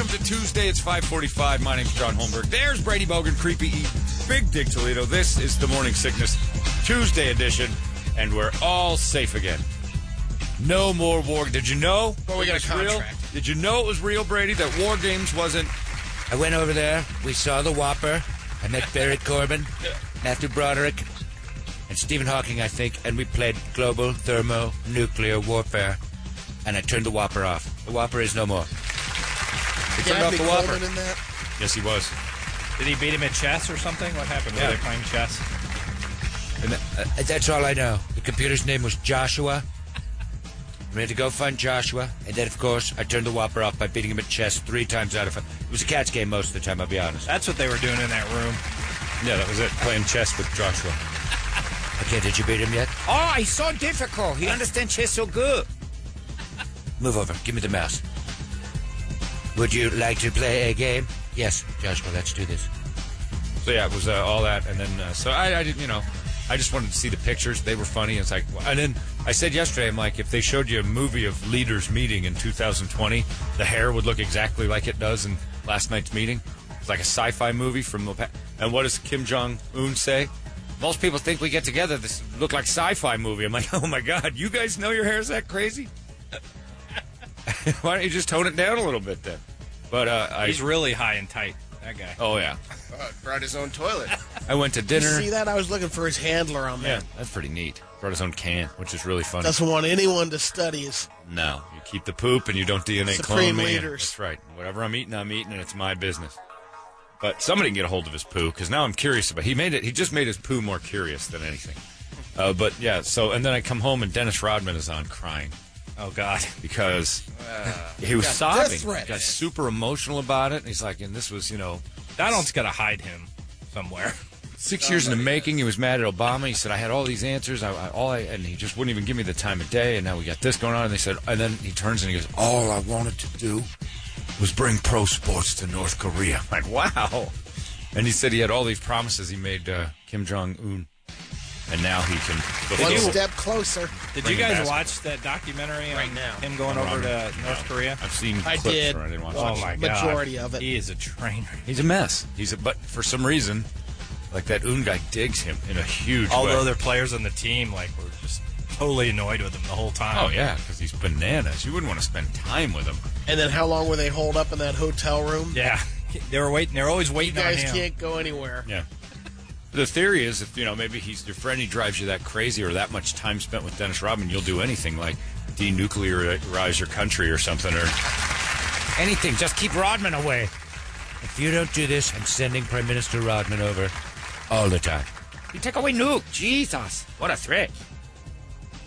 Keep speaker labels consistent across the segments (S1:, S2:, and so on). S1: everybody. It's 545. My name's John Holmberg. There's Brady Bogan, Creepy E, Big Dick Toledo. This is the Morning Sickness Tuesday edition, and we're all safe again. No more war. Did you know?
S2: Well, we
S1: it
S2: got a
S1: was
S2: contract.
S1: Real? Did you know it was real, Brady? That War Games wasn't.
S3: I went over there. We saw the Whopper. I met Barry Corbin, Matthew Broderick, and Stephen Hawking, I think, and we played global thermonuclear warfare. And I turned the Whopper off. The Whopper is no more. We turned off the Whopper.
S2: in that?
S1: Yes, he was.
S4: Did he beat him at chess or something? What happened?
S1: Yeah.
S4: Were they playing chess?
S3: And, uh, that's all I know. The computer's name was Joshua. We had to go find Joshua, and then, of course, I turned the Whopper off by beating him at chess three times out of five. It was a cat's game most of the time, I'll be honest.
S4: That's what they were doing in that room.
S1: Yeah, that was it. Playing chess with Joshua.
S3: Okay, did you beat him yet? Oh, he's so difficult. He understands chess so good. Move over. Give me the mouse. Would you like to play a game? Yes, Joshua, let's do this.
S1: So yeah, it was uh, all that, and then uh, so I, I did, you know, I just wanted to see the pictures. They were funny. It's like, and then I said yesterday, I'm like, if they showed you a movie of leaders meeting in 2020, the hair would look exactly like it does in last night's meeting. It's like a sci-fi movie from the past. And what does Kim Jong Un say? Most people think we get together. This look like sci-fi movie. I'm like, oh my god, you guys know your hair's that crazy. Why don't you just tone it down a little bit then? But uh, I,
S4: He's really high and tight. That guy.
S1: oh yeah,
S2: Oh, it brought his own toilet.
S1: I went to
S5: You
S1: dinner.
S5: see that? I was looking for his handler on
S1: Yeah,
S5: that.
S1: that's pretty neat. Brought his own can, which is really funny.
S5: Doesn't want anyone to study his.
S1: no, you keep the poop and you don't DNA clone
S5: Supreme
S1: me. and-
S5: leaders.
S1: That's right. Whatever I'm eating, I'm eating, and it's my business. But somebody can get a hold of his poo because now I'm curious about. He made it. He just made his poo more curious than anything. Uh, but yeah, so and then I come home and Dennis Rodman is on crying
S4: Oh God.
S1: because he was
S5: Uh, got death
S1: sobbing.
S5: threats.
S1: Got super emotional about it. And he's like, and this was you know
S4: Donald's got to hide him somewhere.
S1: Six years in the making, he was mad at Obama. He said, "I had all these answers, I, I, all I, and he just wouldn't even give me the time of day." And now we got this going on. And they said, and then he turns and he goes, "All I wanted to do was bring pro sports to North Korea." I'm like, wow. And he said he had all these promises he made uh, Kim Jong Un, and now he can.
S5: One
S1: fulfill-
S5: step closer.
S4: Did
S1: Bring
S4: you
S1: him
S4: guys
S1: basketball.
S4: watch that documentary on
S2: Right now.
S4: him going over to North Korea?
S1: I've seen
S5: I
S1: clips,
S5: did.
S1: or I didn't watch.
S4: Oh
S1: it.
S4: my God.
S5: Majority of it.
S4: He is a trainer.
S1: He's a mess. He's a but for some reason, like that Un guy digs him in a huge.
S4: All
S1: way.
S4: the other players on the team like were just totally annoyed with him the whole time.
S1: Oh yeah, because he's bananas. You wouldn't want to spend time with him.
S5: And then how long were they holed up in that hotel room?
S4: Yeah. They were waiting. They're always
S5: You
S4: waiting on
S5: guys
S4: him.
S5: can't go anywhere.
S1: Yeah. The theory is, if you know, maybe he's your friend, he drives you that crazy, or that much time spent with Dennis Rodman, you'll do anything like denuclearize your country or something, or
S3: Anything. Just keep Rodman away. If you don't do this, I'm sending Prime Minister Rodman over all the time. You take away nuke. Jesus. What a threat.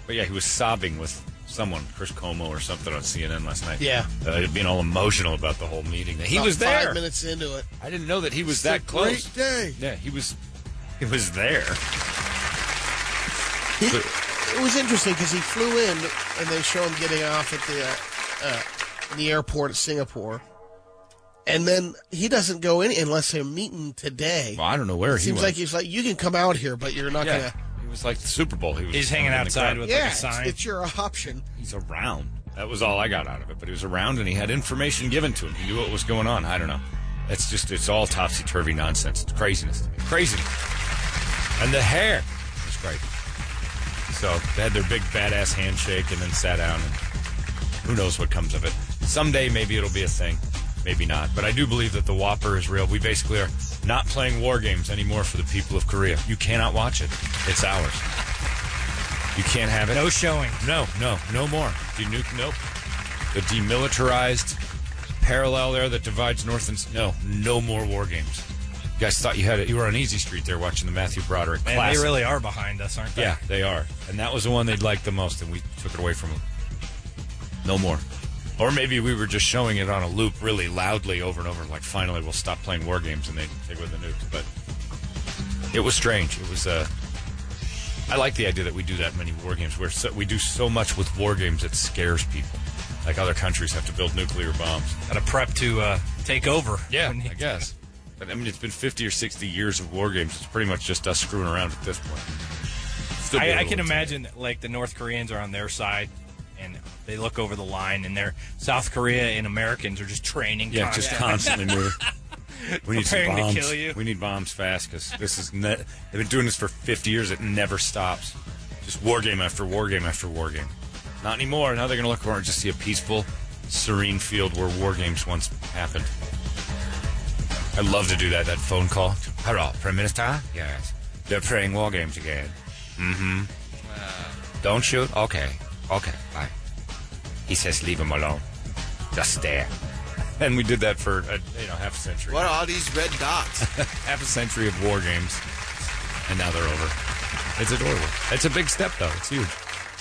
S1: But yeah, he was sobbing with someone, Chris Como or something, on CNN last night.
S5: Yeah.
S1: uh, being all emotional about the whole meeting. He
S5: About
S1: was there.
S5: Five minutes into it.
S1: I didn't know that he was that close.
S5: day.
S1: Yeah, he was. He was there.
S5: He, it was interesting because he flew in, and they show him getting off at the uh, uh, in the airport at Singapore, and then he doesn't go in unless they're meeting today.
S1: Well, I don't know where he
S5: Seems
S1: was.
S5: like he's like, you can come out here, but you're not
S1: yeah,
S5: gonna.
S1: he was like the Super Bowl. He was
S4: He's hanging
S1: in the
S4: outside
S1: crowd.
S4: with
S5: Yeah,
S4: like a
S5: it's-
S4: sign.
S5: it's your option.
S1: He's around. That was all I got out of it. But he was around and he had information given to him. He knew what was going on. I don't know. It's just, it's all topsy turvy nonsense. It's craziness to me. Craziness. And the hair was great. So they had their big badass handshake and then sat down. And who knows what comes of it? Someday maybe it'll be a thing. Maybe not. But I do believe that the Whopper is real. We basically are not playing war games anymore for the people of Korea. You cannot watch it, it's ours. You can't have it.
S4: no showing.
S1: No, no, no more. Denuke, nope. The demilitarized parallel there that divides North and S- no, no more war games. You guys thought you had it. You were on Easy Street there watching the Matthew Broderick
S4: Man,
S1: classic.
S4: they really are behind us, aren't they?
S1: yeah, they are, and that was the one they'd like the most, and we took it away from them. No more. Or maybe we were just showing it on a loop really loudly over and over, like finally we'll stop playing war games and they take away the nukes. But it was strange. It was. Uh, I like the idea that we do that many war games. Where so, we do so much with war games, it scares people. Like other countries have to build nuclear bombs.
S4: Got to prep to uh, take over.
S1: Yeah,
S4: When he-
S1: I guess. But I mean, it's been 50 or 60 years of war games. It's pretty much just us screwing around at this point. Still be
S4: I,
S1: a
S4: I
S1: little
S4: can
S1: intimidating.
S4: imagine that, like the North Koreans are on their side, and They look over the line, and they're South Korea and Americans are just training.
S1: Yeah, just
S4: constantly.
S1: constantly moving. We need some
S4: Preparing to
S1: bombs.
S4: kill you.
S1: We need bombs fast because this is ne- they've been doing this for 50 years. It never stops. Just war game after war game after war game. Not anymore. Now they're going to look over and just see a peaceful, serene field where war games once happened. I love to do that. That phone call. Hello, Prime Minister. Yes, they're playing war games again. Mm-hmm. Don't shoot. Okay. Okay. Bye. He says, leave him alone. Just stare. And we did that for a, you know half a century
S2: What are all these red dots?
S1: half a century of war games, and now they're over. It's adorable. It's a big step, though. It's huge.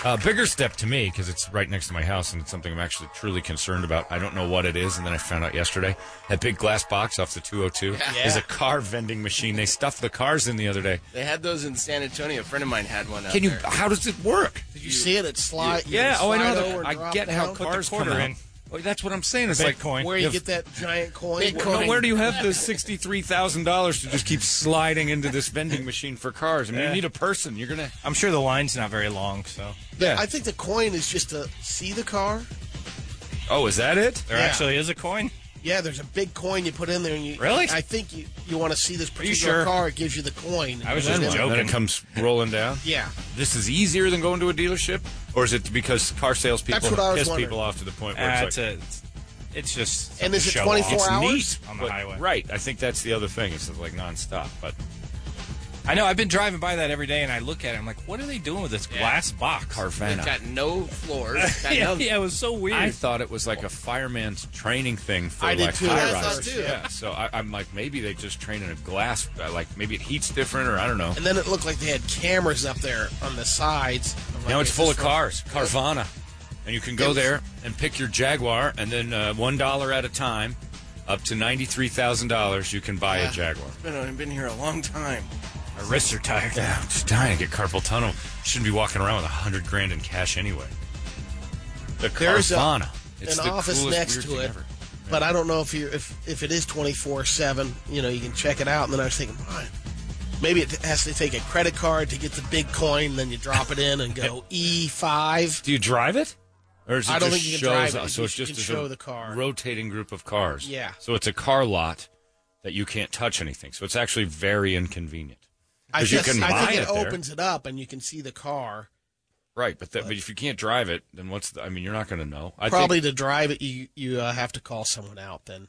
S1: A bigger step to me because it's right next to my house, and it's something I'm actually truly concerned about. I don't know what it is, and then I found out yesterday that big glass box off the 202 is a car vending machine. They stuffed the cars in the other day.
S2: they had those in San Antonio. A friend of mine had one. Out
S1: Can you?
S2: there.
S1: How does it work?
S5: Did you, see it? It slide. you
S1: Yeah.
S5: can
S1: Oh, I
S5: slide
S1: know.
S5: over
S1: That.
S5: and
S1: I
S5: drop
S1: get
S5: it
S1: how
S5: out.
S1: cars
S4: quarter
S1: come out.
S4: in.
S1: Well, that's what I'm saying. It's like
S4: Bitcoin.
S5: Where you
S1: If-
S5: get that giant coin?
S1: No, where do you have the sixty-three thousand dollars to just keep sliding into this vending machine for cars? I mean, you
S4: Yeah.
S1: need a person. You're gonna.
S4: I'm sure the line's not very long, so
S1: Yeah.
S5: I think the coin is just to see the car.
S1: oh, is that it?
S4: there
S5: Yeah.
S4: actually is a coin.
S5: Yeah, there's a big coin you put in there, and you
S4: Really?
S5: I think you, you want to see this
S4: you
S5: particular
S4: sure?
S5: car. It gives you the coin.
S4: I was
S5: And
S4: just wondering.
S5: then-
S1: And then it
S4: Joking.
S1: comes rolling down.
S5: Yeah,
S1: This is easier than going to a dealership, or is it because car salespeople
S5: That's what I was
S1: piss
S5: wondering.
S1: people off to the point where
S4: Uh,
S1: it's
S4: it's,
S1: like
S4: a, it's, it's just
S5: And is
S4: to
S5: it
S4: show
S5: 24
S4: off.
S5: hours?
S1: it's neat
S5: hours?
S4: On the
S1: but-
S4: highway.
S1: Right. I think that's the other thing. It's like nonstop, but
S4: I know. I've been driving by that every day, and I look at it. I'm like, what are they doing with this glass box?
S2: It's
S1: Carvana.
S2: got no floors. Got
S4: yeah,
S2: no-
S4: yeah, it was so weird.
S1: I thought it was like a fireman's training thing for
S5: I did
S1: like
S5: too.
S1: high
S5: I
S2: thought
S1: riders.
S2: too.
S1: Yeah. So I, I'm like, maybe they just train in a glass. uh, Like maybe it heats different, or I don't know.
S5: and then it looked like they had cameras up there on the sides. I'm like,
S1: Now it's
S5: is
S1: full
S5: this
S1: of
S5: what-
S1: cars, Carvana, and you can go there and pick your Jaguar, and then uh, one dollar at a time, up to ninety-three thousand dollars, you can buy a Jaguar.
S2: Been, I've been here a long time.
S4: My wrists are tired.
S1: Yeah, I'm just dying to get carpal tunnel. Shouldn't be walking around with a hundred grand in cash anyway. The
S5: There's a-
S1: Carvana. it's
S5: an
S1: the
S5: office
S1: coolest,
S5: next
S1: weird
S5: to
S1: thing
S5: it.
S1: ever.
S5: But I don't know if you if if it is twenty four seven. You know, you can check it out. And then I was thinking, "Why?" maybe it has to take a credit card to get the big coin. Then you drop it in and go E five.
S1: Do you drive it? Or is it
S5: I don't
S1: just
S5: think you can
S1: shows
S5: drive it.
S1: up?
S5: You
S1: So it's
S5: can
S1: just as
S5: show
S1: a
S5: the car.
S1: rotating group of cars.
S5: Yeah.
S1: So it's a car lot that you can't touch anything. So it's actually very inconvenient.
S5: I
S1: 'Cause you
S5: guess
S1: can
S5: I
S1: buy
S5: think
S1: it
S5: it,
S1: there.
S5: opens it up and you can see the car.
S1: Right, but that, but if you can't drive it, then what's the, I mean, you're not going to know. I
S5: Probably
S1: Think,
S5: to drive it, you you uh, have to call someone out then.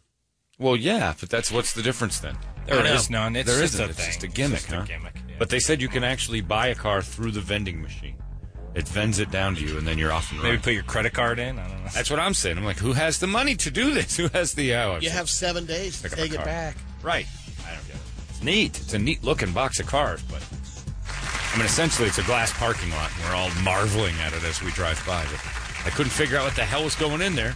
S1: well, yeah, but that's what's the difference then?
S4: There is none. It's
S1: there
S4: just
S1: isn't.
S4: a
S1: it's
S4: thing.
S1: just a
S4: It's
S1: gimmick,
S4: just a
S1: huh?
S4: gimmick, yeah.
S1: But they said you can actually buy a car through the vending machine. It vends it down to you, and then you're off and
S4: Maybe
S1: running.
S4: put your credit card in. I don't know.
S1: That's what I'm saying. I'm like, who has the money to do this? Who has the oh, hours?
S5: You have seven days to
S1: Pick up a
S5: take it
S1: car.
S5: back.
S1: right. I don't get it. It's neat. It's a neat looking box of cars, but I mean, essentially, it's a glass parking lot, and we're all marveling at it as we drive by. But I couldn't figure out what the hell was going in there.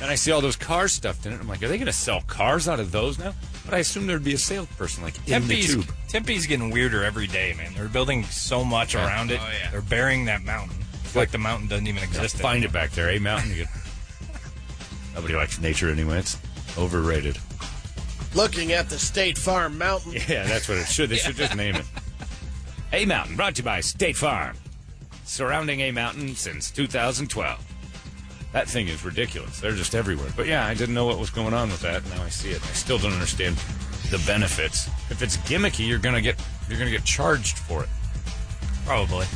S1: Then I see all those cars stuffed in it. I'm like, are they going to sell cars out of those now? But I assume there'd be a salesperson like in the
S4: Tempe's,
S1: tube.
S4: Tempe's getting weirder every day, man. They're building so much around it. They're burying that mountain. It's like the mountain doesn't even
S1: Oh, Yeah,
S4: exist.
S1: find
S4: anymore.
S1: it back there, eh, Mountain? You- Nobody likes nature anyway. It's overrated.
S5: Looking at the State Farm Mountain.
S1: Yeah, that's what it should. They should just name it. A Mountain, brought to you by State Farm. Surrounding A Mountain since 2012. That thing is ridiculous. They're just everywhere. But yeah, I didn't know what was going on with that. Now I see it. I still don't understand the benefits. If it's gimmicky, you're gonna get you're gonna get charged for it.
S4: Probably.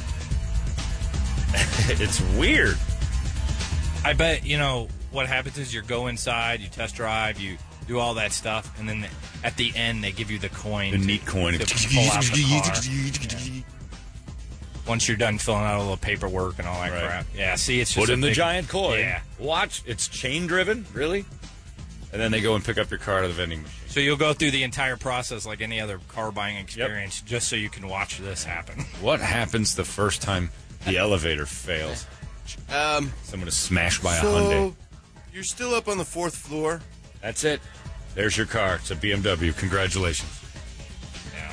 S1: It's weird.
S4: I bet, you know, what happens is you go inside, you test drive, you do all that stuff, and then at the end they give you the coin.
S1: The
S4: to-
S1: neat coin.
S4: To pull out the car. Once you're done filling out all the paperwork and all that
S1: Right.
S4: crap. Yeah, see, it's just.
S1: Put
S4: a
S1: in the
S4: big-
S1: giant coin.
S4: Yeah.
S1: Watch. It's chain driven. Really. And then they go and pick up your car out of the vending machine.
S4: So you'll go through the entire process like any other car buying experience just so you can watch this happen.
S1: What happens the first time the elevator fails?
S2: Um,
S1: Someone is smashed by a Hyundai.
S2: so you're still up on the fourth floor.
S1: That's it. There's your car. It's a BMW. Congratulations.
S4: Yeah.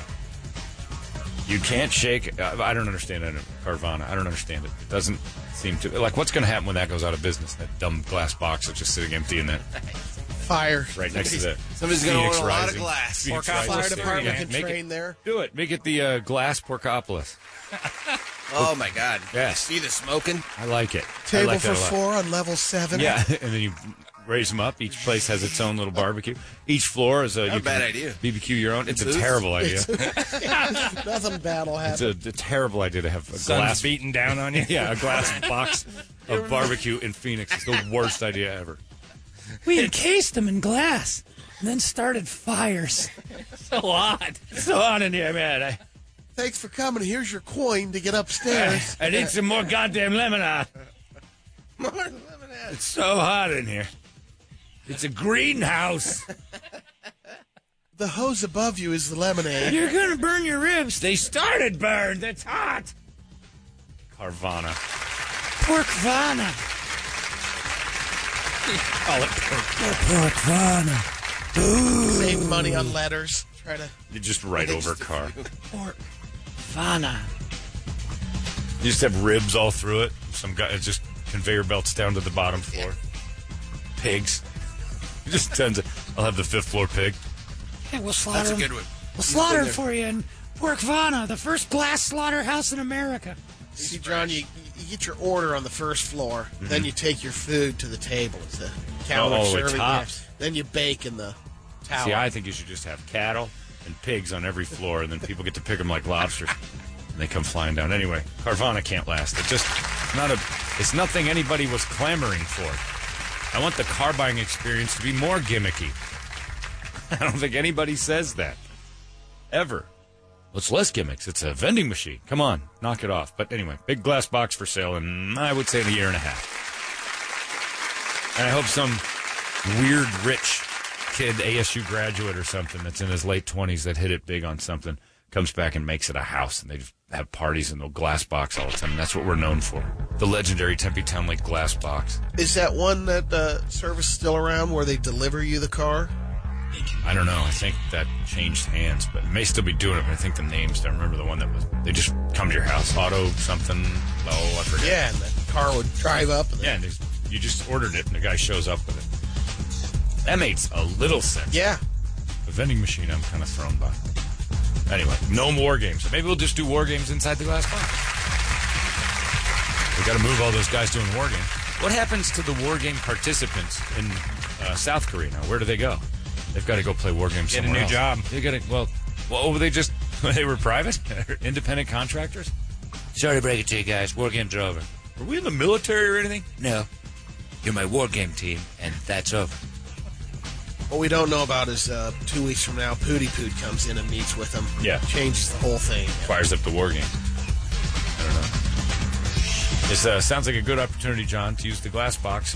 S1: You can't shake. uh, I I don't understand it. Carvana. I don't understand it. It doesn't seem to. Like, what's going to happen when that goes out of business? That dumb glass box that's just sitting empty in that
S5: Fire.
S1: right next to that.
S2: Somebody's gonna
S1: Phoenix
S2: want a lot of
S1: Rising.
S2: glass.
S1: Phoenix
S4: Porkopolis
S1: Rising
S5: Fire
S4: Fire
S1: stereo.
S5: department
S1: Yeah,
S5: can
S1: make it-
S5: train there.
S1: Do it. Make it the uh, glass porkopolis.
S2: Oh my God!
S1: Yes.
S2: See the smoking?
S1: I like it. I
S5: Table
S1: like
S5: for
S1: that a lot.
S5: four on level seven.
S1: Yeah, and then you raise them up. Each place has its own little barbecue. Each floor is a you
S2: a bad
S1: can
S2: idea.
S1: BBQ your own. It's a
S2: Booths.
S1: terrible idea.
S5: Nothing bad will
S1: It's
S5: happen.
S1: a, a terrible idea to have a
S4: Sun's
S1: glass.
S4: beating down on you.
S1: Yeah, a glass box of barbecue in Phoenix is the worst idea ever.
S6: We encased them in glass and then started fires.
S4: so hot.
S1: It's so hot in here, man. I,
S5: Thanks for coming. Here's your coin to get upstairs.
S1: I need some more goddamn lemonade.
S2: More lemonade.
S1: It's so hot in here. It's a greenhouse.
S5: the hose above you is the lemonade.
S1: You're gonna burn your ribs. They started burned. That's hot. Carvana.
S6: Porkvana.
S1: Call it pork.
S6: Porkvana.
S5: Save money on letters. Try to.
S1: You just right over car.
S6: Porkvana.
S1: You just have ribs all through it. Some guy it's just conveyor belts down to the bottom floor. Pigs. Just tons of. I'll have the fifth floor pig.
S6: Hey, we'll slaughter
S1: Um,
S2: That's a
S6: 'em.
S2: good one.
S6: We'll slaughter 'em for you in Porkvana, the first glass slaughterhouse in America.
S5: See, John, you, you get your order on the first floor, then you take your food to the table. It's the counter
S1: Mm-hmm. Oh, it's
S5: serving. there.
S1: hops.
S5: Then you bake in the tower.
S1: See, I think you should just have cattle and pigs on every floor, and then people get to pick them like lobsters, and they come flying down. Anyway, Carvana can't last. It just not a. It's nothing anybody was clamoring for. I want the car buying experience to be more gimmicky. I don't think anybody says that ever. Well, it's less gimmicks. It's a vending machine. Come on, knock it off. But anyway, big glass box for sale, and I would say in a year and a half. And I hope some weird rich kid, ASU graduate or something that's in his late twenties that hit it big on something, comes back and makes it a house, and they just have parties in the glass box all the time. And that's what we're known for. The legendary Tempe Town Lake glass box.
S5: Is that one that uh, service still around where they deliver you the car?
S1: I don't know. I think that changed hands, but it may still be doing it. But I think the names. I remember the one that was. They just come to your house, auto something. Oh, I forget.
S5: Yeah, and the car would drive up. And
S1: Yeah, and there's- you just ordered it, and the guy shows up with it. That makes a little sense.
S5: yeah.
S1: The vending machine, I'm kind of thrown by. Anyway, no more games. Maybe we'll just do war games inside the glass box. We got to move all those guys doing war games. What happens to the war game participants in uh, South Korea now? Where do they go? They've got to go play war games.
S4: Get a
S1: somewhere
S4: new
S1: else.
S4: job.
S1: They got to well. Well, were they just they were private, independent contractors?
S3: Sorry to break it to you guys. War games are over.
S1: Were we in the military or anything?
S3: No. You're my war game team, and that's over.
S5: What we don't know about is uh, two weeks from now, Pooty Poot comes in and meets with them.
S1: Yeah.
S5: Changes the whole thing.
S1: fires up the war game. I don't know. This uh, sounds like a good opportunity, John, to use the glass box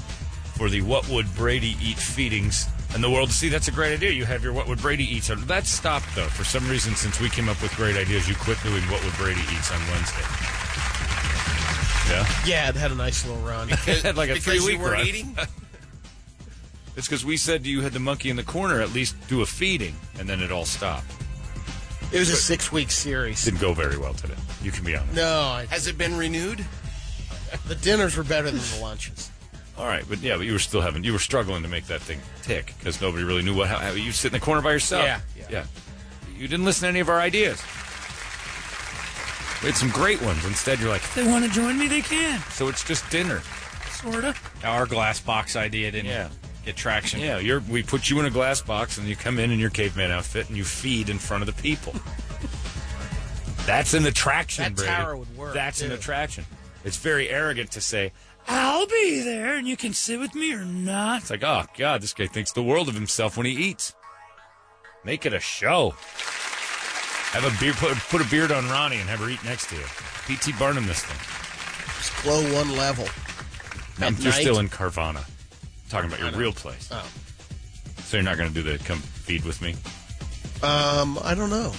S1: for the "What Would Brady Eat" feedings and the world to see. That's a great idea. You have your "What Would Brady Eat" so that stopped though. For some reason, since we came up with great ideas, you quit doing "What Would Brady Eats" on Wednesday. Yeah,
S5: Yeah, it had a nice little run.
S1: it had like a
S2: because
S1: three-week
S2: you weren't
S1: run.
S2: eating.
S1: It's because we said you had the monkey in the corner. At least do a feeding, and then it all stopped.
S5: It was a six week series.
S1: Didn't go very well today. You can be honest.
S5: No, I,
S2: Has it been renewed?
S5: the dinners were better than the lunches.
S1: All right, but yeah, but you were still having you were struggling to make that thing tick because nobody really knew what how, how you sit in the corner by yourself.
S5: Yeah, yeah.
S1: You didn't listen to any of our ideas. We had some great ones. Instead, you're like,
S6: If they want to join me, they can.
S1: so it's just dinner.
S6: Sort of.
S4: Our glass box idea didn't
S1: Yeah.
S4: get traction.
S1: Yeah, you're we put you in a glass box and you come in in your caveman outfit and you feed in front of the people. That's an attraction.
S5: That
S1: Brady.
S5: tower would work,
S1: That's an
S5: too.
S1: attraction. It's very arrogant to say,
S6: I'll be there and you can sit with me or not.
S1: It's like, oh God, this guy thinks the world of himself when he eats. Make it a show. Have a beer, put, put a beard on Ronnie and have her eat next to you. PT Barnum, this thing.
S5: Just below one level.
S1: No,
S5: At
S1: you're
S5: night?
S1: still in Carvana. Talking about your real place.
S5: Oh.
S1: So you're not going to do the come feed with me.
S5: Um, I don't know.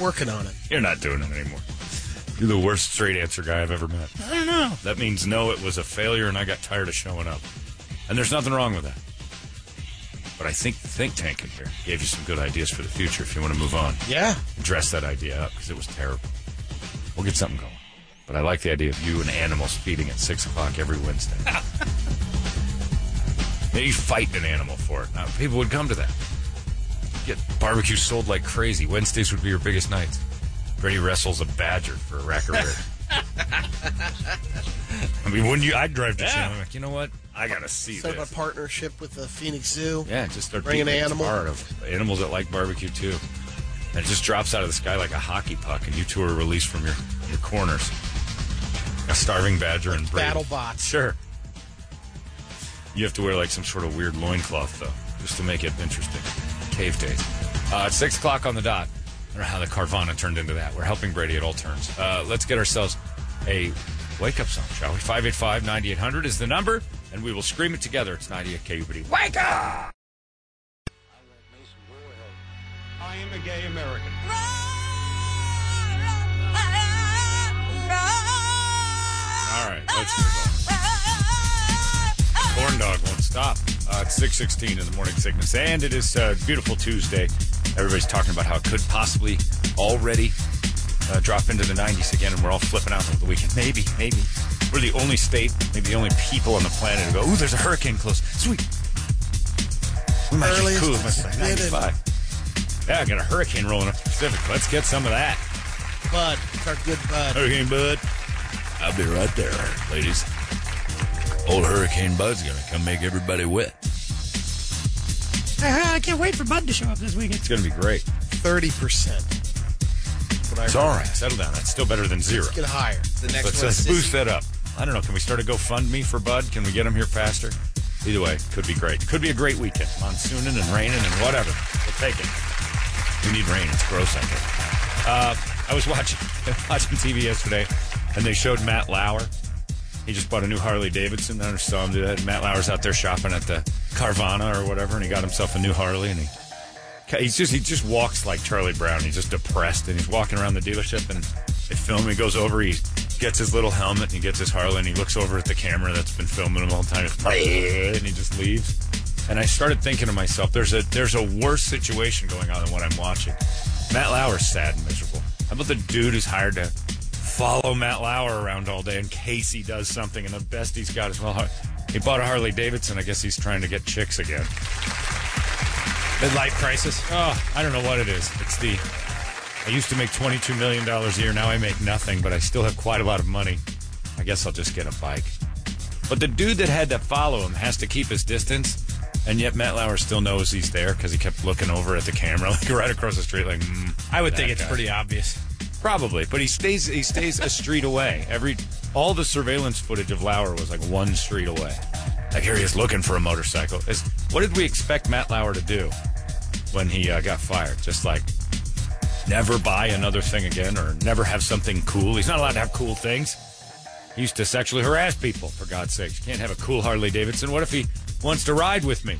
S5: Working on it.
S1: You're not doing it anymore. You're the worst straight answer guy I've ever met.
S6: I don't know.
S1: That means no, it was a failure, and I got tired of showing up. And there's nothing wrong with that. But I think the think tank in here gave you some good ideas for the future if you want to move on.
S5: Yeah.
S1: dress that idea up because it was terrible. We'll get something going. But I like the idea of you and animals feeding at six o'clock every Wednesday. Maybe you fight an animal for it. Now, people would come to that. Get barbecue sold like crazy. Wednesdays would be your biggest nights. Brady wrestles a badger for a rack of ribs. I mean, wouldn't you? I'd drive to
S4: Yeah.
S1: Chino. I'm like, you know what? I gotta see
S5: Sort of
S1: this.
S5: a partnership with the Phoenix Zoo.
S1: Yeah, just start
S5: Bring an
S1: beating the
S5: animal.
S1: tar out of animals that like barbecue too. And it just drops out of the sky like a hockey puck, and you two are released from your, your corners. A starving badger and brave.
S5: Battle bots.
S1: Sure. You have to wear like some sort of weird loincloth though, just to make it interesting. Cave days. Uh, it's six o'clock on the dot. I don't know how the Carvana turned into that. We're helping Brady at all turns. Uh, let's get ourselves a wake up song, shall we? 585 9800 is the number, and we will scream it together. It's 98 KUBD.
S7: I am a gay American.
S1: All right, let's move on. Corn dog won't stop. Uh, it's six sixteen in the morning sickness, and it is uh, beautiful Tuesday. Everybody's talking about how it could possibly already uh, drop into the nineties again, and we're all flipping out over the weekend. Maybe, maybe we're the only state, maybe the only people on the planet who go, "Ooh, there's a hurricane close. Sweet, we might
S5: Earliest
S1: get cool. if It's like
S5: minute.
S1: ninety-five. Yeah, I got a hurricane rolling up the Pacific. Let's get some of that."
S5: Bud. It's our good bud.
S1: Hurricane Bud. I'll be right there, ladies. Old Hurricane Bud's gonna come make everybody wet.
S6: Uh-huh, I can't wait for Bud to show up this weekend.
S1: It's gonna be great.
S5: 30%.
S1: It's all right. Settle down. That's still better than zero.
S5: Get higher.
S2: The next
S1: Let's,
S2: one
S1: let's
S2: is
S1: boost that up. I don't know. Can we start a GoFundMe for Bud? Can we get him here faster? Either way, could be great. Could be a great weekend. Monsooning and raining and whatever. We'll take it. We need rain. It's gross out there. Uh, I was watching watching TV yesterday, and they showed Matt Lauer. He just bought a new Harley Davidson. I never saw him do that. Matt Lauer's out there shopping at the Carvana or whatever, and he got himself a new Harley, and he he's just he just walks like Charlie Brown. He's just depressed, and he's walking around the dealership, and they film. him. He goes over, he gets his little helmet, and he gets his Harley, and he looks over at the camera that's been filming him all the time, He's, "Bleh," and he just leaves. And I started thinking to myself, there's a there's a worse situation going on than what I'm watching. Matt Lauer's sad and miserable. How about the dude who's hired to follow Matt Lauer around all day in case he does something? And the best he's got is well, he bought a Harley Davidson. I guess he's trying to get chicks again.
S4: Midlife crisis.
S1: Oh, I don't know what it is. It's the I used to make twenty-two million dollars a year. Now I make nothing, but I still have quite a lot of money. I guess I'll just get a bike. But the dude that had to follow him has to keep his distance, and yet Matt Lauer still knows he's there because he kept looking over at the camera, like right across the street, like. Mm,
S4: I would
S1: that
S4: think it's
S1: guy.
S4: pretty obvious.
S1: Probably, but he stays. He stays a street away. Every all the surveillance footage of Lauer was like one street away. Like here he is looking for a motorcycle. It's- what did we expect Matt Lauer to do when he uh, got fired? Just like never buy another thing again, or never have something cool. He's not allowed to have cool things. He used to sexually harass people. For God's sakes, you can't have a cool Harley Davidson. What if he wants to ride with me?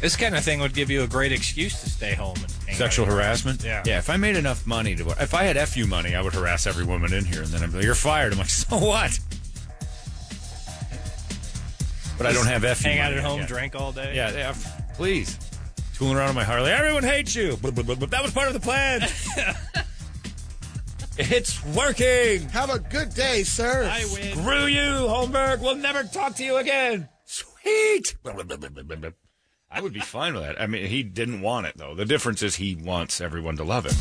S4: This kind of thing would give you a great excuse to stay home and hang out.
S1: Sexual harassment?
S4: Yeah.
S1: Yeah. If I made enough money to, if I had FU money, I would harass every woman in here, and then I'd be like, "You're fired." I'm like, "So what?" But I don't have FU.
S4: Hang out
S1: money
S4: at home,
S1: yet.
S4: drink all day.
S1: Yeah, yeah. f- Please, tooling around on my Harley. Everyone hates you. Blah, blah, blah, blah. That was part of the plan. it's working.
S5: Have a good day, sir.
S4: I win.
S1: Screw you, Holmberg. We'll never talk to you again. Sweet. Blah, blah, blah, blah, blah, blah, blah. I would be fine with that. I mean, he didn't want it though. The difference is he wants everyone to love him.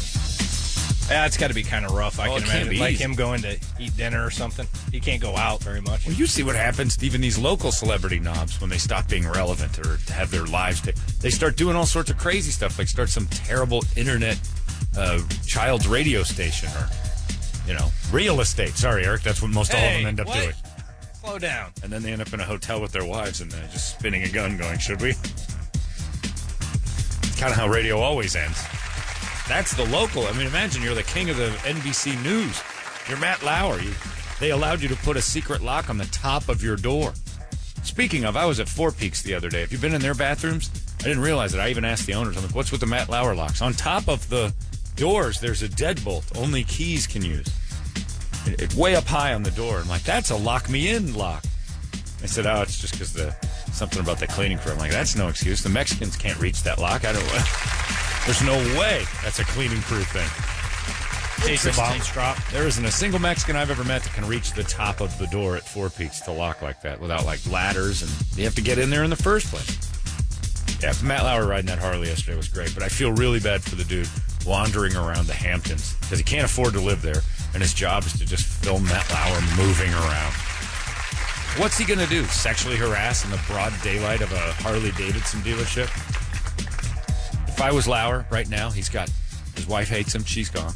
S4: Yeah, it's got to be kind of rough. I
S1: Oh, it
S4: can
S1: can't
S4: imagine,
S1: be
S4: like
S1: easy.
S4: him going to eat dinner or something. He can't go out very much.
S1: Well, you see what happens to even these local celebrity knobs when they stop being relevant or have their lives. ta- they start doing all sorts of crazy stuff, like start some terrible internet uh, child radio station or, you know, real estate. Sorry, Eric, that's what most all of
S4: Hey,
S1: them end up
S4: what?
S1: doing.
S4: Slow down.
S1: And then they end up in a hotel with their wives and they're just spinning a gun going, should we? kind of how radio always ends. That's the local. I mean, imagine you're the king of the NBC News. You're Matt Lauer. You, they allowed you to put a secret lock on the top of your door. Speaking of, I was at Four Peaks the other day. Have you been in their bathrooms? I didn't realize it. I even asked the owners, I'm like, what's with the Matt Lauer locks? On top of the doors, there's a deadbolt only keys can use. It, it- way up high on the door. I'm like, that's a lock me in lock. They said, "Oh, it's just because the something about the cleaning crew." I'm like, "That's no excuse. The Mexicans can't reach that lock. I don't. There's no way that's a cleaning crew thing.
S4: Jason
S1: bomb.
S4: drop.
S1: There isn't a single Mexican I've ever met that can reach the top of the door at Four Peaks to lock like that without like ladders, and you have to get in there in the first place." Yeah, Matt Lauer riding that Harley yesterday was great, but I feel really bad for the dude wandering around the Hamptons because he can't afford to live there. and his job is to just film Matt Lauer moving around. What's he going to do? Sexually harass in the broad daylight of a Harley Davidson dealership? If I was Lauer right now, he's got his wife hates him. She's gone.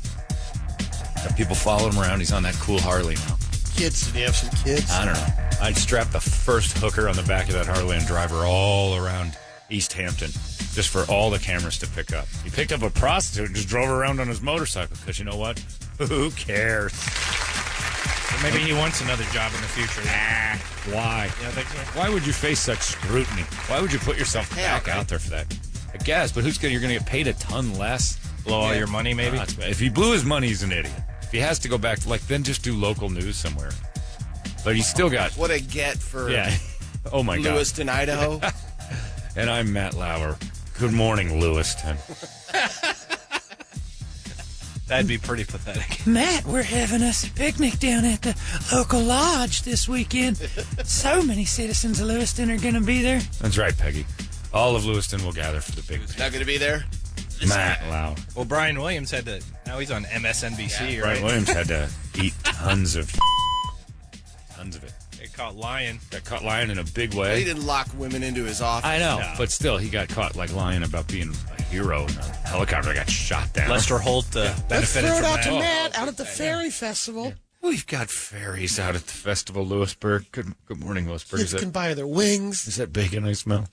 S1: Got people follow him around. He's on that cool Harley now.
S5: Kids, did you have some kids?
S1: I don't know. I'd strap the first hooker on the back of that Harley and drive her all around East Hampton just for all the cameras to pick up. He picked up a prostitute and just drove her around on his motorcycle because you know what? Who cares?
S4: But maybe he wants another job in the future.
S1: Ah, why?
S4: You don't think so?
S1: Why would you face such scrutiny? Why would you put yourself back out there for that? I guess, but who's gonna? You're gonna get paid a ton less.
S4: Blow all your money, maybe?
S1: Nah, it's- if he blew his money, he's an idiot. If he has to go back, to, like then just do local news somewhere. But he's still got.
S2: What a get for
S1: Yeah. Oh my god.
S2: Lewiston, Idaho.
S1: And I'm Matt Lauer. Good morning, Lewiston.
S4: That'd be pretty pathetic.
S6: Matt, we're having us a picnic down at the local lodge this weekend. so many citizens of Lewiston are going to be there.
S1: That's right, Peggy. All of Lewiston will gather for the big picture.
S2: Not going to be there.
S1: Matt Lauer.
S4: Well, Brian Williams had to. Now he's on
S1: Brian
S4: MSNBC, right?
S1: Williams had to eat tons of tons of it.
S4: They caught lying.
S1: Got caught lying in a big
S2: He
S1: way.
S2: didn't lock women into his office.
S1: I know, but still, he got caught like lying about being a hero in a helicopter. Got shot down.
S4: Lester Holt uh,
S5: Let's
S4: benefited
S5: throw it
S4: from
S5: out
S4: that.
S5: to Matt out at the Fairy Festival.
S1: We've got fairies out at the festival, Lewisburg. Good, good morning, Lewisburg. Is
S5: Kids
S1: that-
S5: can buy their wings.
S1: Is that bacon I smell?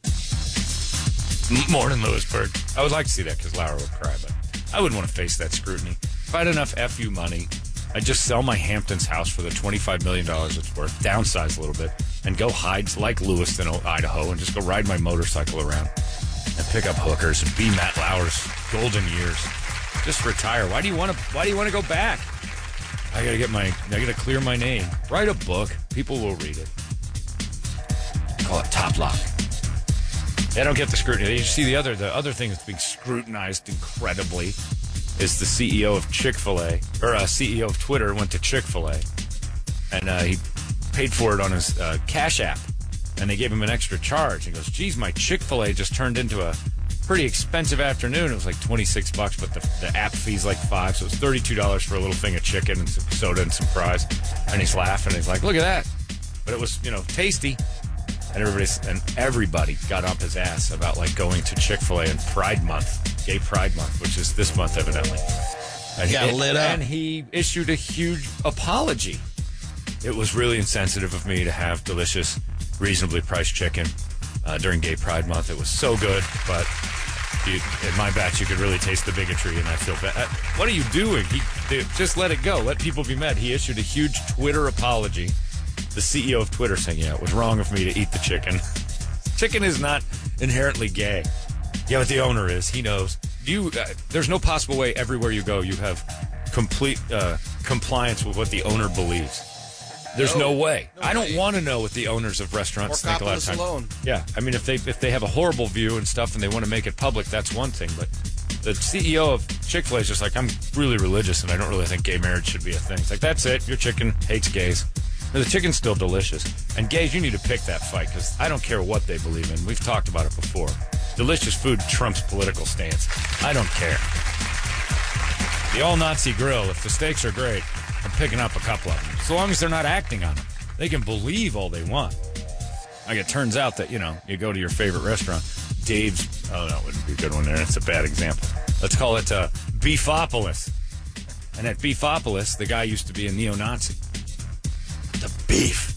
S1: M- Morning, Lewisburg. I would like to see that because Lauer would cry, but I wouldn't want to face that scrutiny. If I had enough FU money, I'd just sell my Hamptons house for the $25 million it's worth, downsize a little bit, and go hide like Lewiston, O- Idaho, and just go ride my motorcycle around and pick up hookers and be Matt Lauer's golden years. Just retire. Why do you want to? Why do you want to go back? I gotta get my. I gotta clear my name. Write a book. People will read it call it top lock. They don't get the scrutiny. You see the other the other thing that's being scrutinized incredibly is the CEO of Chick Fil A or uh, CEO of Twitter went to Chick Fil A and uh, he paid for it on his uh, Cash App and they gave him an extra charge. He goes, "Geez, my Chick Fil A just turned into a." Pretty expensive afternoon. It was like twenty six bucks, but the, the app fee's like five, so it's thirty two dollars for a little thing of chicken and some soda and some fries. And he's laughing. he's like, "Look at that!" But it was, you know, tasty and everybody's and everybody got up his ass about like going to Chick Fil A in Pride Month, Gay Pride Month, which is this month evidently. And
S5: Got
S1: he,
S5: lit up.
S1: and he issued a huge apology. It was really insensitive of me to have delicious, reasonably priced chicken uh, during Gay Pride Month. It was so good, but you, in my batch, you could really taste the bigotry, and I feel bad. Uh, What are you doing? He, dude, just let it go. Let people be mad. He issued a huge Twitter apology. The CEO of Twitter saying, "Yeah, it was wrong of me to eat the chicken. chicken is not inherently gay. Yeah, but the owner is. He knows. Do you? Uh, there's no possible way. Everywhere you go, you have complete uh, compliance with what the owner believes." There's no, way. I don't want to know what the owners of restaurants
S2: Or
S1: think a lot of
S2: Coppolis
S1: times.
S2: alone.
S1: Yeah, I mean, if they if they have a horrible view and stuff, and they want to make it public, that's one thing. But the CEO of Chick Fil A is just like, I'm really religious, and I don't really think gay marriage should be a thing. It's like that's it. Your chicken hates gays. And the chicken's still delicious, and gays, you need to pick that fight because I don't care what they believe in. We've talked about it before. Delicious food trumps political stance. I don't care. The all Nazi grill, if the steaks are great, I'm picking up a couple of them. So long as they're not acting on them, they can believe all they want. Like it turns out that, you know, you go to your favorite restaurant, Dave's, oh, that wouldn't be a good one there. That's a bad example. Let's call it uh, Beefopolis. And at Beefopolis, the guy used to be a neo Nazi. The beef,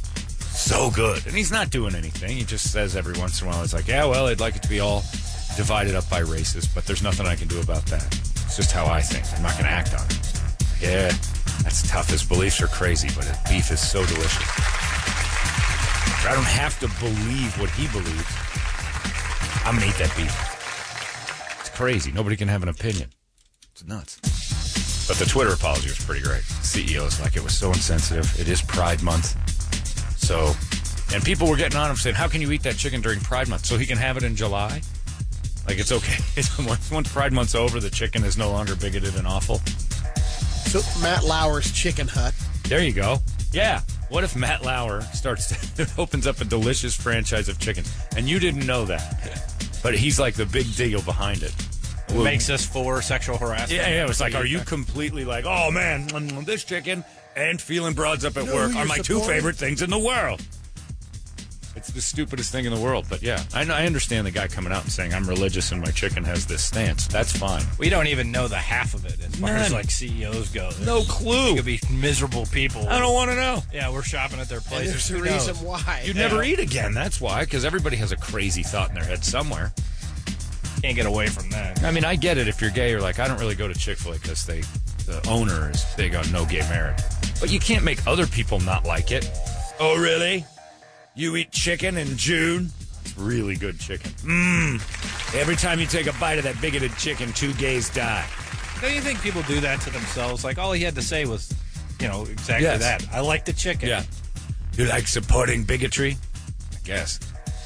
S1: so good. And he's not doing anything. He just says every once in a while, he's like, yeah, well, I'd like it to be all divided up by races, but there's nothing I can do about that. It's just how I think. I'm not going to act on it. Yeah, that's tough. His beliefs are crazy, but his beef is so delicious. I don't have to believe what he believes. I'm gonna eat that beef. It's crazy. Nobody can have an opinion. It's nuts. But the Twitter apology was pretty great. CEO is like, it was so insensitive. It is Pride Month, so and people were getting on him saying, how can you eat that chicken during Pride Month? So he can have it in July. Like it's okay. once, once Pride Month's over, the chicken is no longer bigoted and awful.
S5: So Matt Lauer's Chicken Hut.
S1: There you go. Yeah. What if Matt Lauer starts to opens up a delicious franchise of chicken and you didn't know that, but he's like the big deal behind it.
S4: makes us for sexual harassment.
S1: Yeah, yeah. It was like, are you completely like, oh man, mm, mm, this chicken and feeling broads up at
S2: No,
S1: work
S2: you're
S1: are my two
S2: supporting-
S1: favorite things in the world? It's the stupidest thing in the world, but yeah, I, I understand the guy coming out and saying I'm religious and my chicken has this stance. That's fine.
S4: We don't even know the half of it as far as
S1: None.
S4: like CEOs go.
S1: No
S4: It
S1: clue.
S4: could be miserable people.
S1: I don't want to know.
S4: Yeah, we're shopping at their places.
S5: There's a
S4: Who knows?
S5: reason why.
S1: You'd never eat again. That's why, because everybody has a crazy thought in their head somewhere.
S4: Can't get away from that.
S1: I mean, I get it if you're gay or like, I don't really go to Chick fil A because they, the owner is big on no gay marriage. But you can't make other people not like it. Oh, really? You eat chicken in June? It's really good chicken. Mmm. Every time you take a bite of that bigoted chicken, two gays die.
S4: Don't you think people do that to themselves? Like all he had to say was, you know, exactly
S1: Yes.
S4: that. I like the chicken.
S1: You like supporting bigotry? I guess.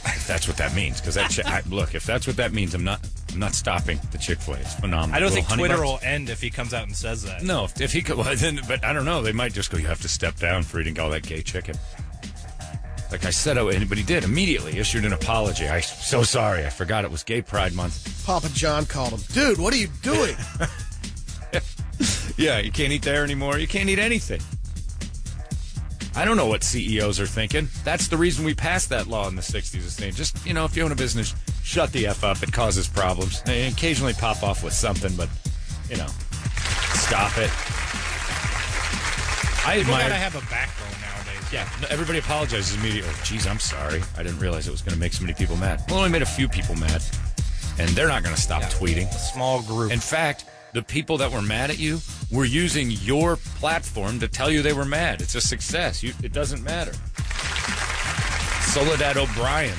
S1: If that's what that means, because that chi- I, look, if that's what that means, I'm not, I'm not stopping the Chick Fil A. It's phenomenal.
S4: I don't
S1: Little
S4: think
S1: honey
S4: Twitter
S1: buns.
S4: will end if he comes out and says that.
S1: No, if, if he could, well, then, but I don't know. They might just go. You have to step down for eating all that gay chicken. Like I said, oh, anybody did immediately issued an apology. I so sorry. I forgot it was Gay Pride Month.
S5: Papa John called him, dude. What are you doing?
S1: Yeah, you can't eat there anymore. You can't eat anything. I don't know what CEOs are thinking. That's the reason we passed that law in the '60s. Is saying just you know, if you own a business, shut the f up. It causes problems. They occasionally pop off with something, but you know, stop it. I
S4: People
S1: admire.
S4: gotta have a backbone nowadays.
S1: Yeah, no, everybody apologizes immediately. Geez, I'm sorry. I didn't realize it was going to make so many people mad. Well, it only made a few people mad, and they're not going to stop tweeting.
S4: Small group.
S1: In fact, the people that were mad at you were using your platform to tell you they were mad. It's a success. You, it doesn't matter. Soledad O'Brien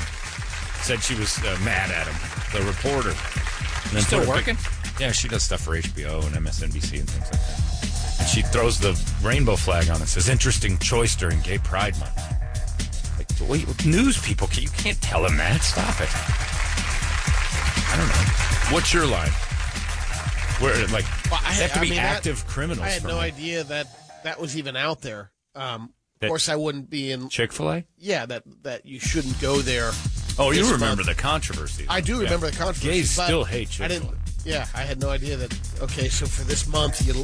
S1: said she was uh, mad at him, the reporter. And then
S4: Still
S1: put a
S4: working?
S1: pic- yeah, she does stuff for HBO and MSNBC and things like that. And she throws the rainbow flag on and says, interesting choice during Gay Pride Month. Like, wait, news people, can- you can't tell them that. Stop it. I don't know. What's your line? Where like
S5: Well, I-
S1: they have to
S5: I
S1: be
S5: mean, that-
S1: active criminals?
S5: I had
S1: for
S5: no
S1: me.
S5: idea that that was even out there. Um,
S1: That-
S5: of course, I wouldn't be in.
S1: Chick-fil-A?
S5: Yeah, that that you shouldn't go there.
S1: Oh, you
S5: This
S1: remember
S5: month.
S1: the controversy.
S5: I do
S1: Yeah.
S5: remember the controversy.
S1: Gays
S5: but
S1: still hate Chick-fil-A.
S5: I didn't. Yeah, I had no idea that. Okay, so for this month, you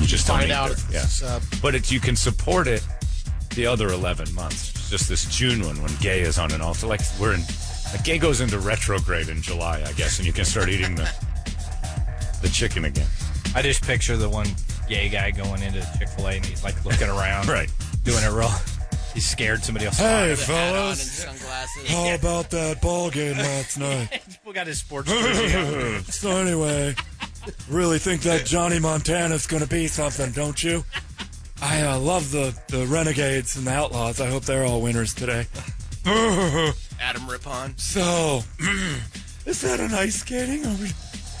S1: You just don't
S5: find
S1: eat
S5: out
S1: there.
S5: if
S1: Yeah.
S5: it's, uh,
S1: But it's you can support it the other 11 months. Just this June one when gay is on and off. So, Like we're in like gay goes into retrograde in July, I guess, and you can start eating the the chicken again.
S4: I just picture the one gay guy going into Chick Fil A and he's like looking around,
S1: Right.
S4: doing it real. He's scared somebody else.
S7: Hat on and sunglasses.
S8: How about that ball game last night?
S4: People got his sports. jersey on.
S8: So anyway, really think that Johnny Montana's gonna be something, don't you? I uh, love the the Renegades and the Outlaws. I hope they're all winners today.
S7: Adam Rippon.
S8: So, is that an ice skating? Or we,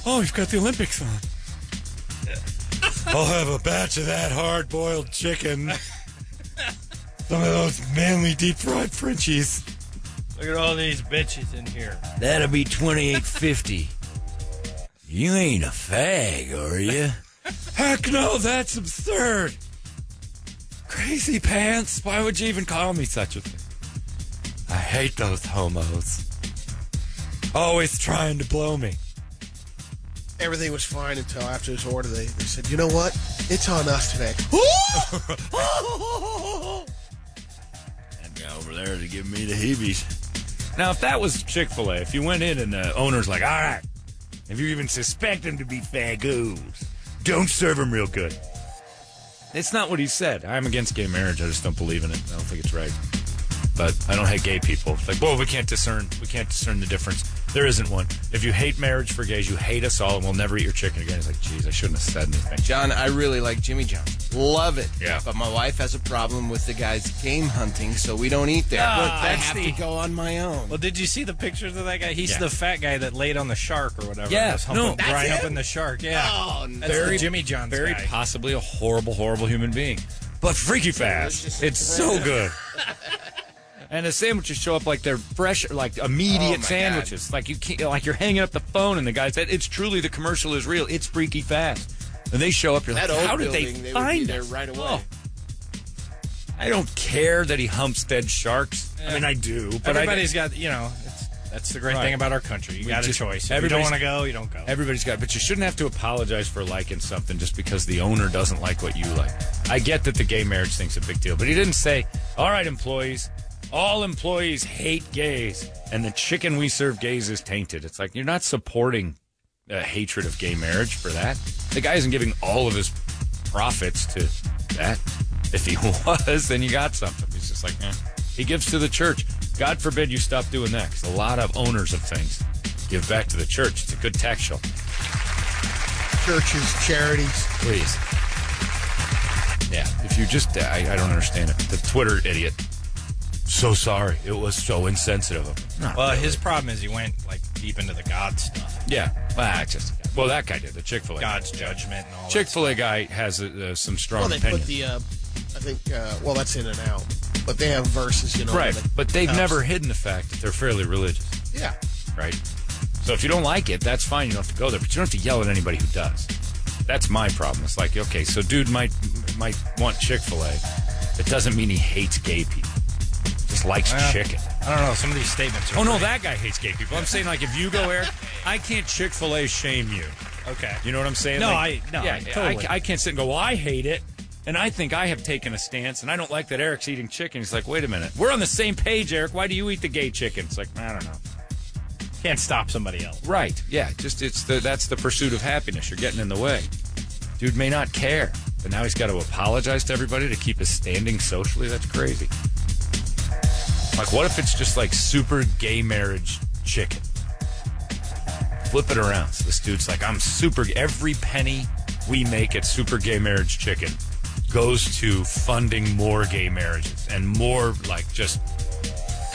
S8: oh, we've got the Olympics on. I'll have a batch of that hard-boiled chicken. Some of those manly deep-fried Frenchies.
S4: Look at all these bitches in here.
S3: That'll be twenty eight fifty. You ain't a fag, are you?
S8: Heck no, that's absurd. Crazy pants. Why would you even call me such a thing? I hate those homos. Always trying to blow me.
S5: everything was fine until after his order, they, they said, you know what? It's on us today.
S1: That guy over there to give me the heebies. Now, if that was Chick Fil A, if you went in and the owner's like, "All right, if you even suspect him to be fagoos, don't serve him real good." It's not what he said. I'm against gay marriage. I just don't believe in it. I don't think it's right. But I don't hate gay people. It's like, well, we can't discern. We can't discern the difference. There isn't one. If you hate marriage for gays, you hate us all, and we'll never eat your chicken again. It's like, geez, I shouldn't have said anything.
S7: John, I really like Jimmy John's. Love it.
S1: Yeah.
S7: But my wife has a problem with the guys game hunting, so we don't eat there.
S4: Ah,
S7: Look, I
S4: that's
S7: have
S4: the-
S7: to go on my
S1: Oh,
S7: own.
S4: Well, did you see the pictures of that guy? He's
S1: Yeah.
S4: the fat guy that laid on the shark or whatever.
S1: Yeah,
S4: was humping,
S1: no, that's
S4: right up
S1: him?
S4: in the shark. Yeah,
S7: Oh,
S4: that's the Jimmy John's
S1: very
S4: guy.
S1: possibly a horrible, horrible human being, but freaky fast. It's so good. And the sandwiches show up like they're fresh, like immediate
S7: Oh, my
S1: sandwiches. Like you can't, like you're hanging up the phone, and the guy said, "It's truly the commercial is real. It's freaky fast." And they show up. You're
S7: That
S1: like,
S7: old
S1: "How did
S7: building,
S1: they
S7: they would be
S1: find
S7: there
S1: us?"
S7: right away.
S1: Oh. I don't care that he humps dead sharks. I mean, I do, but I,
S4: everybody's got you know. It's, That's the great
S1: Right.
S4: thing about our country.
S1: We
S4: You got
S1: just-
S4: a choice. If you don't
S1: everybody's-
S4: want to go, you don't go.
S1: Everybody's got, but you shouldn't have to apologize for liking something just because the owner doesn't like what you like. I get that the gay marriage thing's a big deal, but he didn't say, "All right, employees, all employees hate gays, and the chicken we serve gays is tainted." It's like you're not supporting a hatred of gay marriage for that. The guy isn't giving all of his profits to that. If he was, then you got something. He's just like, eh. he gives to the church. God forbid you stop doing that, because a lot of owners of things give back to the church. It's a good tax shelter.
S5: Churches, charities.
S1: Please. Yeah, if you just, I, I don't understand it. The Twitter idiot. So sorry. It was so insensitive of him. Not
S4: well,
S1: really.
S4: his problem is he went like deep into the God stuff,
S1: Yeah. Well, I just, well, that guy did, the Chick fil A.
S4: God's judgment and all. that
S1: Chick fil A guy has uh, uh, some strong
S5: Well, they
S1: opinions.
S5: put the, uh, I think, uh, well, that's in and out. But they have verses, you know.
S1: Right,
S5: where they-
S1: but they've
S5: Cops.
S1: never hidden the fact that they're fairly religious,
S5: Yeah.
S1: right? So if you don't like it, that's fine. You don't have to go there, but you don't have to yell at anybody who does. That's my problem. It's like, okay, so dude might might want Chick Fil A. It doesn't mean he hates gay people. Just likes
S4: Well,
S1: chicken.
S4: I don't know. Some of these statements. Are
S1: Oh no, that guy hates gay people. I'm saying like if you go Eric, I can't Chick Fil A shame you.
S4: okay.
S1: You know what I'm saying?
S4: No,
S1: Like,
S4: I- no,
S1: yeah,
S4: I totally-
S1: I, can't sit and go. Well, I hate it, and I think I have taken a stance, and I don't like that Eric's eating chicken. He's like, wait a minute, we're on the same page, Eric. Why do you eat the gay chicken? It's like I don't know.
S4: Can't stop somebody else.
S1: Right. Yeah. Just it's the that's the pursuit of happiness. You're getting in the way. Dude may not care, but now he's got to apologize to everybody to keep his standing socially. That's crazy. Like, what if it's just like super gay marriage chicken? Flip it around. So this dude's like, I'm super. Every penny we make at super gay marriage chicken goes to funding more gay marriages and more like just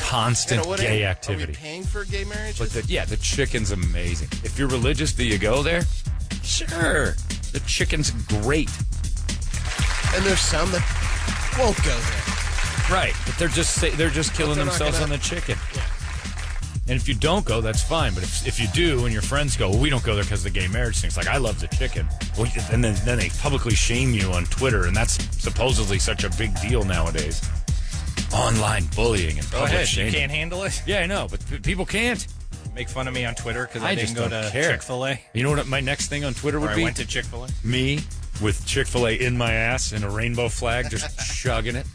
S1: constant
S2: You know, what
S1: gay
S2: are- Are
S1: activity.
S2: we paying for gay marriage?
S1: But the, yeah, the chicken's amazing. If you're religious, do you go there? Sure. The chicken's great.
S5: And there's some that won't go there.
S1: Right. But they're just sa- they're just killing
S2: they're not
S1: themselves
S2: gonna-
S1: on the chicken. And if you don't go, that's fine. But if, if you do, and your friends go, well, we don't go there because the gay marriage thing. It's like I love the chicken. Well, you- and then then they publicly shame you on Twitter, and that's supposedly such a big deal nowadays. Online bullying and
S4: Go
S1: public
S4: ahead. You
S1: shaming.
S4: can't handle it.
S1: yeah, I know, but p- people can't.
S4: Make fun of me on Twitter because I,
S1: I,
S4: didn't
S1: just
S4: go
S1: don't
S4: to
S1: care.
S4: Chick Fil A.
S1: You know what? My next thing on Twitter would
S4: Or I
S1: be
S4: went to Chick Fil A.
S1: me with Chick fil A in my ass and a rainbow flag just chugging it.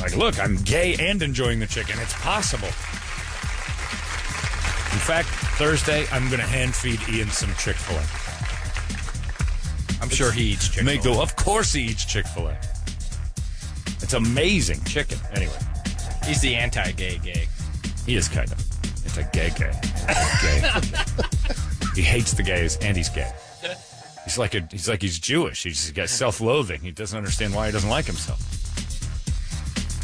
S1: Like, look, I'm gay and enjoying the chicken. It's possible. In fact, Thursday, I'm going to hand feed Ian some Chick fil A.
S4: I'm sure he eats Chick
S1: Make
S4: Fil
S1: the, of course, he eats Chick fil A. It's amazing chicken. Anyway,
S4: A. He's the anti-gay gay.
S1: he is kind of. It's a gay gay. It's a gay. he hates the gays and he's gay. He's like a, he's like he's Jewish. He's got self-loathing. He doesn't understand why he doesn't like himself.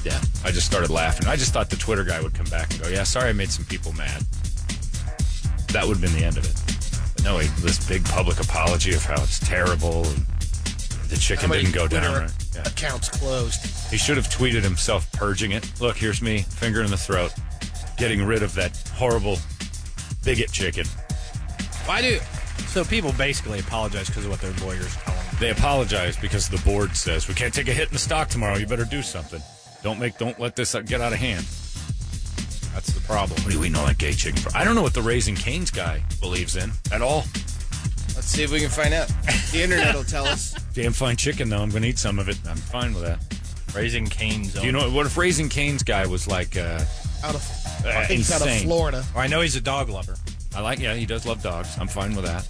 S1: Yeah, I just started laughing. I just thought the Twitter guy would come back and go, "Yeah, sorry, I made some people mad." That would have been the end of it. But no, he, this big public apology of how it's terrible and the chicken
S5: many
S1: didn't go down
S5: Twitter
S1: right. Yeah.
S5: Accounts closed.
S1: He should have tweeted himself purging it. Look, here's me, finger in the throat, getting rid of that horrible bigot chicken.
S4: Why do? So people basically apologize because of what their lawyers tell them.
S1: They apologize because the board says we can't take a hit in the stock tomorrow. You better do something. Don't make, don't let this uh, get out of hand.
S4: That's the problem.
S1: What do we know that gay chicken? For? I don't know what the raising canes guy believes in at all.
S2: Let's see if we can find out. The internet will tell us.
S1: Damn fine chicken though. I'm gonna eat some of it. I'm fine with that.
S4: Raising Cane's.
S1: Do you know what if raising canes guy was like uh,
S5: Out of,
S1: uh,
S5: I think it's out of
S1: insane?
S5: Florida.
S4: I know he's a dog lover.
S1: I like, yeah, he does love dogs. I'm fine with that.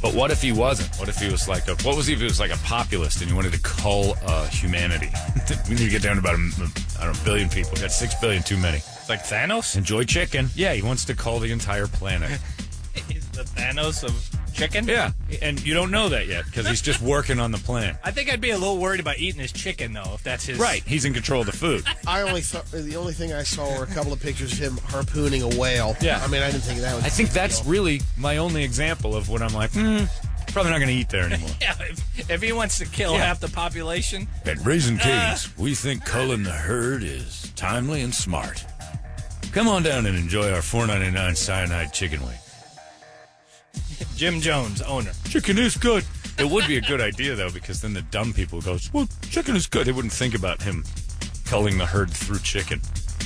S1: But what if he wasn't? What if he was like a, what was he if he was like a populist and he wanted to cull uh, humanity? we need to get down to about, a, m- I don't know, billion people. We got six billion too many.
S4: It's like Thanos.
S1: Enjoy chicken. Yeah, he wants to cull the entire planet.
S4: He's the Thanos of chicken.
S1: yeah, and you don't know that yet because he's just working on the plan.
S4: I think I'd be a little worried about eating his chicken though, if that's his.
S1: Right, he's in control of the food.
S5: I only thought the only thing I saw were a couple of pictures of him harpooning a whale.
S1: Yeah.
S5: I mean, I didn't think that was.
S1: I think that's really my only example of what I'm like, hmm, probably not going to eat there anymore.
S4: Yeah. If, if he wants to kill
S1: Yeah.
S4: half the population,
S1: At Raisin Canes, we think culling the herd is timely and smart. Come on down and enjoy our four ninety nine cyanide chicken wing.
S4: Jim Jones, owner.
S1: Chicken is good. It would be a good idea though, because then the dumb people goes, "Well, chicken is good." They wouldn't think about him culling the herd through chicken.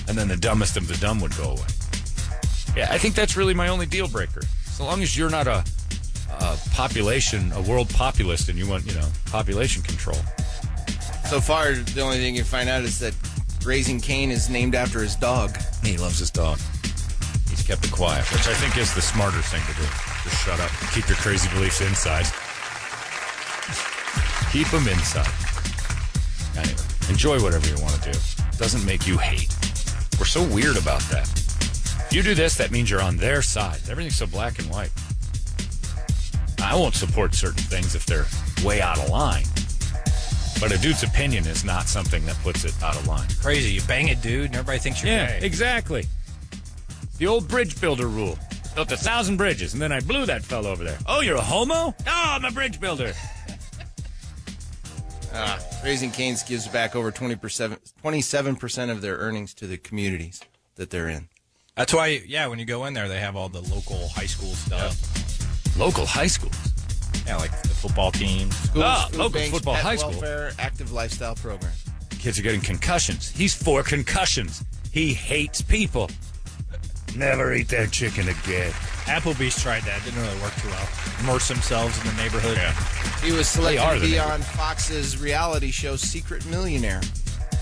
S1: and then the dumbest of the dumb would go away. Yeah, I think that's really my only deal breaker. So long as you're not a, a population, a world populist, and you want, you know, population control.
S7: So far, the only thing you find out is that Raising Cain is named after his dog.
S1: He loves his dog. He's kept it quiet, which I think is the smarter thing to do. Just shut up. Keep your crazy beliefs inside. Keep them inside. Anyway, enjoy whatever you want to do. Doesn't make you hate. We're so weird about that. If you do this, that means you're on their side. Everything's so black and white. I won't support certain things if they're way out of line. But a dude's opinion is not something that puts it out of line.
S4: Crazy. You bang a dude and everybody thinks you're
S1: Yeah,
S4: gay.
S1: exactly. The old bridge builder rule. Built a thousand bridges, and then I blew that fellow over there. Oh, you're a homo? Oh, I'm a bridge builder.
S7: Raising Cain's gives back over 27% of their earnings to the communities that they're in.
S4: That's why, yeah, when you go in there, they have all the local high school stuff.
S1: Local high schools.
S4: Yeah, like the football teams.
S1: ah,
S7: Food
S1: local
S7: banks,
S1: football
S7: pet
S1: high school.
S7: welfare, active lifestyle program.
S1: Kids are getting concussions. He's for concussions. He hates people. Never eat that chicken again.
S4: Applebee's tried that. Didn't really work too well. Immerse themselves in the neighborhood.
S7: He was
S1: are
S7: selected
S1: the
S7: to be
S1: neighbor.
S7: on Fox's reality show Secret Millionaire.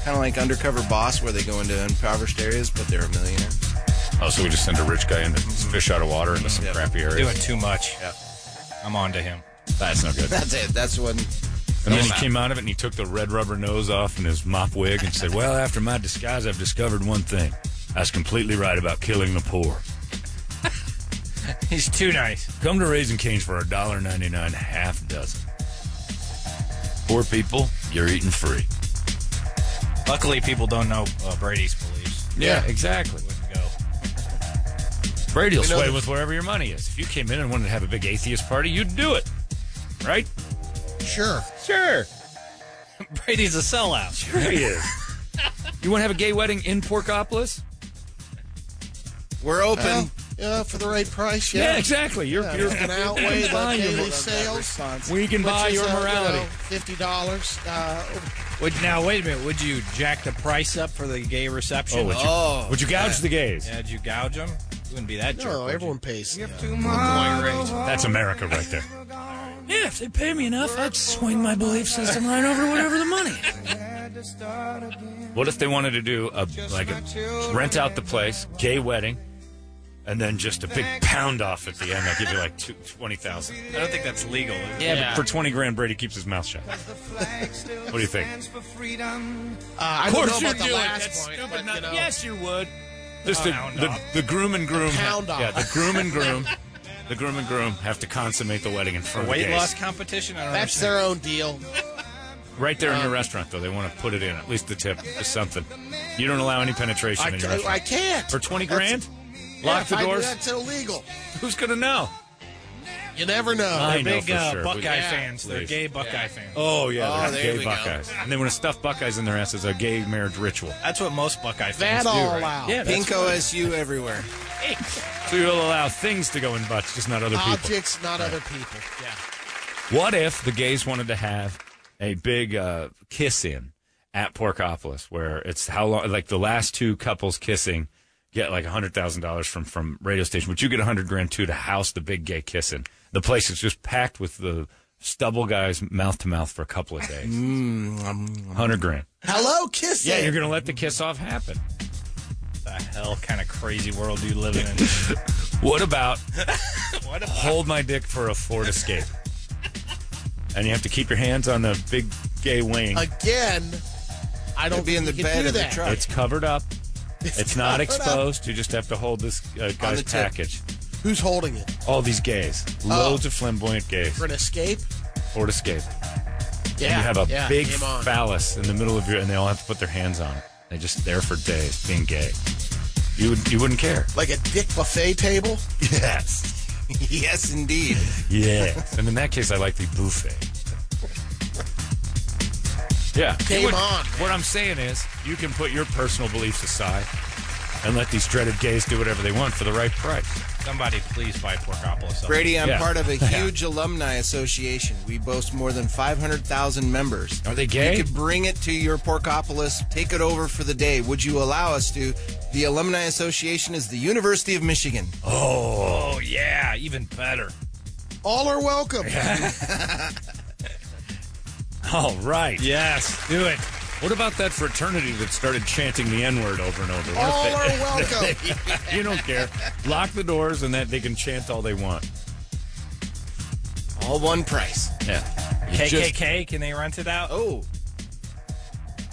S7: Kind of like Undercover Boss, where they go into impoverished areas, but they're a millionaire.
S1: Oh, so we just send a rich guy in to fish out of water into some
S7: Yeah.
S1: crappy area.
S4: Doing too much. I'm on to him.
S1: That's no good.
S7: That's it. That's when
S1: And then
S4: Yes.
S1: he came out of it and he took the red rubber nose off and his mop wig and said, Well, after my disguise, I've discovered one thing. I was completely right about killing the poor.
S4: He's too nice.
S1: Come to Raising Cane's for $1.99 half dozen. Poor people, you're eating free.
S4: Luckily, people don't know uh, Brady's beliefs.
S1: Yeah, exactly.
S4: Wouldn't go.
S1: Brady will sway with wherever your money is. If you came in and wanted to have a big atheist party, you'd do it. Right?
S5: Sure.
S1: Sure.
S4: Brady's a sellout.
S1: Sure he is. you want to have a gay wedding in Porkopolis?
S7: we're open.
S5: Well, yeah, for the right price, yeah.
S1: exactly. You're,
S5: Yeah,
S1: you're
S5: It can outweigh the
S1: Buy your-
S5: daily sales.
S1: we can
S5: which
S1: buy
S5: is,
S1: your
S5: uh, you
S1: morality.
S5: know, Fifty dollars. Uh,
S4: Would, now, wait a minute. Would you jack the price up for the gay reception?
S1: Oh, would you,
S7: Oh,
S1: would you gouge the gays?
S4: Yeah, did you gouge them? You wouldn't be that jerk.
S5: no,
S4: would you?
S5: everyone pays. Uh,
S1: That's America right there.
S6: Yeah, if they pay me enough, I'd swing my belief system right over whatever the money.
S1: What if they wanted to do a like a rent out the place, gay wedding, and then just a big pound off at the end? They'll give you like two, twenty thousand.
S4: I don't think that's legal. is it?
S1: Yeah, but for twenty grand, Brady keeps his mouth shut. what do you think?
S5: Uh, I don't know about the last point, but, you know,
S1: Yes, you would. Just the,
S4: Pound
S1: the,
S4: off.
S1: the groom and groom.
S5: pound off.
S1: Yeah, the groom and groom. The groom and groom have to consummate the wedding in front of
S4: Weight
S1: the gays.
S4: loss competition? I don't
S5: That's
S4: understand.
S5: their own deal.
S1: Right there in your restaurant, though, they want to put it in at least the tip or something. You don't allow any penetration
S5: I,
S1: in your
S5: I,
S1: restaurant.
S5: I can't.
S1: for twenty grand,
S5: Yeah,
S1: lock
S5: if
S1: the
S5: I do
S1: doors.
S5: That's illegal.
S1: Who's gonna know?
S5: You never know.
S1: I know
S4: They're big
S1: for
S4: uh,
S1: sure.
S4: Buckeye
S1: Yeah.
S4: fans. They're
S1: Please.
S4: gay Buckeye fans.
S1: Oh yeah, they're
S7: Oh, there
S1: gay
S7: we go.
S1: Buckeyes, and they want to stuff Buckeyes in their asses. A gay marriage ritual.
S4: That's what most Buckeye fans
S5: that
S4: do.
S5: all
S4: right?
S5: out.
S7: pink OSU everywhere.
S1: So you'll allow things to go in butts, just not other people.
S5: Objects, not other people.
S1: What if the gays wanted to have a big uh, kiss in at Porkopolis, where it's how long? Like the last two couples kissing get like hundred thousand dollars from from radio station, but you get a hundred grand too to house the big gay kissing. The place is just packed with the stubble guys mouth to mouth for a couple of days.
S6: Mm, um,
S1: hundred grand.
S5: Hello, kissing.
S1: Yeah, you're gonna let the kiss off happen.
S4: The hell kind of crazy world you living in?
S1: What about hold my dick for a Ford Escape? And you have to keep your hands on the big gay wing.
S5: again. I don't
S7: It'd be in the
S5: think you
S7: bed
S5: can
S7: of
S5: do
S7: the
S5: that.
S7: truck.
S1: It's covered up. It's not
S5: covered
S1: exposed. You just have to hold this uh, guy's
S7: the tip.
S1: package.
S5: Who's holding it
S1: All these gays, loads
S5: Oh.
S1: of flamboyant gays,
S5: for an escape?
S1: Ford Escape.
S5: Yeah,
S1: you have a
S5: yeah,
S1: big
S5: game on.
S1: phallus in the middle of your, and they all have to put their hands on it. They're just there for days, being gay. You would, you wouldn't care.
S5: like a dick buffet table.
S1: Yes.
S7: yes, indeed.
S1: Yeah. and in that case, I like the buffet. Yeah.
S5: Game
S1: You would-
S5: on, man.
S1: What I'm saying is, you can put your personal beliefs aside and let these dreaded gays do whatever they want for the right price.
S4: Somebody please buy Porkopolis. up.
S7: Brady, I'm
S1: Yeah.
S7: part of a huge alumni association. We boast more than 500,000 members.
S1: Are they gay?
S7: You could bring it to your Porkopolis, take it over for the day. Would you allow us to? The Alumni Association is the University of Michigan.
S4: Oh yeah, even better.
S2: All are welcome.
S1: All right.
S4: Yes, do it.
S1: What about that fraternity that started chanting the N word over and over? What if
S2: All
S1: they-
S2: are welcome.
S1: you don't care. Lock the doors and that they can chant all they want.
S7: All one price.
S1: Yeah.
S4: KKK, can they rent it out?
S7: Oh,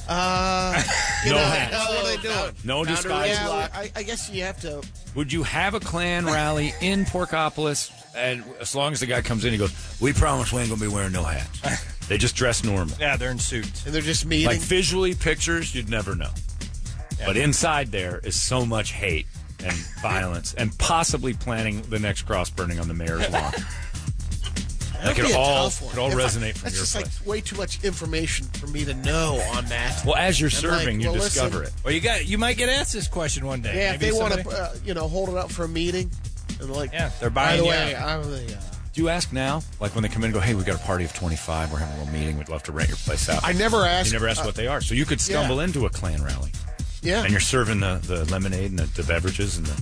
S1: No hats.
S2: That's what I do.
S1: No disguise
S5: Yeah,
S1: lock.
S5: I, I guess you have to.
S1: Would you have a Klan rally in Porkopolis? And as long as the guy comes in, he goes, "We promise we ain't gonna be wearing no hats." they just dress normal.
S4: Yeah, they're in suits.
S5: And they're just meeting.
S1: Like visually, pictures you'd never know, but inside there is so much hate and violence, and possibly planning the next cross burning on the mayor's lawn. That
S5: That'd
S1: could
S5: be a
S1: all,
S5: tough one.
S1: could all
S5: If I-
S1: resonate from
S5: That's
S1: your
S5: just
S1: place.
S5: like way too much information for me to know on that.
S1: well, as you're
S5: I'm like,
S1: serving,
S5: well,
S1: you
S5: listen,
S1: discover it.
S4: Well, you got you might get asked this question one day.
S5: Yeah, if
S4: Maybe
S5: they want to,
S4: somebody-
S5: uh, you know, hold it up for a meeting, and like,
S4: Yeah, they're
S5: by
S4: buying
S5: the
S4: you
S5: way,
S4: out.
S5: I'm the. Uh,
S1: Do you ask now? Like when they come in and go, hey, we got a party of 25. We're having a little meeting. We'd love to rent your place out.
S5: I never
S1: you
S5: asked.
S1: never ask uh, what they are. So you could stumble into a Klan rally.
S5: Yeah,
S1: And you're serving the, the lemonade and the, the beverages. And the,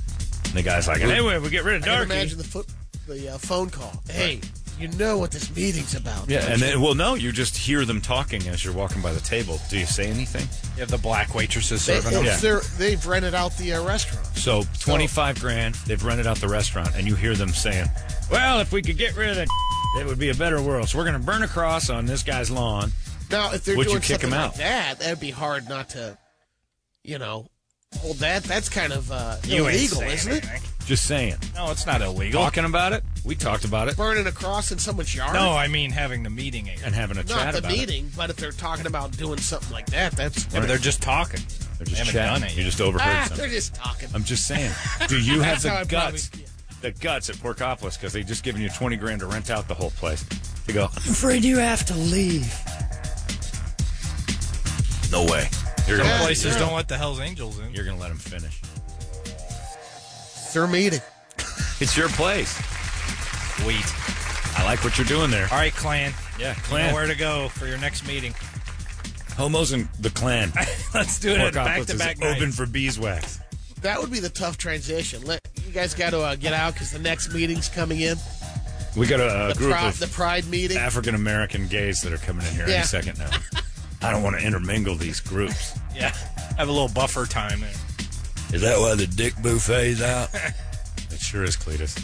S1: and the guy's like, anyway, we get rid of
S5: I can
S1: Darky.
S5: imagine the foot, the uh, phone call. Hey, you know what this meeting's about?
S1: yeah,
S5: don't
S1: and
S5: you?
S1: then, well, no, you just hear them talking as you're walking by the table. Do you say anything?
S4: You have the black waitresses
S5: they,
S4: serving them.
S1: Yeah.
S5: they're- they've rented out the uh, restaurant.
S1: So 25 grand, they've rented out the restaurant, and you hear them saying, well, if we could get rid of that, it would be a better world. So we're going to burn a cross on this guy's lawn.
S5: Now, if they're
S1: Would you
S5: doing
S1: kick 'em
S5: something
S1: out?
S5: like that, that'd be hard not to, you know, hold that. That's kind of uh,
S4: You ain't
S5: illegal,
S4: saying
S5: isn't it?
S4: anything.
S1: Just saying.
S4: No, it's not illegal.
S1: Talking about it? We talked about it.
S5: Burning a cross in someone's yard.
S4: No, I mean having the meeting. At your,
S1: And having a
S5: not
S1: chat
S5: the
S1: about it.
S5: meeting, but if they're talking about doing something like that, that's
S4: yeah, but they're just talking.
S1: They're just
S4: They haven't
S1: chatting.
S4: done it
S1: You
S4: yet.
S1: just overheard
S5: ah,
S1: something.
S5: they're just talking.
S1: I'm just saying. Do you have
S5: That's how
S1: the
S5: I probably-
S1: guts? The guts at Porkopolis because they just given you 20 grand to rent out the whole place. To go,
S6: I'm afraid you have to leave.
S1: no way. You're
S4: Some
S1: gonna let,
S4: places don't let the Hell's Angels in.
S1: you're gonna let them finish.
S5: It's their meeting.
S1: It's your place.
S4: Sweet.
S1: I like what you're doing there.
S4: All right, clan.
S1: Yeah,
S4: You know
S1: clan.
S4: where to go for your next meeting.
S1: Homos and the clan.
S4: Let's do it back
S1: Porkopolis
S4: to
S1: is
S4: back.
S1: open for beeswax.
S5: That would be the tough transition. Let you guys got to uh, get out because the next meeting's coming in.
S1: We got a, a
S5: The,
S1: group
S5: pri-
S1: of
S5: the Pride meeting.
S1: African American gays that are coming in here
S5: Yeah.
S1: any second now. I don't want to intermingle these groups.
S4: Yeah, have a little buffer time there.
S3: Is that why the dick buffet's out?
S1: It sure is, Cletus.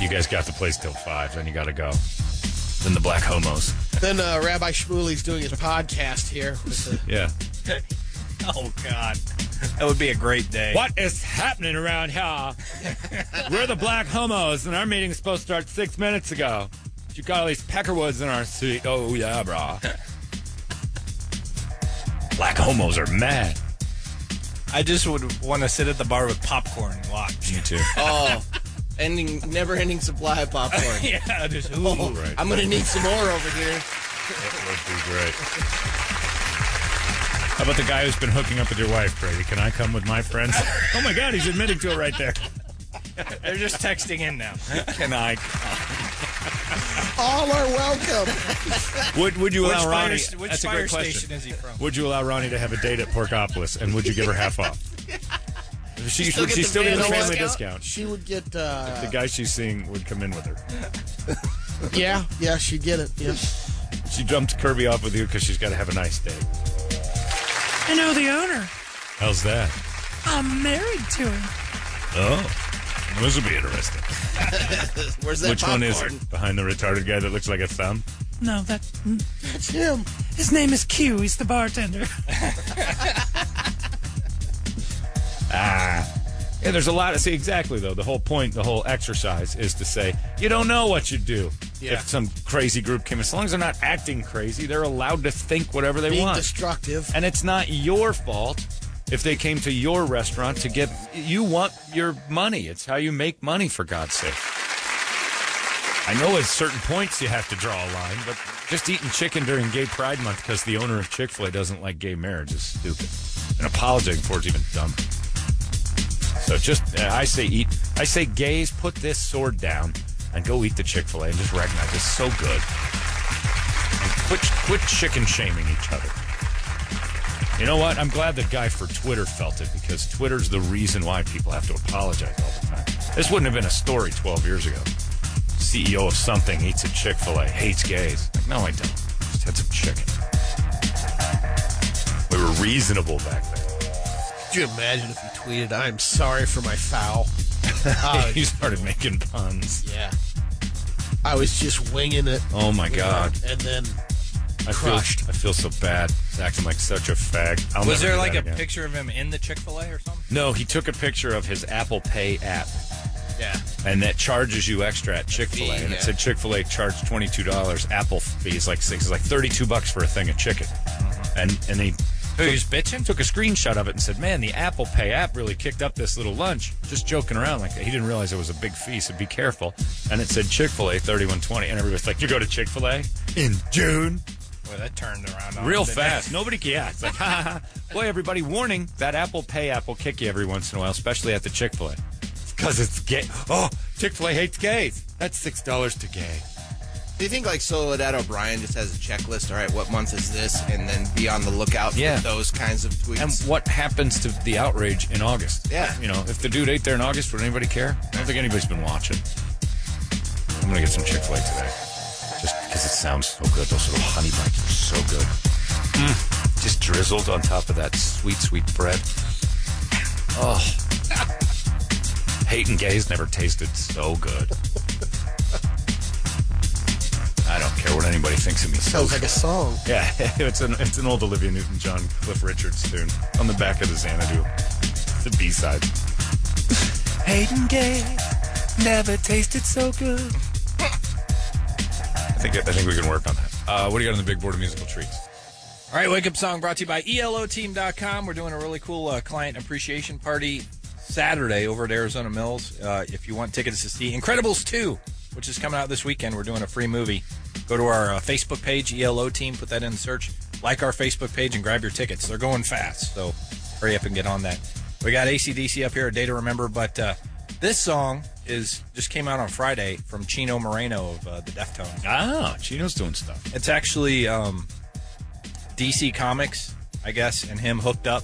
S1: You guys got the place till five, then you got to go. Then the black homos.
S5: Then uh, Rabbi Shmuley's doing his podcast here. With the,
S1: Yeah.
S4: Oh God, that would be a great day.
S1: What is happening around here? We're the black homos, and our meeting's supposed to start six minutes ago. But You got all these peckerwoods in our seat. Oh, yeah, brah. black homos are mad.
S4: I just would want to sit at the bar with popcorn and watch.
S1: Me too.
S7: oh, ending, never-ending supply of popcorn. Oh,
S4: yeah, just ooh.
S1: Oh, right.
S7: I'm gonna need some more over here.
S1: That would be great. How about the guy who's been hooking up with your wife, Brady? Can I come with my friends? oh, my God, he's admitting to it right there.
S4: They're just texting in now.
S1: Can I?
S5: all are welcome.
S1: Would, would you
S4: Which
S1: allow
S4: fire,
S1: Ronnie?
S4: which
S1: that's a
S4: fire
S1: great
S4: station
S1: question.
S4: is he from?
S1: Would you allow Ronnie to have a date at Porkopolis, and would you give her half off? She,
S7: still
S1: would
S7: get
S1: she
S7: the
S1: still get the
S7: family
S1: family discount?
S7: discount?
S5: She would get.
S1: The
S5: Uh,
S1: guy she's seeing would come in with her.
S5: yeah, yeah, she'd get it. Yeah.
S1: She dumped Kirby off with you because she's got to have a nice day.
S6: I know the owner.
S1: How's that?
S6: I'm married to him.
S1: Oh, this would be interesting.
S7: Where's that
S1: Which
S7: popcorn?
S1: one is it? Behind the retarded guy that looks like a thumb?
S6: No, that
S5: That's him.
S6: his name is Q. He's the bartender.
S1: Yeah, there's a lot of see exactly though. The whole point, the whole exercise is to say you don't know what you do.
S4: Yeah.
S1: If some crazy group came, as long as they're not acting crazy, they're allowed to think whatever they
S5: Being
S1: want.
S5: destructive.
S1: and it's not your fault if they came to your restaurant to get you want your money it's how you make money for god's sake i know at certain points you have to draw a line but just eating chicken during gay pride month because the owner of chick-fil-a doesn't like gay marriage is stupid and apologizing for it's even dumb so just uh, i say eat I say, gays, put this sword down and go eat the Chick fil A and just recognize it's so good. And quit, quit chicken shaming each other. You know what? I'm glad the guy for Twitter felt it because Twitter's the reason why people have to apologize all the time. This wouldn't have been a story 12 years ago. CEO of something eats a Chick fil A, hates gays. Like, no, I don't. Just had some chicken. We were reasonable back then.
S5: Could you imagine if you tweeted, I'm sorry for my foul? Oh,
S1: you started making puns.
S5: yeah. I was just winging it.
S1: Oh my
S5: you know,
S1: God.
S5: And then
S1: I
S5: Crushed.
S1: Feel, I feel so bad. He's acting like such a fag. I'll
S4: Was
S1: never
S4: there
S1: do
S4: like
S1: that
S4: a
S1: again.
S4: picture of him in the Chick Fil A or something?
S1: No, he took a picture of his Apple Pay app,
S4: Yeah.
S1: and that charges you extra at Chick Fil A. And
S4: yeah.
S1: it said Chick Fil A charged twenty two dollars. Apple fee is like six, is like thirty two bucks for a thing of chicken. And and he
S4: Uh-huh. Who he's bitching?
S1: took a screenshot of it and said, "Man, the Apple Pay app really kicked up this little lunch." Just joking around like that. He didn't realize it was a big fee, so be careful. And it said Chick Fil A thirty one twenty, and everybody's like, "You go to Chick Fil A in June."
S4: Boy, that turned around on
S1: real
S4: him, didn't it?
S1: fast. Nobody can. Yeah, it's like, ha, ha, ha. boy, everybody, warning that Apple Pay app will kick you every once in a while, especially at the Chick Fil A, because it's gay. Oh, Chick Fil A hates gays. That's six dollars to gay.
S7: Do you think like Soledad O'Brien just has a checklist? All right, what month is this? And then be on the lookout
S1: Yeah.
S7: for those kinds of tweets.
S1: And what happens to the outrage in August?
S7: Yeah.
S1: you know, if the dude ate there in August, would anybody care? I don't think anybody's been watching. I'm gonna get some Chick Fil A today, just because it sounds so good. Those little honey bites are so good. Mm. Just drizzled on top of that sweet, sweet bread. Oh, hating gays never tasted so good. I don't care what anybody thinks of me. So
S5: sounds like a song.
S1: yeah, it's an it's an old Olivia Newton-John, Cliff Richards tune on the back of the Xanadu. It's a B-side.
S6: Hayden Gay never tasted so good.
S1: I think I think we can work on that. Uh, what do you got on the big board of musical treats?
S4: All right, Wake Up Song brought to you by E ELOteam.com. We're doing a really cool uh, client appreciation party Saturday over at Arizona Mills. Uh, if you want tickets to see Incredibles 2, which is coming out this weekend, we're doing a free movie. Go to our uh, Facebook page, ELO Team, put that in the search, like our Facebook page, and grab your tickets. They're going fast, so hurry up and get on that. We got ACDC up here, a day to remember, but uh, this song is just came out on Friday from Chino Moreno of uh, the Deftones.
S1: Ah, Chino's doing stuff.
S4: It's actually um, DC Comics, I guess, and him hooked up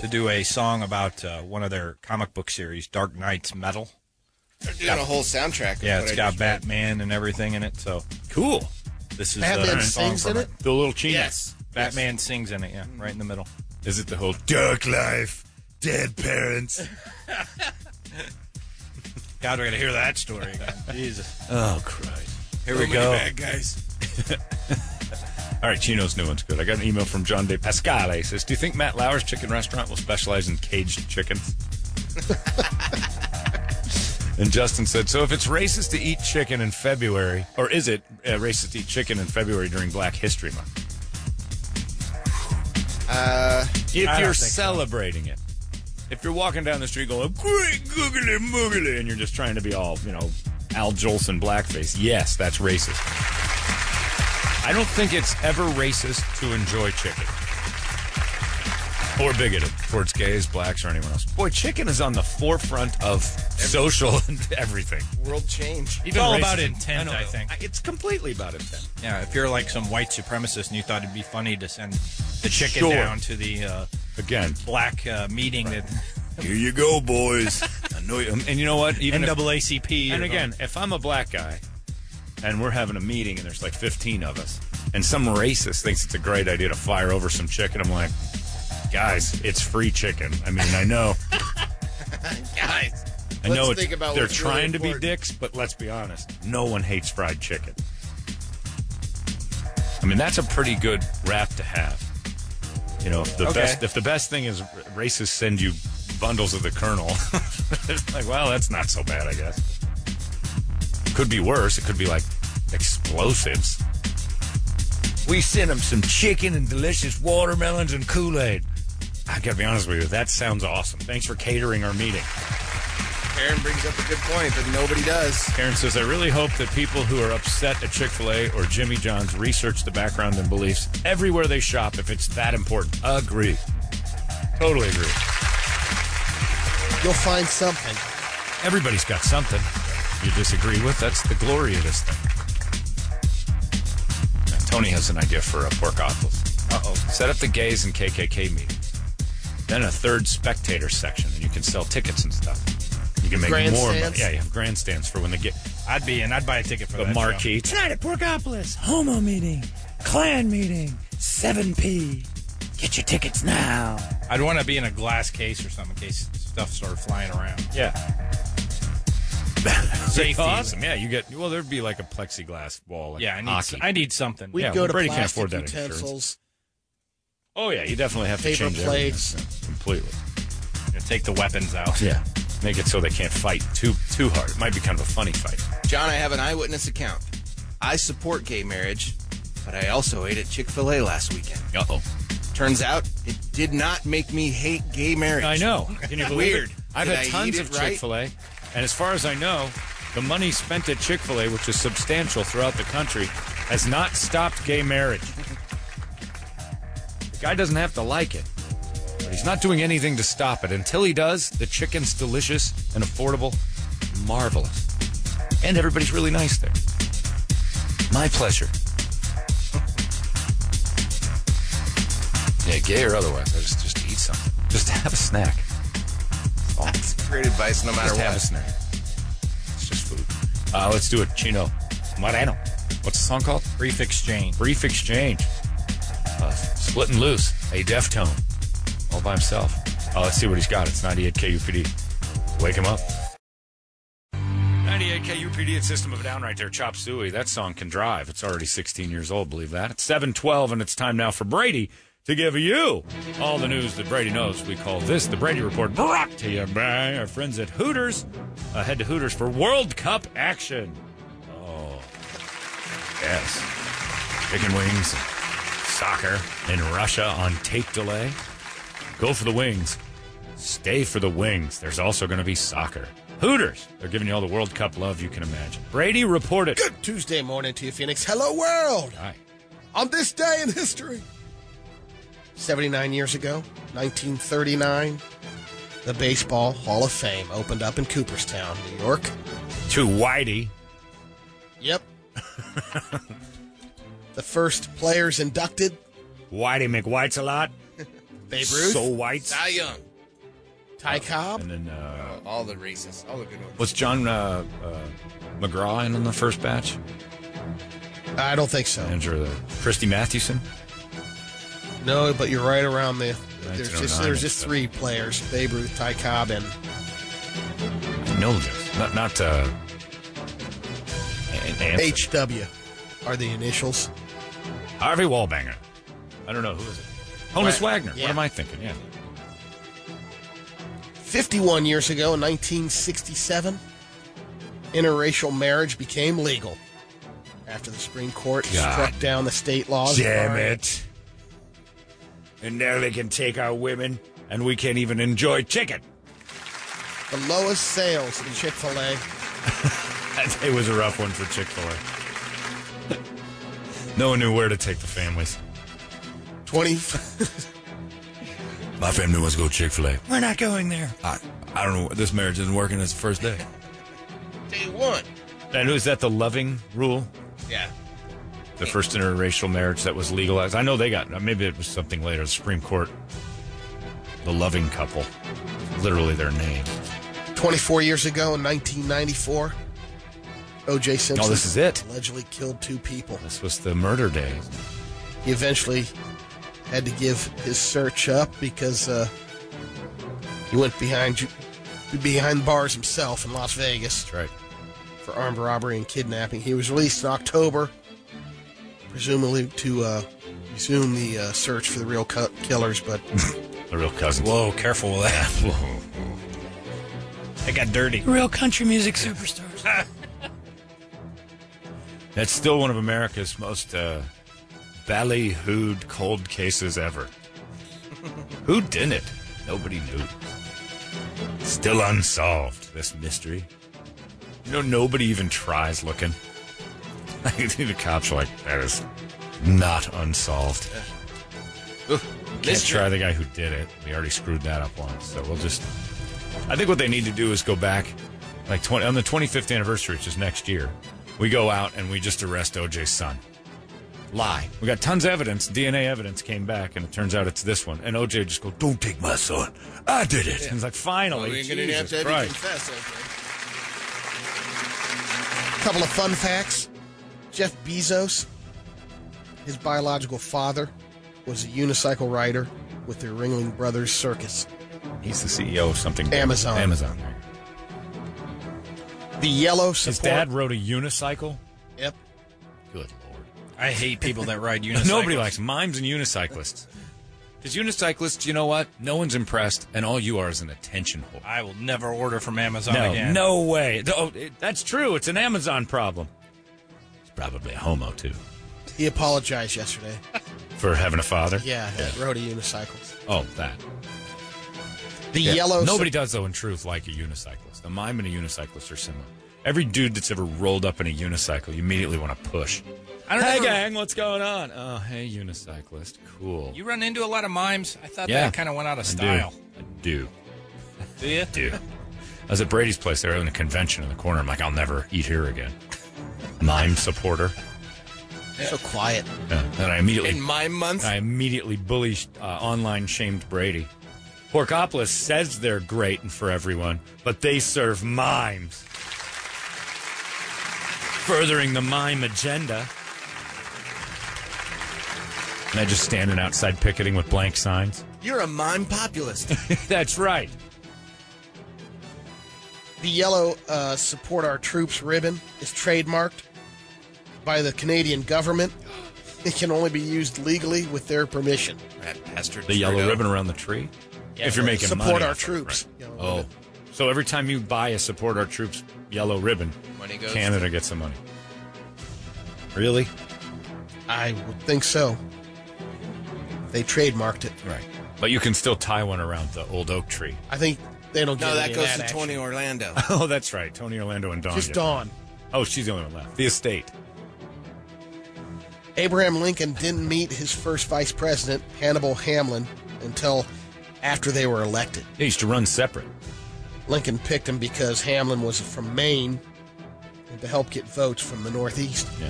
S4: to do a song about uh, one of their comic book series, Dark Knight's Metal.
S7: They're doing a whole soundtrack. of
S4: Yeah,
S7: what
S4: it's
S7: I
S4: got
S7: just read.
S4: Batman and everything in it. So
S1: Cool.
S4: this is
S5: Batman
S4: uh, a song
S5: sings
S4: from
S5: in it?
S1: The little Chino.
S7: Yes.
S4: Batman sings in it. Yeah, right in the middle.
S1: Is it the whole?
S8: Dark life, dead parents.
S4: God, we're gonna hear that story again. Jesus.
S1: Oh Christ!
S4: Here we go.
S8: guys.
S1: All right, Chino's new one's good. I got an email from John De Pascale. He says, "Do you think Matt Lauer's chicken restaurant will specialize in caged chickens?" and Justin said, "So if it's racist to eat chicken in February, or is it uh, racist to eat chicken in February during Black History Month?"
S4: I
S1: If
S4: Uh, don't
S1: you're
S4: think so.
S1: celebrating it, if you're walking down the street going "Great googly moogly," and you're just trying to be all you know Al Jolson blackface, yes, that's racist. I don't think it's ever racist to enjoy chicken or bigoted towards gays, blacks, or anyone else. Boy, chicken is on the forefront of social and everything.
S7: World change.
S4: It's all about
S1: racism.
S4: intent, I, think.
S1: It's completely about intent.
S4: Yeah, if you're like some white supremacist and you thought it'd be funny to send the chicken
S1: Sure.
S4: down to the uh,
S1: Again,
S4: black uh, meeting
S1: here you go, boys. I know you. um, And you know what?
S4: at
S1: Even if-
S4: NAACP.
S1: And
S4: or-
S1: again, if I'm a black guy and we're having a meeting and there's like 15 of us and some racist thinks it's a great idea to fire over some chicken, I'm like, guys, it's free chicken. I mean, I know,
S7: Guys.
S1: I
S7: Let's
S1: know it's,
S7: think about
S1: they're
S7: what's really
S1: trying to be
S7: important.
S1: dicks, but let's be honest, no one hates fried chicken. I mean, that's a pretty good rap to have. You know, if the
S4: Okay.
S1: best if the best thing is r- racists send you bundles of the kernel, it's like, well, that's not so bad, I guess. Could be worse. It could be like explosives.
S3: We sent him some chicken and delicious watermelons and Kool Aid.
S1: I gotta be honest with you. That sounds awesome. Thanks for catering our meeting.
S7: Aaron brings up a good point that nobody does.
S1: Karen says, I really hope that people who are upset at Chick fil A or Jimmy John's research the background and beliefs everywhere they shop if it's that important. Agree. Totally agree.
S5: You'll find something.
S1: Everybody's got something you disagree with. That's the glory of this thing. Now, Tony has an idea for a pork offals. Uh oh. Set up the gays and KKK meetings. Then a third spectator section, and you can sell tickets and stuff. You can make more money.
S5: Grandstands?
S1: Yeah, you have grandstands for when they get
S4: I'd be in. I'd buy a ticket for
S1: the
S4: that.
S1: marquee.
S6: Tonight at Porkopolis, homo meeting, clan meeting, 7P. Get your tickets now.
S4: show. I'd want to be in a glass case or something in case stuff started flying around.
S1: Yeah.
S4: Safety.
S1: Awesome. Yeah, you get. Well, there'd be like a plexiglass wall. Like
S4: Yeah, I need.
S1: hockey.
S4: I need something.
S5: We
S1: Yeah,
S5: go
S1: well,
S5: to
S1: Brady can't
S5: plastic
S1: afford that insurance.
S5: utensils.
S1: oh yeah, you definitely have to
S5: Paper
S1: change everything.
S5: plates.
S1: Yeah, completely.
S4: You know, take the weapons out.
S1: Yeah. Make it so they can't fight too too hard. It might be kind of a funny fight.
S7: John, I have an eyewitness account. I support gay marriage, but I also ate at Chick fil A last weekend.
S1: Uh oh.
S7: Turns out it did not make me hate gay marriage.
S1: I know. Can you believe
S7: Weird.
S1: it? I've
S7: Did
S1: had
S7: I
S1: tons
S7: eat
S1: of
S7: it right?
S1: Chick Fil A, and as far as I know, the money spent at Chick Fil A, which is substantial throughout the country, has not stopped gay marriage. The guy doesn't have to like it, but he's not doing anything to stop it. Until he does, the chicken's delicious and affordable, marvelous, and everybody's really nice there. My pleasure. Yeah, gay or otherwise, I just just eat something. Just have a snack.
S7: That's great advice no matter
S1: Just have a
S7: what.
S1: snack. It's just food. Uh, let's do it. Chino Moreno. What's the song called?
S4: Brief exchange.
S1: Brief Exchange. Uh, Splitting Loose. A Deftone. All by himself. Uh, let's see what he's got. It's 98 KUPD. Wake him up. 98 KUPD at System of a Down right there. Chop Suey. That song can drive. It's already 16 years old, believe that. It's 712, and it's time now for Brady to give you all the news that Brady knows. We call this the Brady Report, brought to you by our friends at Hooters. Uh, head to Hooters for World Cup action. Oh, yes chicken wings, soccer in Russia on tape delay. Go for the wings. Stay for the wings. There's also going to be soccer. Hooters. They're giving you all the World Cup love you can imagine. Brady reported.
S5: Good Tuesday morning to you, Phoenix. Hello, world.
S1: All right.
S5: On this day in history, 79 years ago, 1939, the Baseball Hall of Fame opened up in Cooperstown, New York.
S1: To Whitey.
S5: Yep. the first players inducted
S1: Whitey McWhites a lot.
S5: Babe Ruth,
S1: So Whites.
S2: Cy Young.
S5: Ty Cobb,
S1: And then uh,
S2: Oh, all the races. All the good ones.
S1: was John uh, uh, McGraw in on the first batch?
S5: I don't think so.
S1: Manager of the Christy Mathewson.
S5: No, but you're right around the. There's
S1: 1909
S5: just there's
S1: and
S5: just
S1: stuff.
S5: three players: Babe Ruth, Ty Cobb, and
S1: I know this. Not not uh, An- Anson.
S5: HW are the initials.
S1: Harvey Wallbanger. I don't know who is it. Honus Wagner.
S5: Yeah.
S1: What am I thinking? Yeah.
S5: 51 years ago, in 1967, interracial marriage became legal after the Supreme Court
S1: God.
S5: struck down the state laws.
S1: Damn
S5: requiring-
S1: it. And now they can take our women, and we can't even enjoy chicken.
S5: The lowest sales in Chick fil A.
S1: That day was a rough one for Chick fil A. no one knew where to take the families.
S5: 20.
S1: My family wants to go Chick fil A.
S6: We're not going there.
S1: I, I don't know. This marriage isn't working. It's the first day.
S2: Day one.
S1: And is that the loving rule?
S2: Yeah.
S1: The first interracial marriage that was legalized? I know they got, uh, maybe it was something later, the Supreme Court. The loving couple. Literally their name.
S5: 24 years ago, in 1994, O.J. Simpson
S1: Oh, this is it.
S5: allegedly killed two people.
S1: This was the murder day.
S5: He eventually had to give his search up because uh, he went behind you. Behind bars himself in Las Vegas.
S1: That's right.
S5: for armed robbery and kidnapping. He was released in October, presumably to uh, resume the uh, search for the real cu- killers. But
S1: The real cousins.
S4: Whoa, careful with that. It got dirty.
S6: Real country music superstars.
S1: That's still one of America's most uh, ballyhooed cold cases ever. Who did it? Nobody knew. Still unsolved, this mystery. You know, nobody even tries looking. the cops are like, that is not unsolved. Let's try the guy who did it. We already screwed that up once, so we'll just. I think what they need to do is go back like 20, on the 25th anniversary, which is next year, we go out and we just arrest OJ's son. Lie. We got tons of evidence. DNA evidence came back, and it turns out it's this one. And OJ just go, "Don't take my son. I did it." And it's like,
S7: Oh,
S1: finally,
S2: we ain't gonna have
S1: Jesus
S2: to have you
S1: Christ.
S2: confess, okay?
S5: couple of fun facts. Jeff Bezos, his biological father, was a unicycle rider with the Ringling Brothers Circus.
S1: He's the CEO of something.
S5: Amazon.
S1: Amazon.
S5: The yellow support.
S1: His dad rode a unicycle.
S5: Yep.
S1: Good lord.
S4: I hate people that ride unicycles.
S1: Nobody likes mimes and unicyclists. Because unicyclists, you know what? No one's impressed, and all you are is an attention whore.
S4: I will never order from Amazon
S1: no,
S4: again.
S1: no way. Oh, it- that's true. It's an Amazon problem. It's probably a homo too
S5: He apologized yesterday.
S1: for having a father.
S5: Yeah, that rode a unicycle.
S1: Oh, that.
S5: The yellow.
S1: Nobody does though, in truth, like a unicyclist. A mime and a unicyclist are similar. Every dude that's ever rolled up in a unicycle, you immediately want to push.
S4: I don't
S1: hey,
S4: know.
S1: gang, what's going on? Oh, hey, unicyclist, cool.
S4: You run into a lot of mimes. I thought
S1: Yeah.
S4: that kind of went out of
S1: I do.
S4: style.
S1: I do.
S4: Do you?
S1: do. I was at Brady's place. They were having a convention in the corner. I'm like, I'll never eat here again. Mime supporter.
S5: So quiet.
S1: Yeah. And I immediately,
S7: In my month,
S1: I immediately bully uh, online shamed Brady. Porkopolis says they're great and for everyone, but they serve mimes, furthering the mime agenda. And I just standing outside picketing with blank signs.
S7: you're a mime populist.
S1: That's right.
S5: The yellow uh, support our troops ribbon is trademarked by the Canadian government. It can only be used legally with their permission.
S7: That bastard.
S1: The yellow
S7: Trudeau.
S1: ribbon around the tree. if you're making
S5: support
S1: money
S5: our
S1: off it,
S5: troops.
S1: right.
S5: Yellow
S1: Oh,
S5: ribbon.
S1: so every time you buy a support our troops yellow ribbon,
S7: Money goes-
S1: Canada gets some money. Really?
S5: I would think so. They trademarked it.
S1: Right. But you can still tie one around the old oak tree.
S5: I think they don't.
S7: No,
S5: get
S7: that
S5: any of
S7: goes to
S5: action.
S7: Tony Orlando.
S1: Oh, that's right. Tony Orlando and Dawn.
S5: Just
S1: did.
S5: Dawn.
S1: Oh, she's the only one left. The estate.
S5: Abraham Lincoln didn't meet his first vice president, Hannibal Hamlin, until after they were elected.
S1: They used to run separate.
S5: Lincoln picked him because Hamlin was from Maine and to help get votes from the Northeast.
S1: Yeah.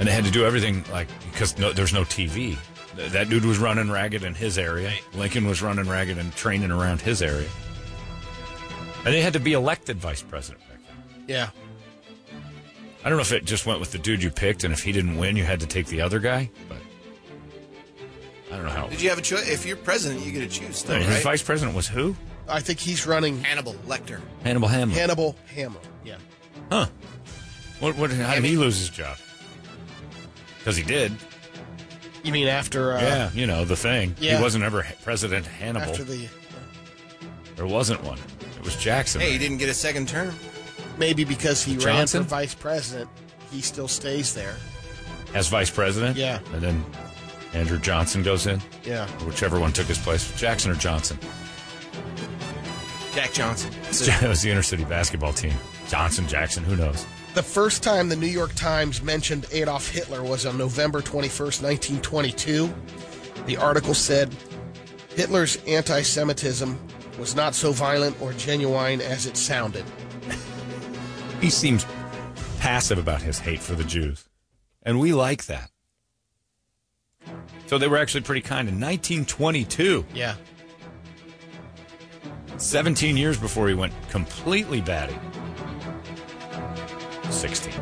S1: And they had to do everything like because no, there's no TV. Th- That dude was running ragged in his area. Lincoln was running ragged and training around his area. And they had to be elected vice president back then.
S5: Yeah.
S1: I don't know if it just went with the dude you picked, and if he didn't win, you had to take the other guy. But I don't know how.
S7: Did you have a choice? If you're president, you get to choose, though,
S1: His
S7: right?
S1: vice president was who?
S5: I think he's running
S7: Hannibal Lecter.
S1: Hannibal Hamlin.
S5: Hannibal Hamlin. Yeah.
S1: huh? What? What? How did he lose his job? Because he did.
S5: You mean after uh,
S1: yeah, you know the thing.
S5: yeah.
S1: He wasn't ever H- President Hannibal.
S5: after the
S1: there wasn't one. It was Jackson.
S7: Hey, he didn't get a second term.
S5: maybe because he ran for
S1: Johnson?
S5: vice president, he still stays there.
S1: as vice president.
S5: Yeah.
S1: and then Andrew Johnson goes in,
S5: Yeah.
S1: whichever one took his place, Jackson or Johnson.
S7: Jack Johnson.
S1: It was the inner city basketball team. Johnson, Jackson, who knows?
S5: The first time the New York Times mentioned Adolf Hitler was on November 21st, 1922. The article said Hitler's anti Semitism was not so violent or genuine as it sounded.
S1: he seems passive about his hate for the Jews. And we like that. So they were actually pretty kind in 1922,
S5: Yeah.
S1: 17 years before he went completely batty. 16.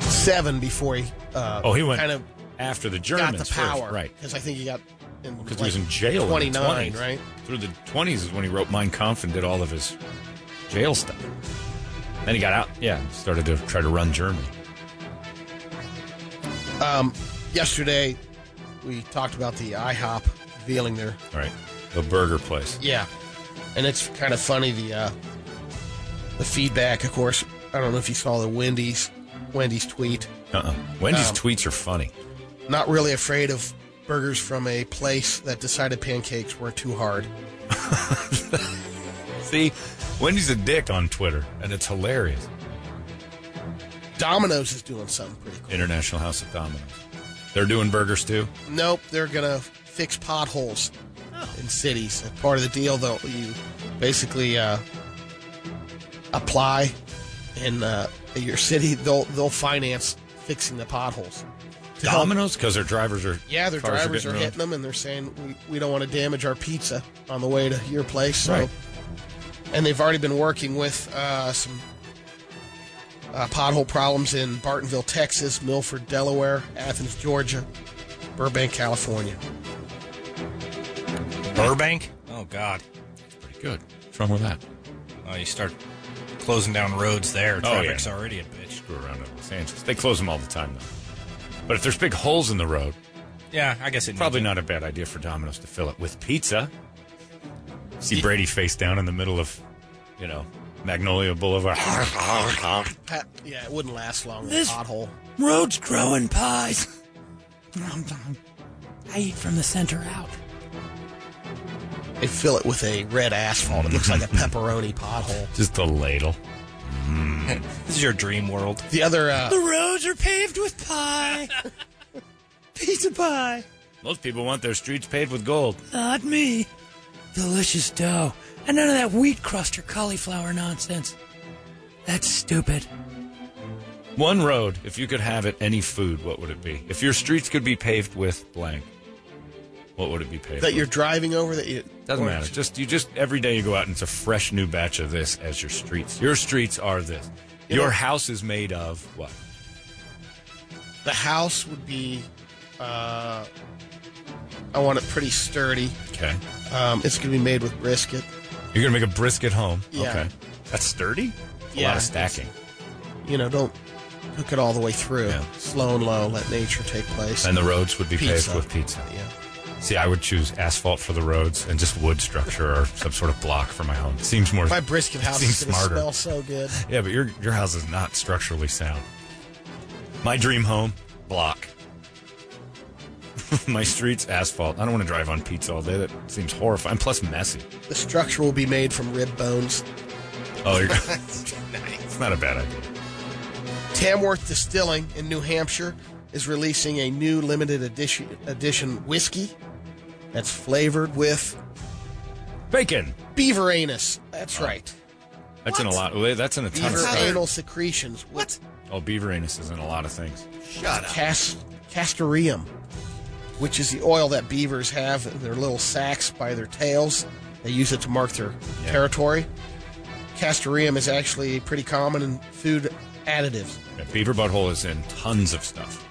S5: Seven before he uh,
S1: Oh, he went
S5: kind of
S1: after the
S5: got
S1: Germans.
S5: the
S1: first,
S5: power.
S1: right.
S5: Because I think he got in,
S1: Because
S5: like,
S1: he was in jail. in the
S5: 29,
S1: 20s.
S5: right?
S1: Through the 20s is when he wrote Mein Kampf and did all of his jail stuff. Then he got out, yeah, started to try to run Germany.
S5: Yesterday, we talked about the IHOP revealing their
S1: All right. The burger place.
S5: Yeah, and it's kind of funny the uh, the feedback. Of course, I don't know if you saw the Wendy's Wendy's tweet.
S1: Uh-uh. Wendy's
S5: Um,
S1: tweets are funny.
S5: Not really afraid of burgers from a place that decided pancakes were too hard.
S1: See, Wendy's a dick on Twitter, and it's hilarious.
S5: Domino's is doing something pretty cool.
S1: International House of Dominoes. They're doing burgers too.
S5: Nope, they're gonna fix potholes Oh. in cities. And part of the deal, though, you basically uh, apply in uh, your city, they'll they'll finance fixing the potholes. To help-
S1: Domino's because their drivers are
S5: Yeah, their
S1: cars
S5: drivers are
S1: getting
S5: hitting them, and they're saying we, we don't want to damage our pizza on the way to your place. So,
S1: Right.
S5: and they've already been working with uh, some uh, pothole problems in Bartonville, Texas, Milford, Delaware, Athens, Georgia, Burbank, California.
S4: Burbank? Oh, God.
S1: pretty good. What's wrong with that?
S4: Oh, you start closing down roads there. Traffic's
S1: Oh, yeah.
S4: already a bitch.
S1: Screw around in Los Angeles. They close them all the time though. But if there's big holes in the road,
S4: Yeah, I guess it
S1: probably not a bad idea for Domino's to fill it with pizza. See Brady face down in the middle of, you know, Magnolia Boulevard.
S5: Pat, yeah, it wouldn't last long.
S6: This-
S5: a pothole.
S6: Roads growing pies. I eat from the center out.
S5: They fill it with a red asphalt. It looks like a pepperoni pothole.
S1: Just a ladle.
S4: This is your dream world.
S5: The other uh,
S6: The roads are paved with pie. Pizza pie.
S1: Most people want their streets paved with gold.
S6: Not me. Delicious dough. And none of that wheat crust or cauliflower nonsense. That's stupid.
S1: One road, if you could have it, any food, what would it be? If your streets could be paved with blank, what would it be paved
S5: that
S1: with?
S5: you're driving over, that you,
S1: Doesn't matter. Just you just every day you go out and it's a fresh new batch of this as your streets. Your streets are this. Your house is made of what?
S5: the house would be. Uh, I want it pretty sturdy.
S1: Okay.
S5: Um, it's going to be made with brisket.
S1: You're gonna make a brisket home.
S5: Yeah.
S1: Okay. That's sturdy? A
S5: Yeah.
S1: lot of stacking.
S5: You know, don't cook it all the way through.
S1: Yeah.
S5: Slow and low. Let nature take place.
S1: And the roads would be
S5: Pizza.
S1: paved with pizza.
S5: yeah.
S1: See, I would choose asphalt for the roads and just wood structure or some sort of block for my home. Seems more
S5: My brisket house
S1: seems
S5: is going to
S1: smarter.
S5: smell so good.
S1: Yeah, but your your house is not structurally sound. My dream home, block. My streets, asphalt. I don't want to drive on pizza all day. That seems horrifying. Plus messy.
S5: The structure will be made from rib bones.
S1: Oh, you're, it's not a bad idea.
S5: Tamworth Distilling in New Hampshire is releasing a new limited edition, edition whiskey that's flavored with
S1: Bacon.
S5: beaver anus. That's right.
S1: That's in a lot. wait, That's in a ton
S5: Beaver
S1: of stuff.
S5: anal secretions. What?
S1: Oh, beaver anus is in a lot of things.
S5: Cas- castoreum, which is the oil that beavers have in their little sacks by their tails. They use it to mark their
S1: Yeah.
S5: territory. Castoreum is actually pretty common in food additives.
S1: Yeah, beaver butthole is in tons of stuff.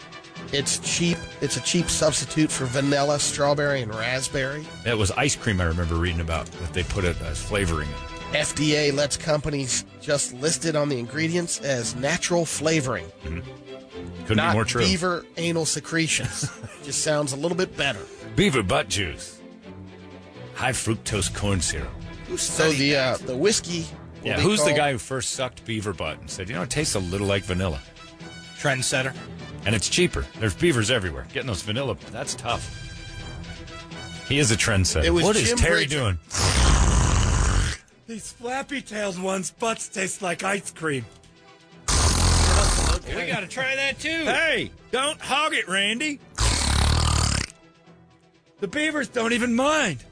S5: It's cheap. It's a cheap substitute for vanilla, strawberry, and raspberry.
S1: That was ice cream. I remember reading about that they put it as flavoring. in.
S5: FDA lets companies just list it on the ingredients as natural flavoring,
S1: Couldn't
S5: not
S1: be more true.
S5: beaver anal secretions. just sounds a little bit better.
S1: beaver butt juice. High fructose corn syrup.
S5: So the uh, the whiskey. will
S1: Yeah,
S5: be
S1: who's the
S5: called-
S1: guy who first sucked beaver butt and said, you know, it tastes a little like vanilla?
S4: Trendsetter.
S1: And it's cheaper. There's beavers everywhere. Getting those vanilla, that's tough. He is a trendsetter.
S5: It was
S1: What is
S5: Jim
S1: Terry
S5: Bridger.
S1: doing?
S8: These flappy tailed ones' butts taste like ice cream.
S4: We got to try that too.
S1: Hey, don't hog it, Randy.
S8: The beavers don't even mind.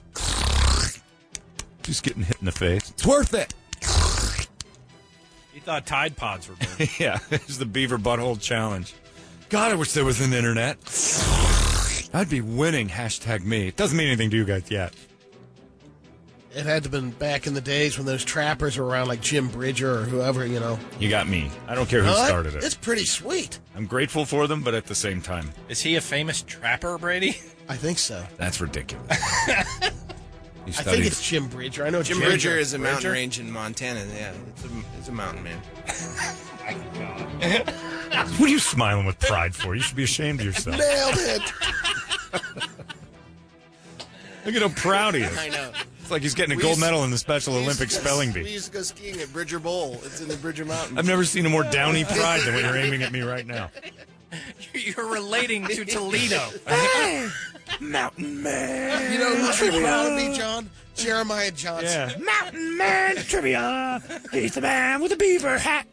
S1: Just getting hit in the face.
S8: It's worth it.
S4: He thought Tide Pods were good.
S1: yeah, it's the beaver butthole challenge. God, I wish there was an internet. I'd be winning. Hashtag me. It doesn't mean anything to you guys yet.
S5: It had to have been back in the days when those trappers were around, like Jim Bridger or whoever, you know.
S1: You got me. I don't care who
S5: Huh?
S1: started it.
S5: It's pretty sweet.
S1: I'm grateful for them, but at the same time,
S4: Is he a famous trapper, Brady?
S5: I think so.
S1: that's ridiculous. you
S5: I think it's Jim Bridger. I know
S7: Jim Bridger is a mountain
S5: Bridger?
S7: range in Montana. Yeah, it's a, it's a mountain man.
S1: what are you smiling with pride for? You should be ashamed of yourself.
S5: Nailed it.
S1: Look at how proud he is.
S7: I know.
S1: It's like he's getting a
S7: We
S1: gold
S7: used-
S1: medal in the Special Olympic spelling
S7: We
S1: bee.
S7: used to go skiing at Bridger Bowl. It's in the Bridger Mountain.
S1: I've never seen a more downy pride than what you're aiming at me right now.
S4: You're relating to Toledo.
S6: Mountain Man.
S5: You know who's really proud of me, John? Jeremiah Johnson.
S1: Yeah.
S6: Mountain Man trivia. He's the man with the beaver hat.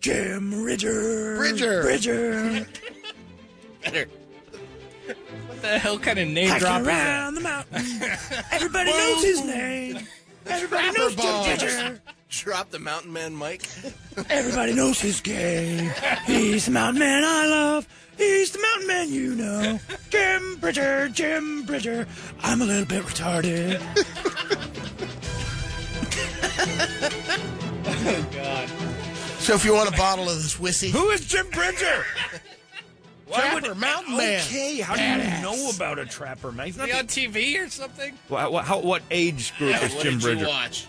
S6: Jim Bridger.
S5: Bridger.
S6: Bridger.
S4: what the hell kind of name drop
S6: Hiking
S4: is that?
S6: around the mountain. Everybody knows his name. Everybody knows Jim
S5: Trapper
S6: Bridger.
S7: Drop the mountain man mic.
S6: Everybody knows his game. He's the mountain man I love. He's the mountain man you know. Jim Bridger, Jim Bridger. I'm a little bit retarded.
S5: So if you want a bottle of this whiskey,
S1: Who is Jim Bridger? Why
S5: Trapper Mountain Man.
S1: Okay, how
S5: Badass.
S1: do you know about a trapper man? He's not
S4: Be on TV or something?
S1: the- Wha- wha- how- what age group is
S2: What
S1: Jim
S2: did
S1: Bridger?
S2: you watch?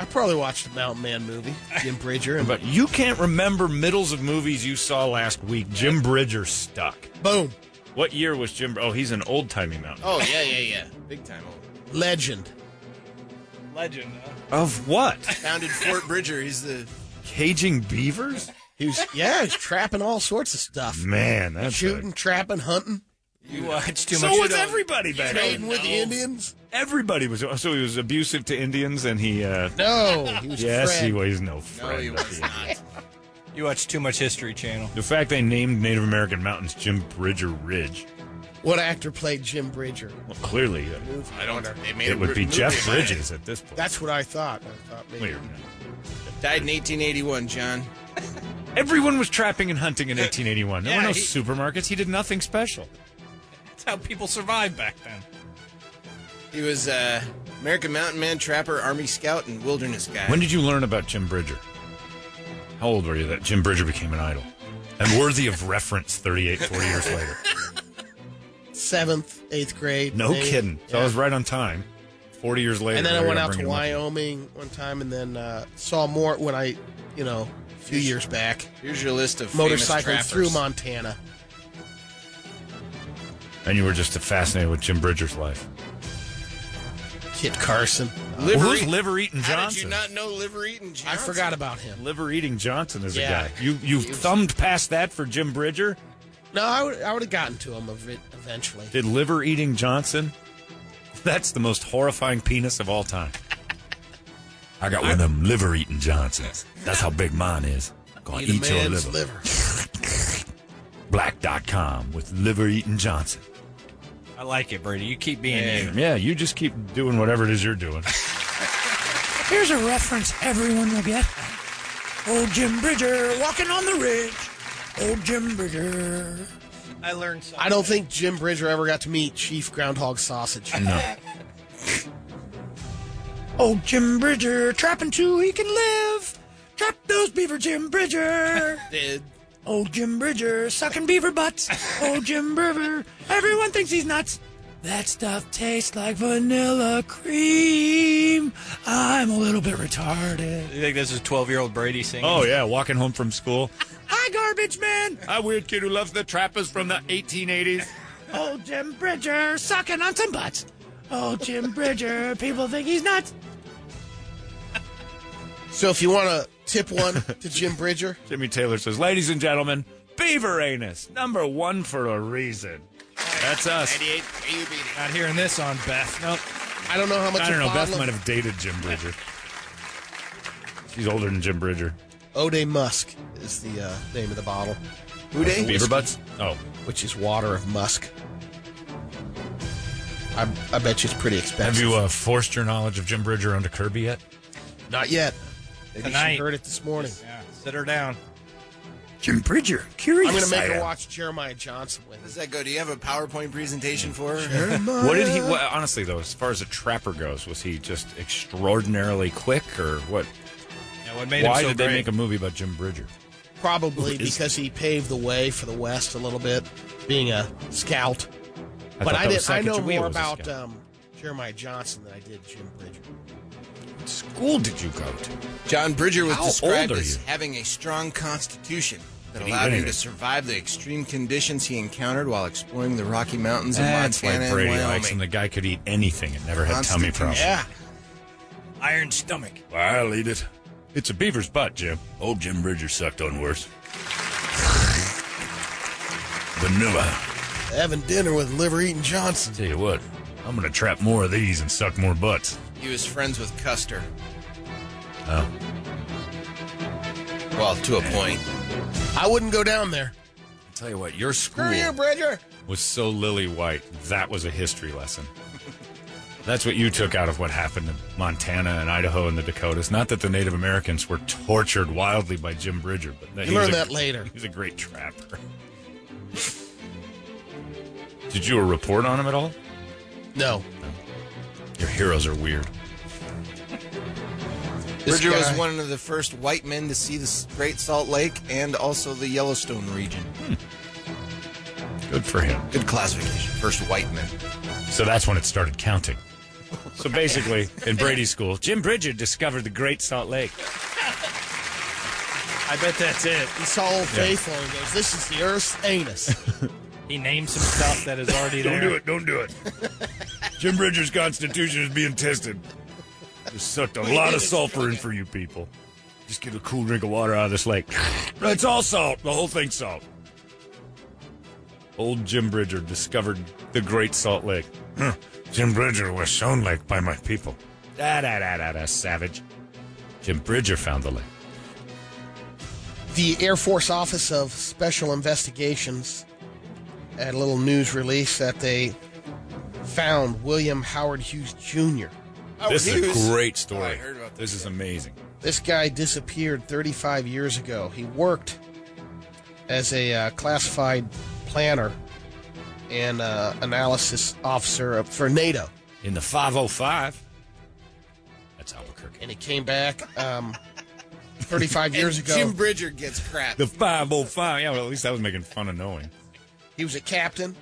S5: I probably watched the Mountain Man movie, Jim Bridger, and
S1: But you can't remember middles of movies you saw last week. Jim Bridger stuck.
S5: boom,
S1: What year was Jim? Oh, he's an old timey mountain.
S2: Oh yeah, yeah, yeah. Big time.
S5: legend.
S4: Legend.
S1: Of what?
S7: Founded Fort Bridger. He's the
S1: Caging beavers?
S5: He was yeah, he's trapping all sorts of stuff,
S1: Man, that's
S5: shooting, trapping, hunting,
S4: You watch too
S1: A, so
S4: much.
S1: was everybody back then.
S5: trading with the Indians.
S1: Everybody was. oh, So he was abusive to Indians, and he. Uh,
S5: No, he was
S1: yes,
S5: Fred.
S1: he was no friend.
S7: he
S1: of
S7: was
S1: the-
S4: You watch too much History Channel.
S1: The fact they named Native American mountains Jim Bridger Ridge,
S5: What actor played Jim Bridger?
S1: well, clearly uh,
S2: I don't. They made
S1: it would be
S2: movie
S1: Jeff
S2: about it.
S1: Bridges at this point.
S5: That's what I thought. I thought maybe.
S1: Weird.
S7: died in 1881. John.
S1: Everyone was trapping and hunting in 1881. There were
S4: Yeah,
S1: no
S4: he-
S1: supermarkets. He did nothing special.
S4: That's how people survived back then.
S7: He was uh, American mountain man, trapper, army scout, and wilderness guy.
S1: When did you learn about Jim Bridger? How old were you that Jim Bridger became an idol and worthy of reference 38, 40 years later?
S5: Seventh, eighth grade.
S1: No
S5: eighth.
S1: kidding. So I was right on time. 40 years later.
S5: And then I
S1: they're
S5: went
S1: gonna
S5: out
S1: bring
S5: to
S1: him up.
S5: Wyoming one time, and then uh, saw more when I, you know, a few years back,
S7: Here's your list of
S5: motorcycled
S7: famous
S5: through
S7: trappers.
S5: Montana.
S1: And you were just fascinated with Jim Bridger's life.
S5: Kit Carson.
S7: Liver
S1: Well, who's
S7: Eat-
S1: Liver Eating
S7: How did
S1: Johnson?
S7: you not know Liver Eating Johnson?
S5: I forgot about him.
S1: Liver Eating Johnson is
S5: Yeah.
S1: a guy. You you thumbed past that for Jim Bridger?
S5: No, I would I would have gotten to him ev- eventually.
S1: Did Liver Eating Johnson? That's the most horrifying penis of all time. I got one of them liver eating Johnsons. That's how big mine is. Gonna
S5: Eat a man's liver.
S1: Black.com with liver eating Johnson.
S4: I like it, Brady. You keep being you.
S1: Yeah, you just keep doing whatever it is you're doing.
S6: Here's a reference everyone will get. Old Jim Bridger walking on the ridge. Old Jim Bridger.
S4: I learned something.
S5: I don't think Jim Bridger ever got to meet Chief Groundhog Sausage.
S1: No.
S6: Old Jim Bridger trapping too he can live. Trap those beaver, Jim Bridger.
S7: Did-
S6: Old Jim Bridger sucking beaver butts. Old Jim Bridger. Everyone thinks he's nuts. That stuff tastes like vanilla cream. I'm a little bit retarded.
S4: You think this is 12 year old Brady singing?
S1: Oh, yeah, walking home from school.
S6: Hi, garbage man.
S1: A weird kid who loves the trappers from the 1880s.
S6: Old Jim Bridger sucking on some butts. Old Jim Bridger. People think he's nuts.
S5: So if you want to tip one to Jim Bridger,
S1: Jimmy Taylor says, Ladies and gentlemen, beaver anus, number one for a reason. That's us.
S7: 98 AUBD.
S4: Not hearing this on Beth. Nope.
S5: I don't know how much.
S1: I don't
S5: a
S1: know.
S5: bottle
S1: Beth
S5: of
S1: might have dated Jim Bridger. She's older than Jim Bridger.
S5: O'Day Musk is the uh, name of the bottle,
S7: Who day?
S1: Beaver butts? Oh.
S5: which is water of musk. I, I bet you it's pretty expensive.
S1: Have you uh, forced your knowledge of Jim Bridger onto Kirby yet?
S5: Not yet. Maybe
S4: Tonight.
S5: she heard it this morning.
S4: Yeah. Sit her down.
S6: Jim Bridger. Curious.
S5: I'm going to
S6: I
S5: make her
S6: am.
S5: watch Jeremiah Johnson win.
S7: Does that go? Do you have a PowerPoint presentation for her?
S1: What did he? What, honestly, though, as far as a trapper goes, was he just extraordinarily quick, or what?
S4: Yeah, what made
S1: Why
S4: him so
S1: did they make a movie about Jim Bridger?
S5: Probably
S1: Who is-
S5: because he paved the way for the West a little bit, being a scout.
S1: I thought
S5: but I
S1: that
S5: did.
S1: was
S5: I know
S1: Sacagawea
S5: more
S1: was a
S5: about
S1: scout.
S5: um, Jeremiah Johnson than I did Jim Bridger.
S1: What school did you go to?
S7: John Bridger was
S1: How
S7: described
S1: old are
S7: as
S1: you?
S7: having a strong constitution that
S1: Did he
S7: allowed
S1: really?
S7: him to survive the extreme conditions he encountered while exploring the Rocky Mountains in
S1: That's
S7: Montana
S1: why
S7: and
S1: Brady
S7: Wyoming.
S1: likes him. The guy could eat anything and never had tummy
S7: Constantine.
S1: problems.
S5: Yeah,
S4: Iron stomach.
S1: I'll eat it. It's a beaver's butt, Jim. Old Jim Bridger sucked on worse. Vanilla.
S5: having dinner with Liver Eating Johnson.
S1: Tell you what, I'm gonna trap more of these and suck more butts.
S7: He was friends with Custer.
S1: Oh.
S7: Well, to a point.
S5: I wouldn't go down there.
S1: Tell you what, your
S5: Screw you,
S1: school
S5: Bridger.
S1: was so lily white. That was a history lesson. That's what you took out of what happened in Montana and Idaho and the Dakotas. Not that the Native Americans were tortured wildly by Jim Bridger, but that
S5: You
S1: he was
S5: learn
S1: a-
S5: that later.
S1: He's a great trapper. Did you report on him at all?
S5: No.
S1: Your heroes are weird.
S5: This
S7: Bridger was
S5: guy-
S7: one of the first white men to see the Great Salt Lake and also the Yellowstone region.
S1: Good for him.
S7: Good classification. First white men.
S1: So that's when it started counting. So basically, in Brady's school, Jim Bridger discovered the Great Salt Lake.
S4: I bet that's it.
S5: He saw Old Faithful and goes, This is the Earth's anus.
S4: He named some stuff that is already there.
S1: Don't do it. Don't do it. Jim Bridger's constitution is being tested. Just sucked a lot of sulfur in for you people. Just get a cool drink of water out of this lake. it's all salt. The whole thing's salt. Old Jim Bridger discovered the Great Salt Lake. Huh. Jim Bridger was shown lake by my people. Da da da da da. Savage. Jim Bridger found the lake.
S5: the Air Force Office of Special Investigations had a little news release that they found William Howard Hughes Jr.
S1: This is a great story.
S7: I heard about
S1: this is amazing.
S5: This guy disappeared 35 years ago. He worked as a uh, classified planner and uh, analysis officer for NATO.
S1: In the 505. That's Albuquerque.
S5: And he came back um, 35 years
S7: And
S5: ago.
S7: Jim Bridger gets crap.
S1: The 505. Yeah, well, at least I was making fun of knowing.
S5: He was a captain,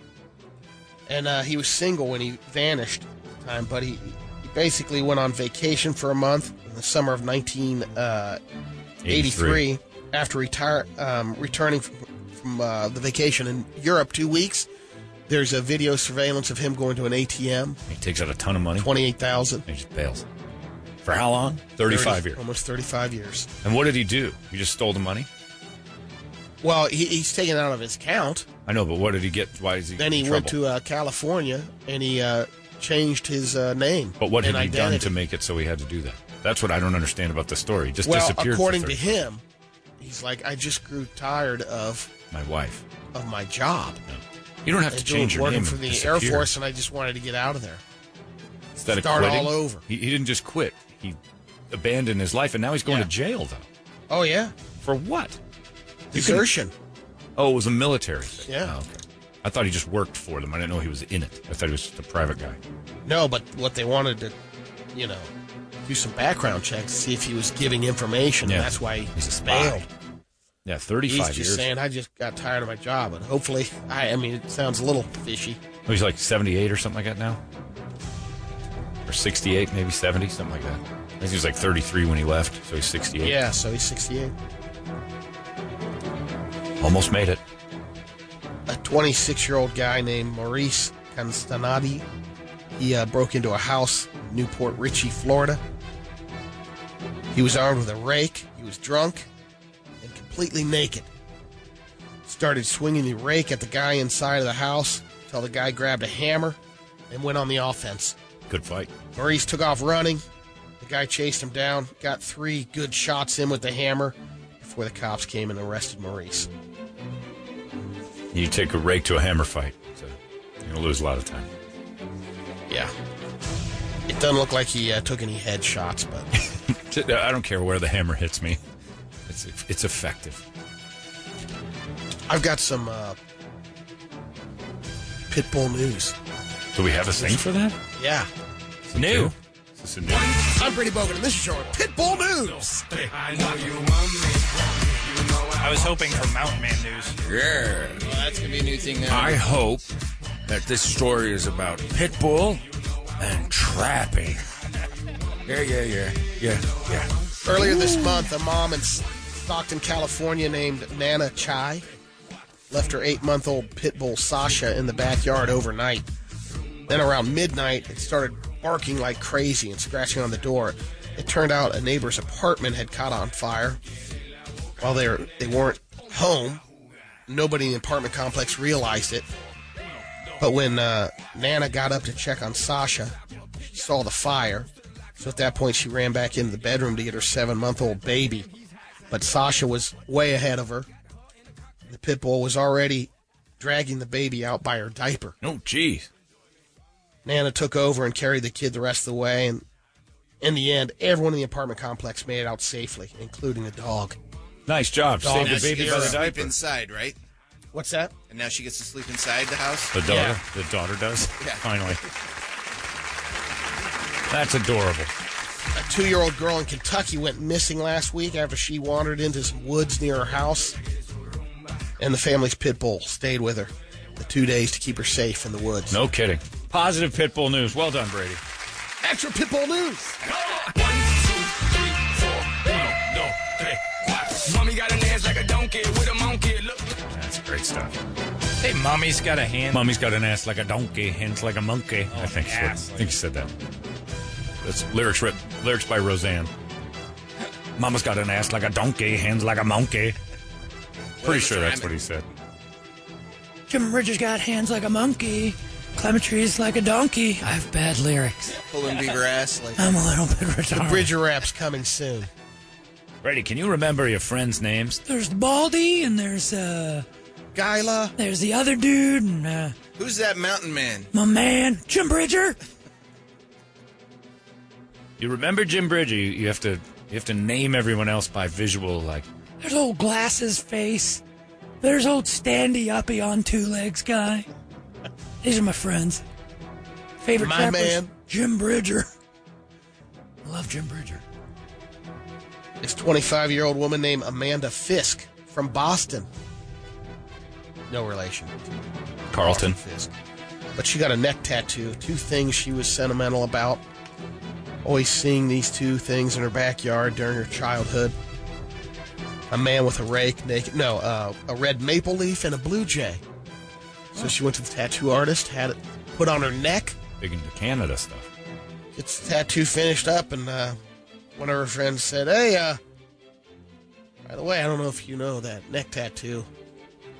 S5: and uh, he was single when he vanished. at the Time, but he, he basically went on vacation for a month in the summer of 1983 after retire, um, returning from, from uh, the vacation in Europe two weeks. There's a video surveillance of him going to an ATM,
S1: He takes out a ton of money.
S5: 28,000.
S1: And he just bails. For how long? 35 years.
S5: Almost 35 years.
S1: And what did he do? He just stole the money?
S5: Well, he, he's taken out of his account.
S1: I know, but what did he get? Why is he
S5: Then
S1: in
S5: he went
S1: trouble?
S5: to uh, California and he uh, changed his uh, name.
S1: But what had
S5: and
S1: he done
S5: identity.
S1: to make it so he had to do that? That's what I don't understand about the story. He just
S5: Well,
S1: disappeared. for
S5: according to
S1: 30
S5: him, he's like, I just grew tired of
S1: My wife.
S5: of my job.
S1: No. You don't have to
S5: And
S1: change your
S5: working
S1: name.
S5: for
S1: and
S5: the Air
S1: disappear.
S5: Force, and I just wanted to get out of there.
S1: Instead of
S5: start
S1: quitting,
S5: all over.
S1: He, he didn't just quit. He abandoned his life, and now he's going
S5: Yeah.
S1: to jail, though.
S5: Oh yeah,
S1: For what? You can-
S5: desertion.
S1: Oh, it was a military thing.
S5: Yeah.
S1: Oh, okay. I thought he just worked for them. I didn't know he was in it. I thought he was just a private guy.
S5: No, but what they wanted to, you know, do some background checks, see if he was giving information.
S1: Yeah.
S5: And that's why he
S1: He's a spy.
S5: bailed.
S1: Yeah, 35
S5: He's just
S1: years.
S5: saying, I just got tired of my job, and hopefully, I. I mean, it sounds a little fishy.
S1: Oh, He's like 78 or something like that now. Or 68, maybe 70, something like that. I think he was like 33 when he left, so he's 68.
S5: Yeah, so he's 68.
S1: Almost made it.
S5: a 26 year old guy named Maurice Constanati. He uh, broke into a house in Newport Richey, Florida. He was armed with a rake. He was drunk and completely naked. Started swinging the rake at the guy inside of the house until the guy grabbed a hammer and went on the offense.
S1: Good fight.
S5: Maurice took off running. The guy chased him down, got three good shots in with the hammer before the cops came and arrested Maurice.
S1: You take a rake to a hammer fight, so you're going to lose a lot of time.
S5: Yeah. It doesn't look like he uh, took any headshots, but
S1: T- uh, I don't care where the hammer hits me, it's, it's effective.
S5: I've got some uh, Pitbull news.
S1: Do we have a thing for that?
S5: Yeah.
S1: Is it new. Is this a new?
S5: I'm Brady Bogan, and this is your Pitbull news.
S4: I was hoping for Mountain Man news.
S9: Yeah.
S2: Well, that's gonna be a new thing now.
S9: I hope that this story is about Pitbull and trapping. Yeah, yeah, yeah. Yeah, yeah.
S5: Earlier this month, a mom in Stockton, California named Nana Chai left her eight month old Pitbull Sasha in the backyard overnight. Then around midnight, it started barking like crazy and scratching on the door. It turned out a neighbor's apartment had caught on fire. While they were, they weren't home, nobody in the apartment complex realized it. But when uh, Nana got up to check on Sasha, she saw the fire. So at that point, she ran back into the bedroom to get her seven month old baby. But Sasha was way ahead of her. The pit bull was already dragging the baby out by her diaper.
S9: Oh, geez.
S5: Nana took over and carried the kid the rest of the way. And in the end, everyone in the apartment complex made it out safely, including the dog.
S1: Nice job.
S5: Dog
S1: Save
S5: is
S1: the baby
S5: here.
S1: by the
S7: sleep
S1: diaper.
S7: inside, right?
S5: What's that?
S7: And now she gets to sleep inside the house.
S1: The daughter,
S5: Yeah.
S1: the daughter does.
S7: Yeah.
S1: Finally, that's adorable.
S5: A two year old girl in Kentucky went missing last week after she wandered into some woods near her house. And the family's pit bull stayed with her the two days to keep her safe in the woods.
S1: No kidding. Positive Pitbull news. Well done, Brady.
S5: Extra pit bull news.
S10: Mommy got an ass like a donkey with a monkey. Look.
S1: That's great stuff.
S4: Hey, mommy's got a hand.
S1: Mummy's got an ass like a donkey, hands like a monkey. I think. is what-
S4: ass.
S1: I think you said that. That's lyrics writ, lyrics by Roseanne. Mama's got an ass like a donkey, hands like a monkey. Pretty sure that's what he said.
S6: Jim Bridger's got hands like a monkey. Clementry's like a donkey. I have bad lyrics.
S7: Pulling beaver ass like
S6: I'm a little bit retarded.
S5: Bridger Rap's coming soon.
S1: Brady, can you remember your friends' names?
S6: There's Baldy, and there's uh,
S7: Gyla.
S6: there's the other dude, and uh,
S7: Who's that mountain man?
S6: my man Jim Bridger.
S1: You remember Jim Bridger? You, you have to you have to name everyone else by visual. Like
S6: There's old glasses face. There's old standy uppy on two legs guy. These are my friends. Favorite
S5: My
S6: trapper's
S5: man.
S6: Jim Bridger. I love Jim Bridger.
S5: This 25 year old woman named Amanda Fisk from Boston. No relation.
S1: Carlton.
S5: Fisk. But she got a neck tattoo. Two things she was sentimental about. Always seeing these two things in her backyard during her childhood. A man with a rake naked. No, uh, a red maple leaf and a blue jay. So she went to the tattoo artist, had it put on her neck.
S1: Big into Canada stuff.
S5: Gets the tattoo finished up, and uh, one of her friends said, Hey, uh, by the way, I don't know if you know that neck tattoo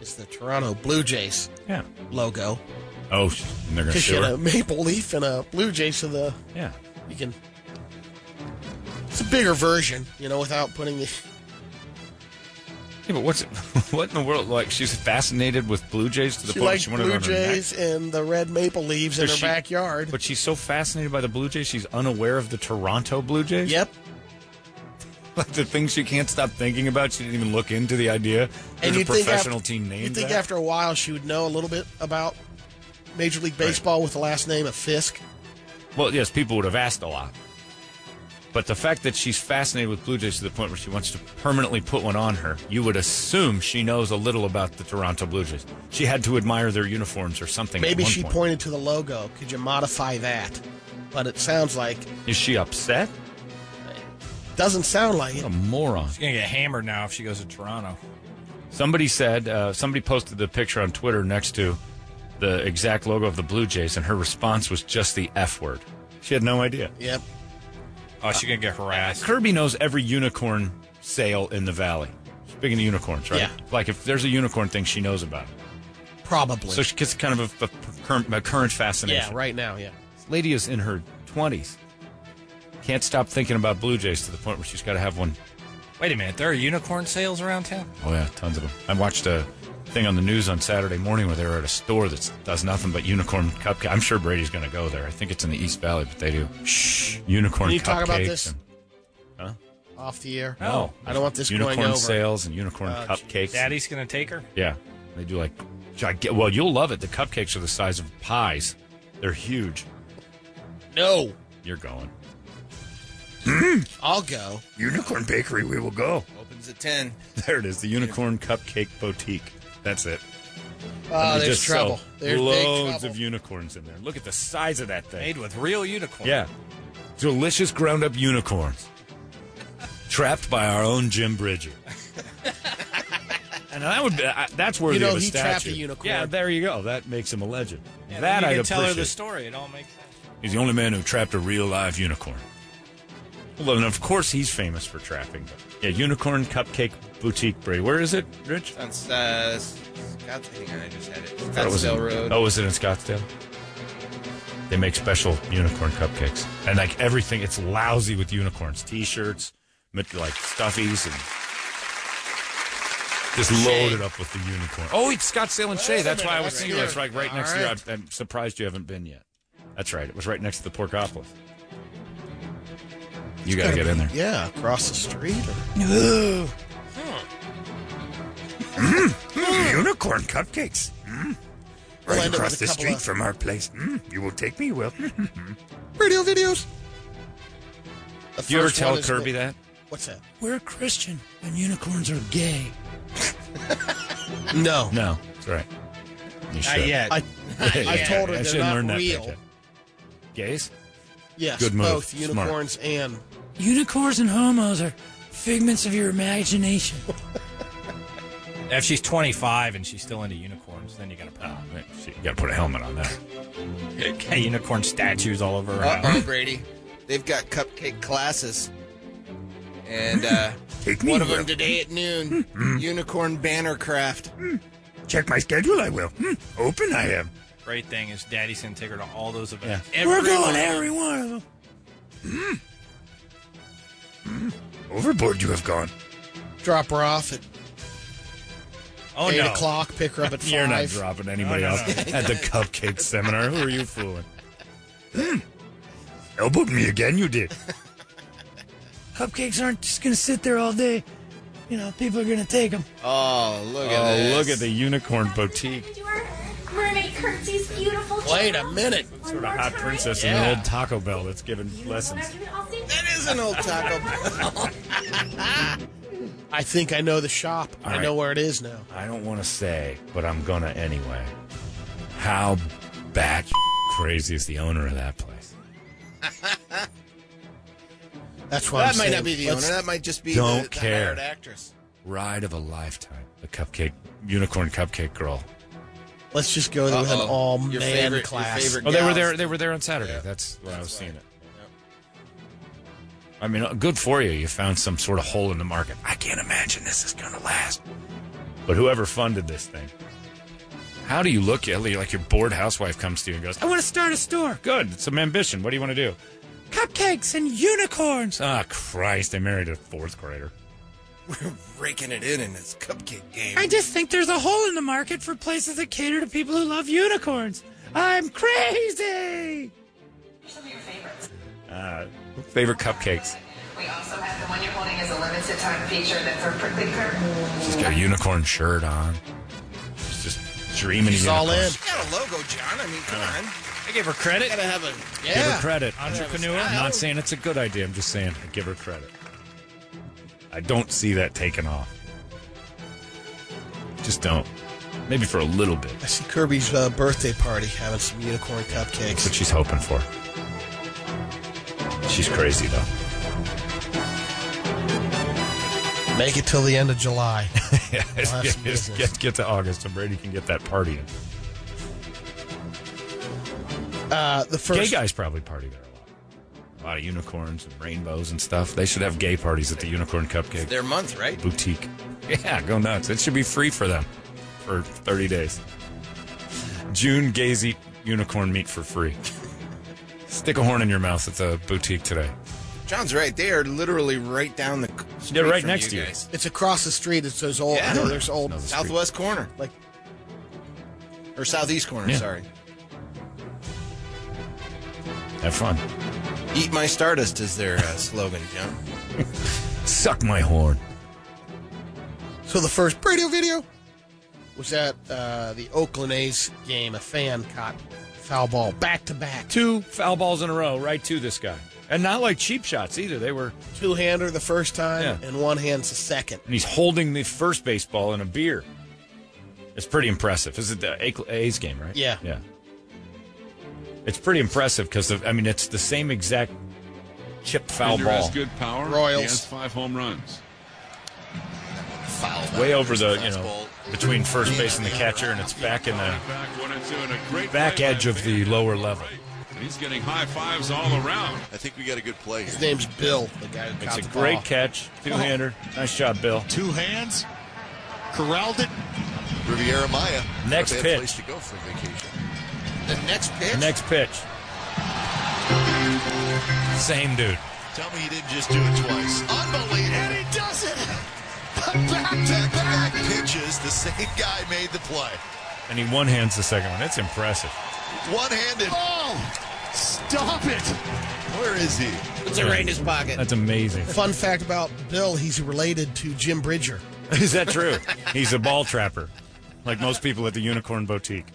S5: is the Toronto Blue Jays
S1: Yeah.
S5: logo.
S1: Oh, sh- and they're gonna
S5: Because she
S1: shoot
S5: had a
S1: her.
S5: maple leaf and a blue jay, so the
S1: Yeah.
S5: you can. It's a bigger version, you know, without putting the.
S1: Yeah, but what's what in the world? Like she's fascinated with blue jays to the
S5: She
S1: point
S5: likes
S1: she wanted it
S5: blue
S1: on her neck?
S5: jays and the red maple leaves in
S1: So
S5: her
S1: she-
S5: backyard.
S1: But she's so fascinated by the Blue Jays, she's unaware of the Toronto Blue Jays.
S5: Yep.
S1: Like the things she can't stop thinking about. She didn't even look into the idea. There's
S5: And
S1: a
S5: you'd think
S1: professional
S5: after,
S1: team named
S5: You'd think
S1: that.
S5: after a while she would know a little bit about Major League Baseball with the last name of Fisk.
S1: Well, yes, people would have asked a lot. But the fact that she's fascinated with Blue Jays to the point where she wants to permanently put one on her, you would assume she knows a little about the Toronto Blue Jays. She had to admire their uniforms or something. at
S5: Maybe
S1: one
S5: she
S1: point.
S5: pointed to the logo. Could you modify that? But it sounds like
S1: Is she upset?
S5: doesn't sound like it.
S1: What a moron.
S4: She's gonna get hammered now if she goes to Toronto.
S1: Somebody said, uh, somebody posted the picture on Twitter next to the exact logo of the Blue Jays, and her response was just the F word. She had no idea.
S5: Yep.
S4: Oh, she's gonna get harassed.
S1: Kirby knows every unicorn sale in the valley. She's big into unicorns, right?
S5: Yeah.
S1: Like if there's a unicorn thing, she knows about it.
S5: Probably.
S1: So she gets kind of a, a, current, a current fascination.
S5: yeah, right now, yeah.
S1: This lady is in her 20s. Can't stop thinking about Blue Jays to the point where she's got to have one
S4: Wait a minute, there are unicorn sales around town.
S1: Oh yeah, tons of them. I watched a thing on the news on Saturday morning where they were at a store that does nothing but unicorn cupcake. I'm sure Brady's going to go there. I think it's in the East Valley, but they do shh unicorn
S5: Can you
S1: cupcakes.
S5: talk about this?
S1: and-
S5: Off the air.
S1: no,
S5: I don't want this
S1: Oh, unicorn
S5: going over. Uh,
S1: sales and unicorn cupcakes.
S4: Daddy's gonna take her.
S1: Yeah, they do like gigantic. Well, you'll love it. The cupcakes are the size of pies. They're huge.
S5: No.
S1: You're going.
S5: I'll go.
S1: Unicorn Bakery, we will go.
S7: Opens at 10.
S1: There it is, the Unicorn Cupcake Boutique. That's it.
S5: Oh,
S1: They
S5: there's
S1: just sell
S5: trouble. There's big
S1: loads
S5: trouble.
S1: of unicorns in there. Look at the size of that thing.
S4: Made with real unicorn.
S1: Yeah. Delicious ground up unicorns. Trapped by our own Jim Bridger. and that would be, I, that's worthy
S5: You know,
S1: of a
S5: he
S1: statue.
S5: trapped a unicorn.
S1: Yeah, there you go. That makes him a legend.
S4: Yeah,
S1: that
S4: then
S1: I
S4: you can tell her
S1: appreciate.
S4: the story. It all makes sense.
S1: He's the only man who trapped a real live unicorn. Well, and of course he's famous for trapping. But yeah, Unicorn Cupcake Boutique Brie. Where is it, Rich?
S7: That's, uh, Scott, hang on, I just had it.
S1: thought it was in-
S7: Scottsdale Road.
S1: Oh, is it in Scottsdale? They make special unicorn cupcakes, and like everything, it's lousy with unicorns. T-shirts, mit- like stuffies, and just loaded up with the unicorn. Oh, it's Scottsdale and Shea. That's why I was thinking it's like right next to you. I'm, I'm surprised you haven't been yet. That's right. It was right next to the Porkopolis. You got to get in there.
S5: Yeah, across the street. Or...
S6: Ugh.
S9: Mm. Mm. Unicorn cupcakes. Mm. Right
S5: Blend it
S9: across
S5: with a
S9: the
S5: couple
S9: street
S5: of-
S9: from our place. Mm. You will take me, you will.
S5: Radio videos. The
S1: Do you ever
S5: first
S1: tell
S5: one is
S1: Kirby
S5: the-
S1: that?
S5: What's that?
S6: We're Christian, and unicorns are gay.
S5: No.
S1: No. That's right. You
S4: Not yet.
S5: I, I told her
S1: I
S5: they're
S1: shouldn't
S5: not
S1: learn that
S5: real.
S1: back yet. Gays?
S5: Yes,
S1: Good move.
S5: both
S1: Smart.
S5: unicorns and
S6: Unicorns and homos are figments of your imagination.
S4: If she's 25 and she's still into unicorns, then you got to
S1: Oh, man, shit, you got to put a helmet on that.
S4: put got unicorn statues all over her
S7: Uh-oh,
S4: house.
S7: Brady. They've got cupcake classes. And uh,
S9: Take me, Hmm.
S7: one
S9: you
S7: of them
S9: will.
S7: today at noon. Unicorn banner craft.
S9: Check my schedule, I will. Mm. Open, I am.
S4: Great thing is Daddy sent Tigger to all those events.
S6: We're going to every one of them.
S9: Mm. Overboard you have gone.
S5: drop her off at
S4: Oh,
S5: eight
S4: no.
S5: o'clock. Pick her up at 5
S1: You're not dropping anybody off at the cupcake seminar. Who are you fooling?
S9: Elbowed me again, you did.
S6: Cupcakes aren't just going to sit there all day. You know, people are going to take them.
S7: Oh, look at
S1: oh,
S7: this.
S1: look at the unicorn boutique.
S11: Your mermaid curtsies beautiful.
S5: Wait a
S11: child.
S5: minute.
S11: One
S1: Sort of
S11: more
S6: Ah,
S1: hot
S11: time.
S1: princess and an old Taco Bell that's giving
S11: You know
S1: lessons.
S11: what I'm doing? I'll sing.
S7: That is an old Taco Bell.
S5: I think I know the shop.
S1: All
S5: I
S1: right.
S5: know where it is now.
S1: I don't want to say, but I'm gonna anyway. How bat crazy is the owner of that place?
S5: That's why
S7: That
S5: I'm
S7: might
S5: saying,
S7: not be the owner.
S5: let's-
S7: That might just be
S1: Don't
S7: the, the
S1: care.
S7: hired actress.
S1: Ride of a lifetime. The cupcake unicorn cupcake girl.
S5: Let's just go there with an
S7: Uh-oh.
S5: all
S7: Your
S5: man
S7: favorite- your
S5: class.
S7: favorite
S1: Oh, they were
S7: gals.
S1: there. They were there on Saturday. That's where I was seeing it. I mean, uh, good for you. You found some sort of hole in the market. I can't imagine this is going to last. But whoever funded this thing, how do you look at like your bored housewife comes to you and goes,
S6: I want to start a store.
S1: "Good, it's some ambition. What do you want to do?"
S6: Cupcakes and unicorns.
S1: Ah, Christ! I married a fourth grader.
S7: Raking it in in this cupcake game.
S6: I just think there's a hole in the market for places that cater to people who love unicorns. I'm crazy.
S11: Some of your favorites.
S1: Uh, favorite cupcakes?
S11: We also have the one you're holding is a limited time feature that's our prickly pear.
S1: She's got a unicorn shirt on. She's just dreaming.
S5: She's
S1: of
S5: all in.
S1: unicorns.
S7: You got a logo, John. I mean, come on.
S4: I gave her credit.
S5: Gotta have a
S1: Give
S5: yeah.
S1: her credit.
S4: Entrepreneur.
S1: I'm not saying it's a good idea. I'm just saying I give her credit. I don't see that taking off. Just don't. Maybe for a little bit.
S5: I see Kirby's uh, birthday party having some unicorn
S1: That's
S5: cupcakes.
S1: what she's hoping for. She's crazy though.
S5: Make it till the end of July.
S1: Yeah,
S5: some
S1: just
S5: business.
S1: get, get to August and Brady can get that party in.
S5: Uh, the
S1: Gay
S5: first
S1: guys probably party there a lot. A lot of unicorns and rainbows and stuff. They should have gay parties at the Unicorn Cupcake
S7: Their month, right?
S1: Boutique. Yeah, go nuts. It should be free for them for 30 days. June gays eat unicorn meat for free. Stick a horn in your mouth at the boutique today.
S7: John's right. They are literally right down the. street
S1: They're right
S7: from
S1: next to you.
S7: guys.
S5: It's across the street. It's those old.
S7: Yeah.
S5: There's old.
S1: Smells Street.
S7: Southwest corner,
S5: Like
S7: or southeast corner.
S1: Yeah.
S7: Sorry.
S1: Have fun.
S7: Eat my Stardust is their uh, slogan, John.
S1: Suck my horn.
S5: so, the first radio video was at uh, the Oakland A's game. A fan caught foul ball back to back,
S1: Two foul balls in a row right to this guy. And not like cheap shots either. They were
S5: two hander the first time,
S1: Yeah.
S5: and one hand's the second.
S1: and he's holding the first baseball in a beer. It's pretty impressive. This Is it the A- A's game, right?
S5: Yeah.
S1: Yeah. It's pretty impressive because, I mean, it's the same exact chip foul ball.
S10: good power.
S5: Royals.
S10: He has five home runs.
S7: Foul.
S1: Way over the, you know,
S7: Fastball.
S1: between first base and the catcher, and it's back in the
S10: Back when it's doing a great
S1: back
S10: play by
S1: edge of the lower level.
S10: And he's getting high fives all around.
S12: I think we got a good play
S5: His
S12: here.
S5: name's Bill, the guy who
S1: It's
S5: caught
S1: a
S5: the
S1: great
S5: ball.
S1: catch. Two
S4: Oh,
S1: hander. Nice shot, Bill.
S12: Two hands, corralled it. Riviera Maya.
S1: Next
S12: not a bad
S1: pitch.
S12: place to go for vacation.
S7: The next pitch.
S1: Next pitch. Same dude.
S12: Tell me he didn't just do it twice. Unbelievable. And he does it. Back to back pitches. The same guy made the play.
S1: And he one hands the second one. It's impressive.
S12: One handed. Oh, Stop it! Where is he?
S5: It's right in his pocket.
S1: That's amazing.
S5: Fun fact about Bill: he's related to Jim Bridger.
S1: Is that true? He's a ball trapper, like most people at the Unicorn Boutique.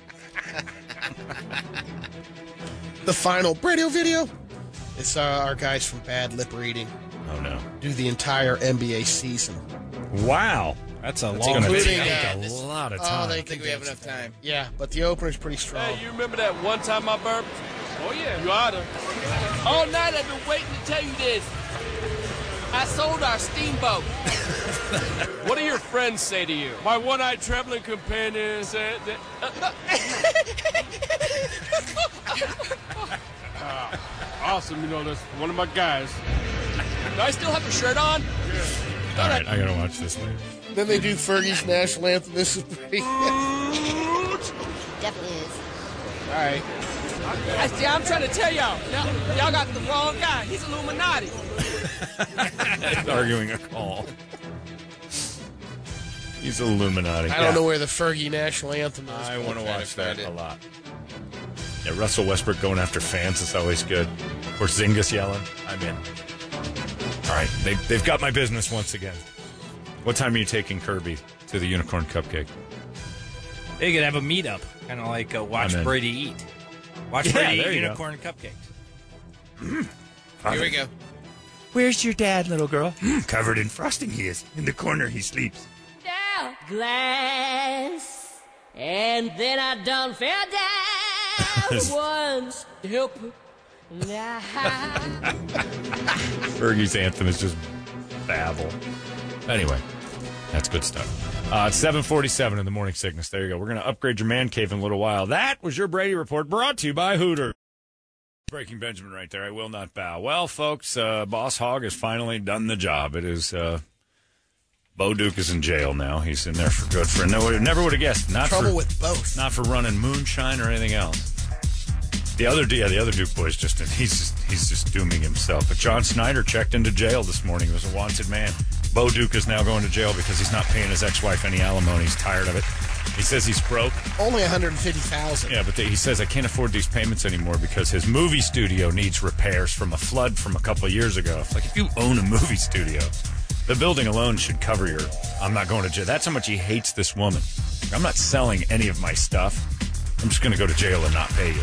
S5: the final radio video. It's uh, our guys from Bad Lip Reading.
S1: Oh no!
S5: Do the entire NBA season.
S1: Wow,
S4: that's a
S5: That's
S4: long
S5: including,
S4: video.
S5: uh,
S4: Take a
S5: this-
S4: lot of
S5: oh,
S4: time.
S5: they
S4: I
S5: think
S2: we have enough time.
S5: Yeah, but the opener's pretty strong.
S13: Hey, you remember that one time I burped? Oh, yeah. You oughta. All night I've been waiting to tell you this. I sold our steamboat. what do your friends say to you? My one eyed traveling companion said that. Uh, awesome, you know, that's one of my guys. Do I still have a shirt on?
S1: All right, I gotta watch this later.
S5: Then they do Fergie's national anthem. This is pretty.
S13: Definitely is.
S5: All right.
S13: I see, I'm trying to tell y'all, y'all, y'all got the wrong guy. He's Illuminati.
S1: Arguing a call. He's Illuminati.
S5: I don't know where the Fergie national anthem is.
S1: I want to watch that a lot. Yeah, Russell Westbrook going after fans is always good. Or Zingas yelling. I'm in. All right, they, they've got my business once again. What time are you taking Kirby to the Unicorn Cupcake?
S4: They could have a meetup, kind of like uh, watch
S1: I'm in.
S4: Brady eat. Watch
S1: Yeah,
S4: Brady
S1: there
S4: eat
S1: you go.
S4: unicorn cupcakes.
S1: Here we
S2: go.
S6: Where's your dad, little girl?
S14: Covered in frosting he is. In the corner he sleeps.
S15: down glass, and then I done fell down once. Help. Now,
S1: Fergie's anthem is just babble. Anyway, that's good stuff. Uh, it's 747 in the morning sickness. There you go. We're going to upgrade your man cave in a little while. That was your Brady Report brought to you by Hooter. Breaking Benjamin right there. I will not bow. Well, folks, uh, Boss Hogg has finally done the job. It is, uh, Bo Duke is in jail now. He's in there for good for, no, never would have guessed. Not
S5: Trouble
S1: for,
S5: with both.
S1: Not for running moonshine or anything else. The other, yeah, the other Duke boy's just he's just, he's just dooming himself. But John Snyder checked into jail this morning. He was a wanted man. Bo Duke is now going to jail because he's not paying his ex-wife any alimony. He's tired of it. He says he's broke.
S5: Only 150,000.
S1: Yeah, but they, he says I can't afford these payments anymore because his movie studio needs repairs from a flood from a couple years ago. It's like if you own a movie studio, the building alone should cover your. I'm not going to jail. That's how much he hates this woman. I'm not selling any of my stuff. I'm just going to go to jail and not pay you.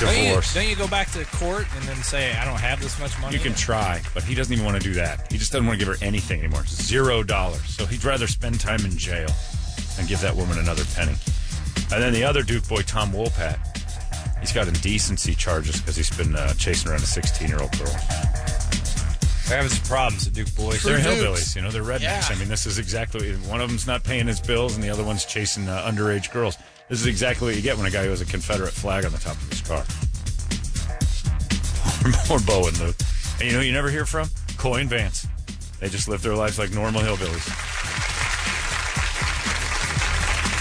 S4: Don't you,
S1: Divorce.
S4: don't you go back to court and then say, I don't have this much money?
S1: You can try, but he doesn't even want to do that. He just doesn't want to give her anything anymore. Zero dollars. So he'd rather spend time in jail than give that woman another penny. And then the other Duke boy, Tom Wolpat, he's got indecency charges because he's been uh, chasing around a 16 year old girl.
S4: They're having some problems at Duke Boys.
S1: They're hillbillies, you know, they're rednecks. I mean, this is exactly one of them's not paying his bills and the other one's chasing uh, underage girls. This is exactly what you get when a guy who has a Confederate flag on the top of his car. More Bo and Luke. And you know who you never hear from? Coy and Vance. They just live their lives like normal hillbillies.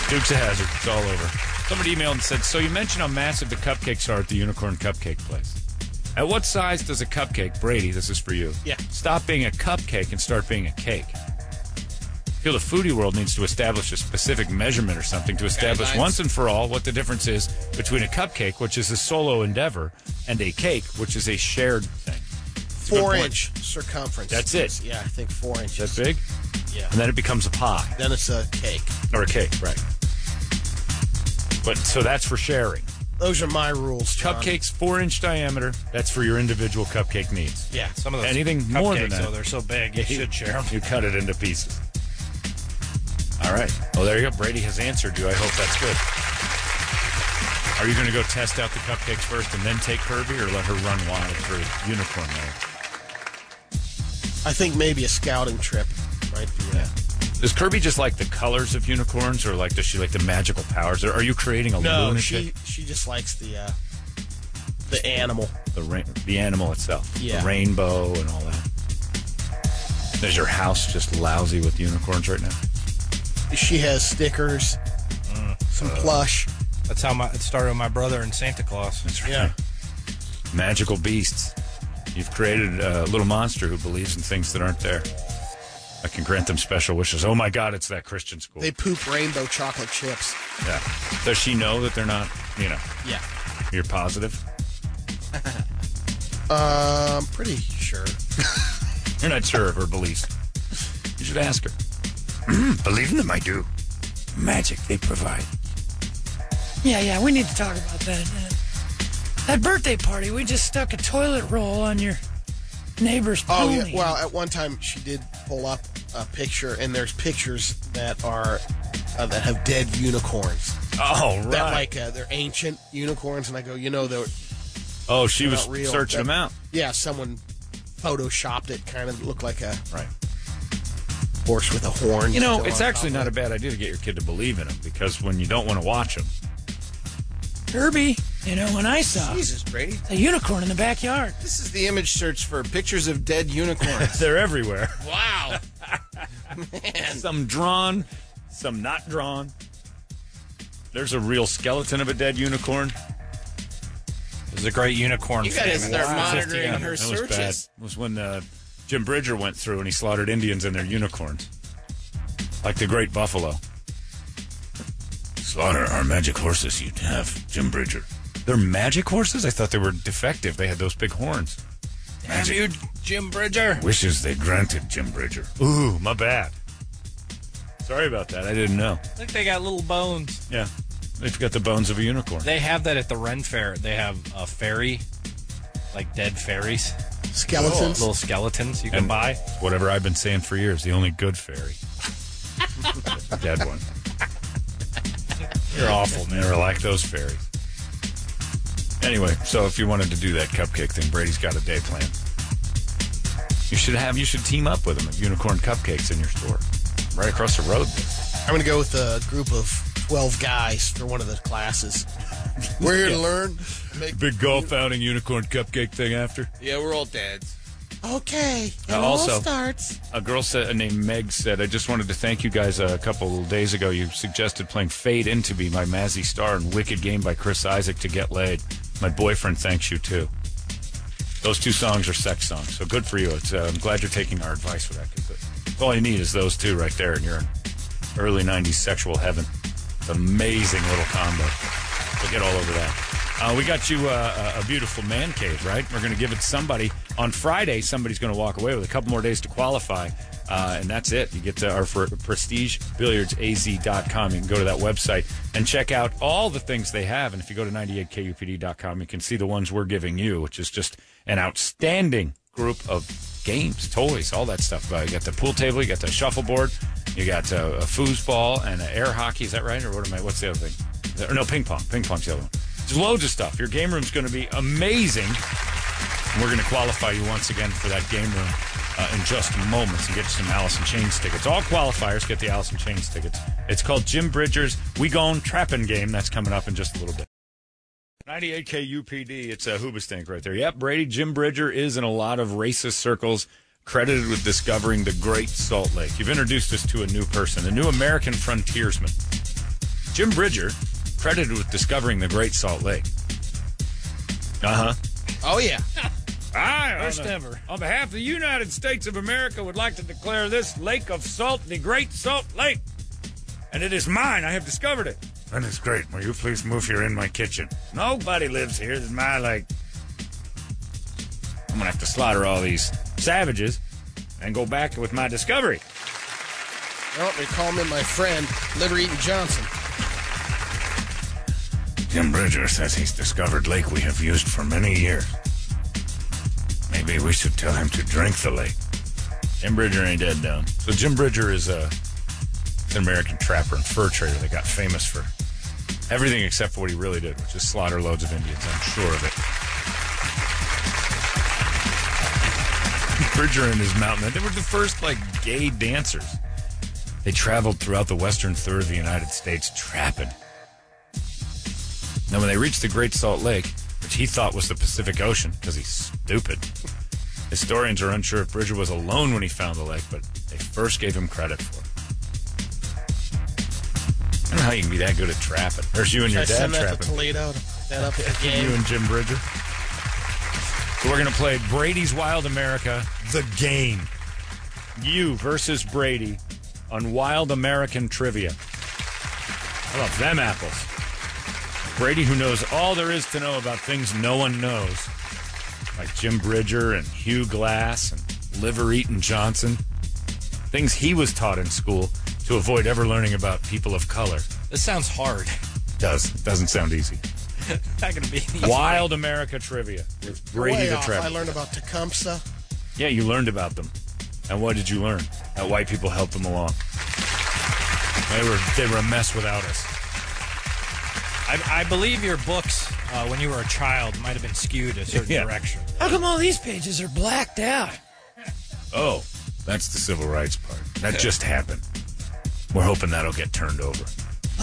S1: Duke's a hazard. It's all over. Somebody emailed and said, So you mentioned how massive the cupcakes are at the Unicorn Cupcake place. At what size does a cupcake, Brady, this is for you,
S5: Yeah.
S1: stop being a cupcake and start being a cake? I feel the foodie world needs to establish a specific measurement or something to establish
S9: Guidelines.
S1: once and for all what the difference is between a cupcake, which is a solo endeavor, and a cake, which is a shared thing. It's a good
S5: Four
S1: point.
S5: inch circumference.
S1: That's it.
S5: Yeah, I think four inches.
S1: That big?
S5: Yeah.
S1: And then it becomes a pie.
S5: Then it's a cake.
S1: Or a cake, right. But so that's for sharing.
S5: Those are my rules. John.
S1: Cupcakes, four inch diameter. That's for your individual cupcake needs.
S5: Yeah,
S4: some of those
S1: Anything more than
S4: cupcakes,
S1: that.
S4: though, they're so big, you should share 'em.
S1: You cut it into pieces. All right. Well, there you go. Brady has answered you. I hope that's good. Are you going to go test out the cupcakes first and then take Kirby, or let her run wild through unicorn mode?
S5: I think maybe a scouting trip might be. Uh,
S1: Does Kirby just like the colors of unicorns, or like does she like the magical powers? Or are you creating a
S5: no,
S1: lunatic?
S5: she she just likes the uh, the animal.
S1: the rain, the animal itself,
S5: Yeah.
S1: the rainbow and all that. Is your house just lousy with unicorns right now?
S5: She has stickers,
S1: Mm.
S5: some plush.
S4: That's how my, it started with my brother and Santa Claus. That's
S1: right. Yeah. Magical beasts. You've created a little monster who believes in things that aren't there. I can grant them special wishes. Oh my God, it's that Christian school.
S5: They poop rainbow chocolate chips.
S1: yeah. Does she know that they're not, you know,
S5: Yeah.
S1: You're positive?
S5: Uh, I'm pretty sure.
S1: You're not sure of her beliefs. You should ask her.
S14: Believe in them, I do.
S6: Magic they provide. Yeah, yeah, we need to talk about that. Uh, that birthday party, we just stuck a toilet roll on your neighbor's
S5: Oh
S6: pony.
S5: yeah. Well, at one time she did pull up a picture, and there's pictures that are uh, that have dead unicorns.
S1: Oh,
S5: That
S1: right.
S5: like uh, they're ancient unicorns, and I go, you know, they're
S1: Oh, she
S5: they're
S1: was
S5: not real.
S1: searching
S5: That-
S1: them out.
S5: Yeah, someone photoshopped it, kind of looked like a
S1: right
S5: horse with a horn.
S1: You know,
S5: still
S1: it's
S5: on
S1: actually
S5: top
S1: not a bad idea to get your kid to believe in them because when you don't want to watch them,
S6: Herbie, you know, when I saw
S7: Jesus, Brady.
S6: a unicorn in the backyard.
S7: This is the image search for pictures of dead unicorns.
S1: they're everywhere.
S7: Wow.
S1: Some drawn, some not drawn. There's a real skeleton of a dead unicorn.
S4: There's a great unicorn.
S1: You
S4: famine.
S1: that was Bad. It was when uh, Jim Bridger went through and he slaughtered Indians and their unicorns, like the Great Buffalo. Slaughter our magic horses you have, Jim Bridger. They're magic horses? I thought they were defective. They had those big horns.
S9: Damn you, Jim Bridger.
S1: Wishes they granted Jim Bridger. Ooh, my bad. Sorry about that. I didn't know.
S4: I think they got little bones.
S1: Yeah. They've got the bones of a unicorn.
S4: They have that at the Ren Fair. They have a fairy, like dead fairies.
S5: Skeletons?
S4: Little,
S1: Oh,
S4: little skeletons you can
S1: And
S4: buy.
S1: Whatever I've been saying for years, the only good fairy. Dead one. You're awful, man. Never like those fairies. Anyway, so if you wanted to do that cupcake thing, Brady's got a day plan. You should have you should team up with him at Unicorn Cupcakes in your store. Right across the road.
S5: I'm going to go with a group of 12 guys for one of the classes. We're here to learn. Make-
S1: Big golf outing unicorn cupcake thing after.
S2: Yeah, we're all dads.
S5: Okay. It
S1: Uh,
S5: all
S1: also-
S5: starts.
S1: A girl said, named Meg said, I just wanted to thank you guys uh, a couple days ago. You suggested playing Fade Into Me by Mazzy Star and Wicked Game by Chris Isaac to get laid. My boyfriend thanks you too. Those two songs are sex songs, so good for you. It's, uh, I'm glad you're taking our advice for that. 'cause the- All you need is those two right there, and you're in early 90s sexual heaven. It's an amazing little combo. We'll get all over that. Uh, we got you uh, a a beautiful man cave, right? We're going to give it to somebody. On Friday, somebody's going to walk away with a couple more days to qualify, uh, and that's it. You get to our for prestigebilliardsaz.com. You can go to that website and check out all the things they have. And if you go to 98kupd.com, you can see the ones we're giving you, which is just an outstanding group of games, toys, all that stuff. Uh, you got the pool table, you got the shuffleboard, you got uh, a foosball and a air hockey. Is that right? Or what am I? What's the other thing? Or no, ping pong. Ping pong's the other one. There's loads of stuff. Your game room's going to be amazing. And we're going to qualify you once again for that game room uh, in just moments and get you some Allison Chains tickets. All qualifiers get the Allison Chains tickets. It's called Jim Bridger's We Gone Trappin' Game. That's coming up in just a little bit. 98K UPD, it's a hoobastank right there. Yep, Brady, Jim Bridger is in a lot of racist circles credited with discovering the Great Salt Lake. You've introduced us to a new person, a new American frontiersman. Jim Bridger, credited with discovering the Great Salt Lake. Uh huh.
S2: Oh, yeah.
S1: I,
S2: First
S1: on,
S2: ever.
S1: On behalf of the United States of America, would like to declare this Lake of Salt the Great Salt Lake. And it is mine. I have discovered it.
S14: That is great. Will you please move here in my kitchen?
S1: Nobody lives here. This is my lake. I'm going to have to slaughter all these savages and go back with my discovery.
S5: Well, they call me my friend, Liver Eating Johnson.
S14: Jim Bridger says he's discovered lake we have used for many years. Maybe we should tell him to drink the lake.
S1: Jim Bridger ain't dead, though. So Jim Bridger is a, is an American trapper and fur trader that got famous for everything except for what he really did, which is slaughter loads of Indians. I'm sure of it. Bridger and his mountain men, they were the first like gay dancers. They traveled throughout the western third of the United States trapping. Now, when they reached the Great Salt Lake, which he thought was the Pacific Ocean because he's stupid, historians are unsure if Bridger was alone when he found the lake, but they first gave him credit for it. I don't know how you can be that good at trapping. There's you and
S5: Should
S1: your dad
S5: I send that to
S1: trapping.
S5: Toledo to put that up for the
S1: You
S5: game.
S1: and Jim Bridger. So we're going to play Brady's Wild America, the game. You versus Brady on Wild American Trivia. I love them apples. Brady, who knows all there is to know about things no one knows, like Jim Bridger and Hugh Glass and Liver Eaton Johnson, things he was taught in school to avoid ever learning about people of color.
S4: This sounds hard.
S1: Does doesn't sound easy.
S4: Not gonna be easy.
S1: Wild America trivia with Brady
S5: Way
S1: the
S5: off. I
S1: Traveler.
S5: learned about Tecumseh.
S1: Yeah, you learned about them. And what did you learn? That white people helped them along. They were they were a mess without us.
S4: I, I believe your books uh, when you were a child might have been skewed a certain direction.
S6: How come all these pages are blacked out?
S1: Oh, that's the civil rights part. That just happened. We're hoping that'll get turned over.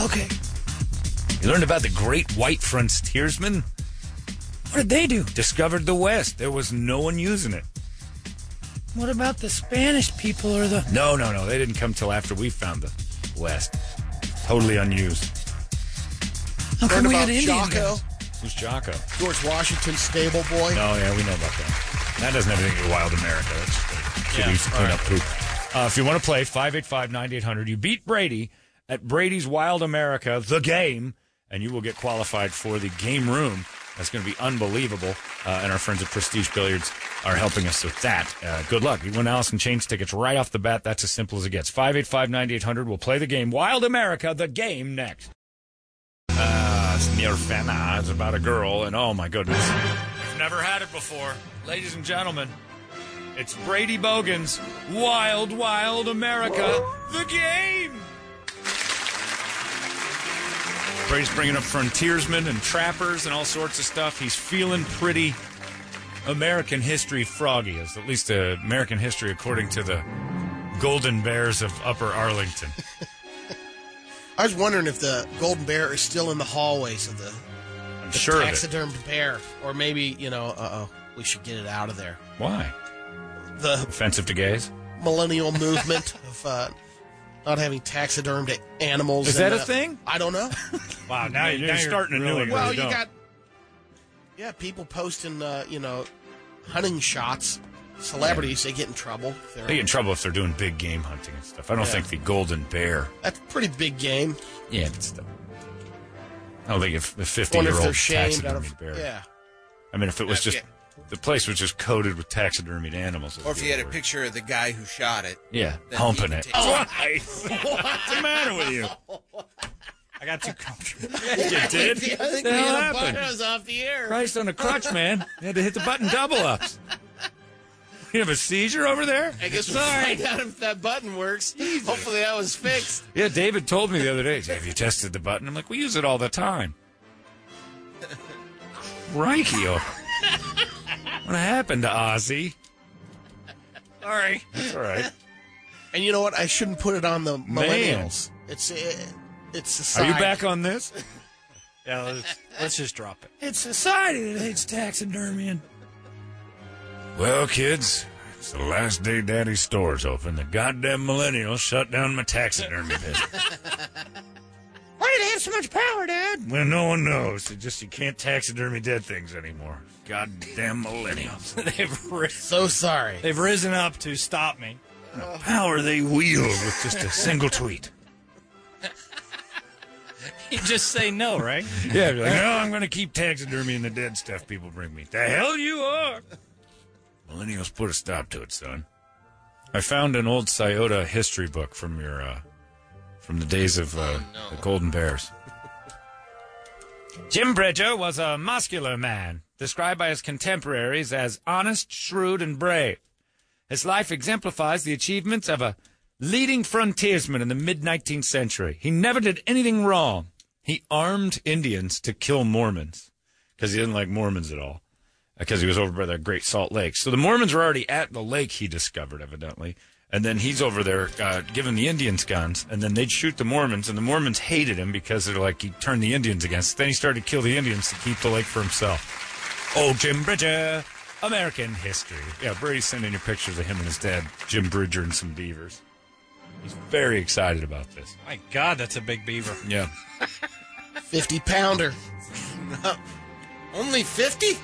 S6: Okay,
S1: You learned about the great white frontiersmen.
S6: what did they do?
S1: Discovered the West. There was no one using it.
S6: What about the Spanish people or the?
S1: No, no, no. They didn't come till after we found the West. Totally unused.
S6: How come
S5: Learned
S6: we
S5: about
S6: had Indian
S5: Jocko,
S6: guys?
S1: Who's Jocko?
S5: George Washington, stable boy.
S1: No, Oh, yeah, we know about that. That doesn't have anything to do with Wild America. That's just a kid who used to clean up poop. Uh, if you want to play, 585 9800. You beat Brady at Brady's Wild America, the game, and you will get qualified for the game room. That's going to be unbelievable. Uh, and our friends at Prestige Billiards are helping us with that. Uh, good luck. You win Allison Chains tickets right off the bat. That's as simple as it gets. 585 9800. We'll play the game. Wild America, the game next. Uh, it's Nirvana. It's about a girl, and oh my goodness. I've never had it before. Ladies and gentlemen, it's Brady Bogan's Wild, Wild America, the game. Brady's bringing up frontiersmen and trappers and all sorts of stuff. He's feeling pretty American history froggy, is at least uh, American history according to the Golden Bears of Upper Arlington.
S5: I was wondering if the golden bear is still in the hallways of the,
S1: I'm
S5: the
S1: sure of it.
S5: taxidermed bear, or maybe you know, uh oh, we should get it out of there.
S1: Why?
S5: The
S1: Offensive to gays?
S5: millennial movement of uh, not having taxidermed animals.
S1: Is
S5: in
S1: that a
S5: the-
S1: thing?
S5: I don't know.
S1: Wow, now, you're, now you're starting a new one.
S5: Well,
S1: where
S5: you
S1: don't.
S5: got yeah, people posting uh, you know hunting shots. Celebrities, they get in trouble. if they're-
S1: They get in trouble if they're doing big game hunting and stuff. I don't
S5: Yeah.
S1: think the golden bear.
S5: That's a pretty big game.
S1: Yeah, but still. I don't think if the
S5: Wonder if they're
S1: fifty-year-old
S5: shamed out
S1: taxidermy
S5: of
S1: bear.
S5: yeah.
S1: I mean, if it was just the place was just coated with taxidermied animals. it'd
S7: Or if
S1: be
S7: you had a
S1: worse.
S7: picture of the guy who shot it.
S1: Yeah,
S7: then
S1: humping
S7: you
S1: it.
S7: could take-
S1: Oh, What's the matter with you? I got too comfortable. you did.
S5: Yeah, I think
S1: The
S5: we
S1: hell
S5: hit a button.
S1: happened?
S5: I was off the air.
S1: Christ on a crutch, man. You had to hit the button double ups. You have a seizure over there?
S5: I guess we'll
S1: Sorry.
S5: find out if that button works. Hopefully that was fixed.
S1: Yeah, David told me the other day. "Hey, Have you tested the button? I'm like, we use it all the time. Crikey, oh. what happened to Ozzy? Sorry. That's all right.
S5: And you know what? I shouldn't put it on the millennials. It's uh, it's
S1: Are
S5: society.
S1: you back on this?
S4: Yeah, let's, let's just drop it.
S6: It's society that hates taxidermy. And
S14: Well, kids, it's the last day Daddy's store's open. The goddamn millennials shut down my taxidermy business.
S6: Why do they have so much power, Dad?
S14: well, no one knows. It just you can't taxidermy dead things anymore. Goddamn millennials.
S4: they've risen,
S5: so sorry.
S4: They've risen up to stop me.
S14: Power they wield with just a single tweet.
S4: You just say no, right?
S14: Yeah, be like, no, I'm going to keep taxidermy and the dead stuff people bring me. The hell you are! Millennials put a stop to it, son.
S1: I found an old Sciota history book from your uh, from the days of uh, the Golden Bears. Jim Bridger was a muscular man, described by his contemporaries as honest, shrewd, and brave. His life exemplifies the achievements of a leading frontiersman in the mid 19th century. He never did anything wrong. He armed Indians to kill Mormons because he didn't like Mormons at all because he was over by the Great Salt Lake. So the Mormons were already at the lake he discovered, evidently. And then he's over there uh, giving the Indians guns, and then they'd shoot the Mormons, and the Mormons hated him because they're like, he turned the Indians against. Then he started to kill the Indians to keep the lake for himself. Oh, Jim Bridger, American history. Yeah, Brady's sending you pictures of him and his dad, Jim Bridger, and some beavers. He's very excited about this.
S4: My God, that's a big beaver.
S1: Yeah.
S5: 50 pounder. No. Only 50?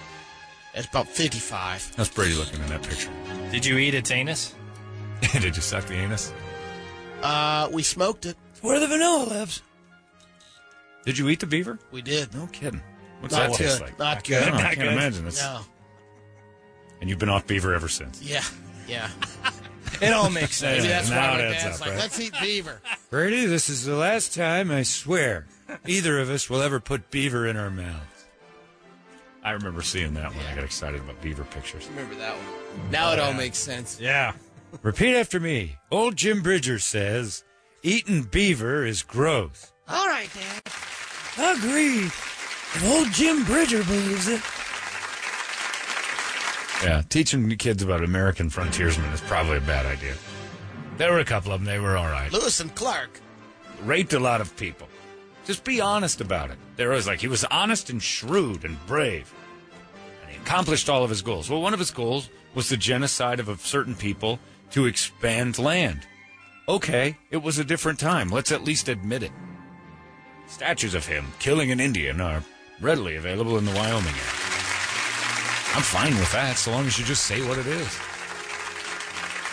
S5: That's about 55.
S1: That's Brady looking in that picture.
S4: Did you eat its anus?
S1: Did you suck the anus?
S5: Uh, we smoked it.
S6: Where the vanilla lives.
S1: Did you eat the beaver?
S5: We did.
S1: No kidding. What's
S5: Not
S1: that
S5: good.
S1: taste like?
S5: Not
S1: I
S5: good.
S1: can't- I can't imagine. It's,
S5: No.
S1: And you've been off beaver ever since.
S5: Yeah. Yeah.
S4: It all makes sense.
S5: Maybe that's
S1: Now
S5: why my
S1: that's
S5: dad's
S1: up,
S5: like,
S1: right?
S5: let's eat beaver.
S3: Brady, this is the last time I swear either of us will ever put beaver in our mouths.
S1: I remember seeing that one. I got excited about beaver pictures.
S2: Remember that one. Now it all
S1: Yeah.
S2: makes sense.
S1: Yeah.
S3: Repeat after me. Old Jim Bridger says, eating beaver is gross.
S6: All right, Dad. Agreed. If old Jim Bridger believes it.
S1: Yeah, teaching new kids about American frontiersmen is probably a bad idea. There were a couple of them. They were all right.
S5: Lewis and Clark.
S1: Raped a lot of people. Just be honest about it. There was like he was honest and shrewd and brave, and he accomplished all of his goals. Well, one of his goals was the genocide of a certain people to expand land. Okay, it was a different time. Let's at least admit it. Statues of him killing an Indian are readily available in the Wyoming area. I'm fine with that, so long as you just say what it is.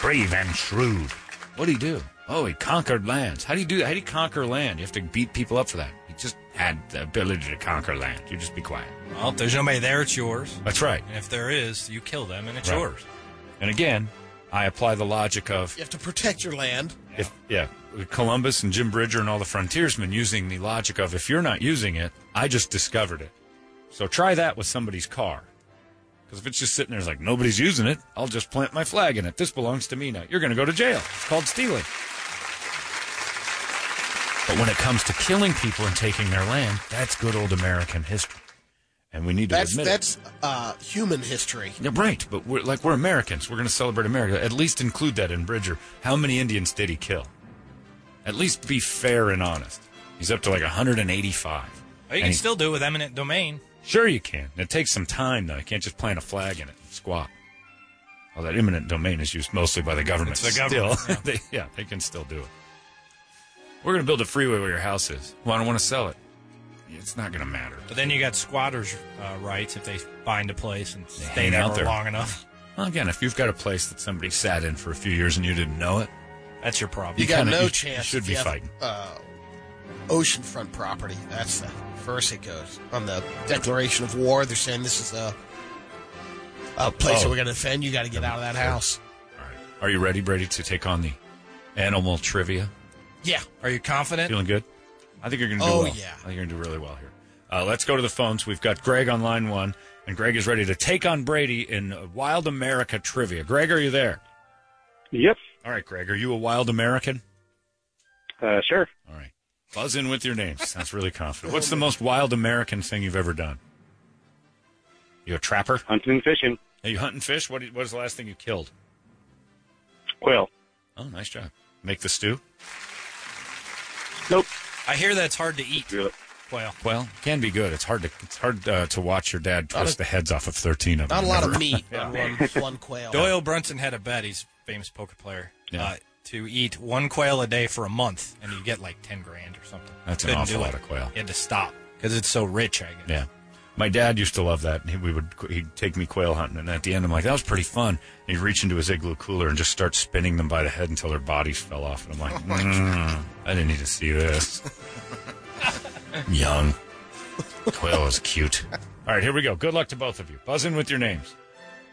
S1: Brave and shrewd. What'd he do? Oh, he conquered lands. How do you do that? How do you conquer land? You have to beat people up for that. He just had the ability to conquer land. You just be quiet.
S4: Well, if there's nobody there, it's yours.
S1: That's right.
S4: And if there is, you kill them and it's
S1: Right.
S4: yours.
S1: And again, I apply the logic of
S5: You have to protect your land.
S1: if yeah, Columbus and Jim Bridger and all the frontiersmen using the logic of if you're not using it, I just discovered it. So try that with somebody's car. Because if it's just sitting there, it's like nobody's using it. I'll just plant my flag in it. This belongs to me now. You're going to go to jail. It's called stealing. But when it comes to killing people and taking their land, that's good old American history, and we need to
S5: That's
S1: admit it.
S5: that's uh, human history.
S1: Yeah, right. But we're like we're Americans. We're going to celebrate America. At least include that in Bridger. How many Indians did he kill? At least be fair and honest. He's up to like 185.
S4: Well, you
S1: And
S4: can
S1: he-
S4: still do it with eminent domain.
S1: Sure, you can. It takes some time though. You can't just plant a flag in it and squat. Well, that eminent domain is used mostly by the government.
S4: It's the government,
S1: Still, they, yeah, they can still do it. We're going to build a freeway where your house is. Well, I don't want to sell it. It's not going to matter.
S4: But then you got squatters' uh, rights if they find a place and stay
S1: hang
S4: there,
S1: out there.
S4: long enough.
S1: Well, again, if you've got a place that somebody sat in for a few years and you didn't know it,
S4: that's your problem.
S5: You, got no chance.
S1: You should
S5: if
S1: be
S5: you have,
S1: fighting.
S5: Uh, oceanfront property. That's the first it goes on the Declaration of War. They're saying this is a a place that
S1: Oh.
S5: we're going to defend. You got to get out of that house.
S1: Are you ready, Brady, to take on the animal trivia?
S5: Yeah.
S4: Are you confident?
S1: Feeling good? I think you're going to do
S4: Oh,
S1: well.
S4: yeah.
S1: I think you're going to do really well here. Uh, let's go to the phones. We've got Greg on line one, and Greg is ready to take on Brady in uh, Wild America trivia. Greg, are you there?
S16: Yep.
S1: All right, Greg, are you a wild American?
S16: Uh, sure.
S1: All right. Buzz in with your name. Sounds really confident. What's the most wild American thing you've ever done? You a trapper?
S16: Hunting and fishing.
S1: Are you hunting fish? What, what was the last thing you killed?
S16: Quail.
S1: Oh, nice job. Make the stew?
S16: Nope.
S4: I hear that's hard to eat. Quail.
S1: Well, it can be good. It's hard to it's hard uh, to watch your dad
S4: Not
S1: twist
S4: a-
S1: the heads off of thirteen of them.
S4: not a lot of
S1: Never-
S4: meat.
S1: yeah.
S5: On one, one quail.
S4: Doyle Brunson had a bet. He's a famous poker player.
S1: Yeah.
S4: Uh, to eat one quail a day for a month, and you get like ten grand or something.
S1: That's an
S4: Couldn't
S1: awful
S4: do
S1: lot
S4: it.
S1: of quail.
S4: You had to stop because it's so rich. I guess.
S1: Yeah, my dad used to love that. and He, we would he'd take me quail hunting, and at the end, I'm like, that was pretty fun. And he'd reach into his igloo cooler and just start spinning them by the head until their bodies fell off, and I'm
S4: Oh
S1: like, "Mm, I didn't need to see this. Young quail is cute. All right, here we go. Good luck to both of you. Buzz in with your names.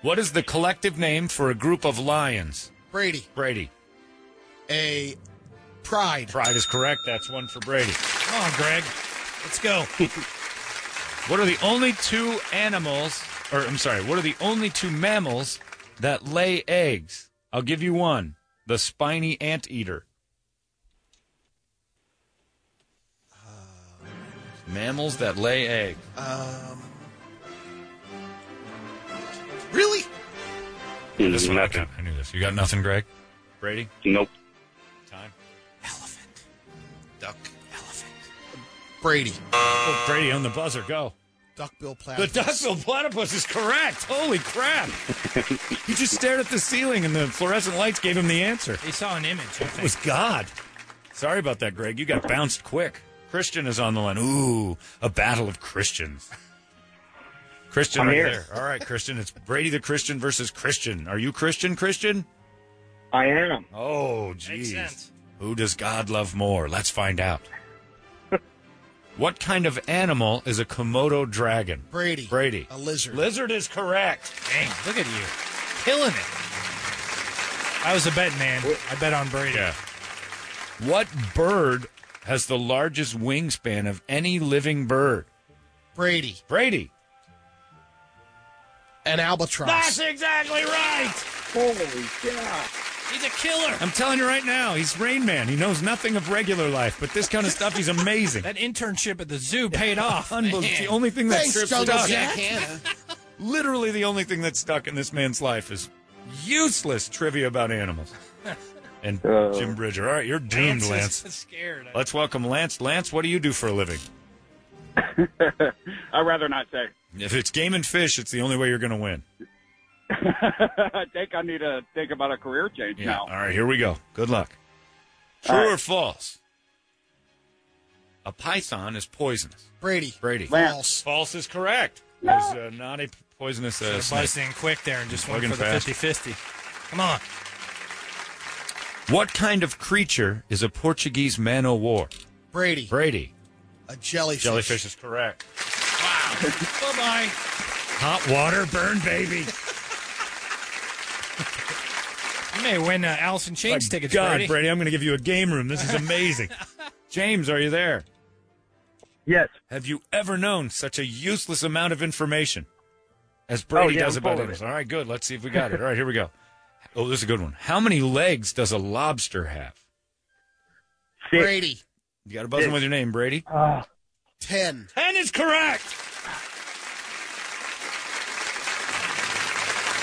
S1: What is the collective name for a group of lions?
S5: Brady.
S1: Brady.
S5: A pride.
S1: Pride is correct. That's one for Brady. Come on, Greg.
S4: Let's go.
S1: what are the only two animals, or I'm sorry, what are the only two mammals that lay eggs? I'll give you one the spiny anteater. Mammals that lay eggs.
S5: Um, really?
S1: This one I got. I knew this. You got nothing, Greg? Brady?
S16: Mm-hmm. Nope.
S1: Time.
S5: Duck. Brady.
S1: Oh, Brady on the buzzer. Go.
S5: Duckbill
S1: The
S5: platypus.
S1: duckbill platypus is correct. Holy crap. he just stared at the ceiling and the fluorescent lights gave him the answer.
S4: He saw an image. I
S1: It was God. Sorry about that, Greg. You got bounced quick. Christian is on the line. Ooh, a battle of Christians. Christian,
S16: I'm
S1: right
S16: here.
S1: there. All right, Christian. It's Brady the Christian versus Christian. Are you Christian, Christian?
S16: I am.
S1: Oh, jeez. Who does God love more? Let's find out. What kind of animal is a Komodo dragon?
S5: Brady.
S1: Brady.
S5: A lizard.
S1: Lizard is correct.
S17: Dang, look at you. Killing it. I was a betting man. I bet on Brady.
S1: Yeah. What bird has the largest wingspan of any living bird?
S5: Brady.
S1: Brady.
S5: An albatross.
S17: That's exactly right.
S16: Holy cow.
S17: He's a killer.
S1: I'm telling you right now, he's Rain Man. He knows nothing of regular life, but this kind of stuff, he's amazing.
S4: That internship at the zoo paid off.
S1: Unbelievable.
S4: Man.
S1: The only thing that
S4: Thanks,
S1: trip
S4: Jungle
S1: stuck.
S4: Jack.
S1: Literally the only thing that's stuck in this man's life is useless trivia about animals. And Jim Bridger. All right, you're doomed,
S17: Uh, Lance is
S1: Lance.
S17: scared.
S1: Let's welcome Lance. Lance, what do you do for a living?
S16: I'd rather not say.
S1: If it's game and fish, it's the only way you're going to win.
S16: I think I need to think about a career change
S1: Yeah.
S16: now.
S1: All right, here we go. Good luck. True or false? A python is poisonous.
S5: Brady.
S1: Brady.
S17: Lance.
S1: False is correct. There's uh, not a poisonous uh,
S17: Should've
S1: snake.
S17: buzzed in quick there and just went
S1: Looking
S17: for the
S1: fast.
S17: 50 50. Come on.
S1: What kind of creature is a Portuguese man o' war?
S5: Brady.
S1: Brady.
S5: A jellyfish.
S1: Jellyfish is correct.
S17: bye bye.
S1: Hot water, burn, baby.
S4: You may win uh, Allison Chain's
S1: My
S4: tickets,
S1: God,
S4: Brady.
S1: I'm going to give you a game room. This is amazing. James, are you there?
S16: Yes.
S1: Have you ever known such a useless amount of information as Brady
S16: Oh, yeah,
S1: does
S16: I'm
S1: about
S16: full of
S1: others?
S16: it.
S1: All right, good. Let's see if we got it. All right, here we go. Oh, this is a good one. How many legs does a lobster have?
S5: Brady.
S1: You got to buzz in with your name, Brady.
S5: Ten.
S1: Ten is correct.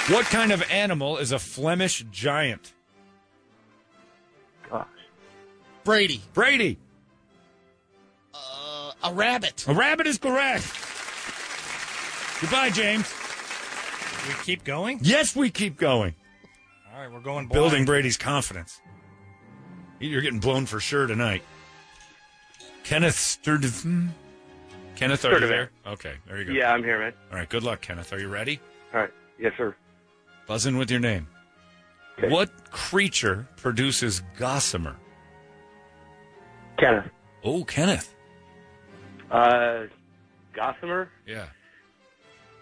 S1: What kind of animal is a Flemish giant?
S5: Brady.
S1: Brady.
S5: Uh, a rabbit.
S1: A rabbit is correct. Goodbye, James.
S17: We keep going?
S1: Yes, we keep going.
S17: All right, we're going blind.
S1: Building Brady's confidence. You're getting blown for sure tonight. Kenneth Sturtevant. Kenneth, are you there?
S16: Sturtevant.
S1: Okay, there you go.
S16: Yeah, I'm here, man.
S1: All right, good luck, Kenneth. Are you ready?
S16: All right. Yes, sir.
S1: Buzz in with your name. What creature produces gossamer?
S16: Kenneth.
S1: Oh, Kenneth.
S16: Uh, Gossamer?
S1: Yeah.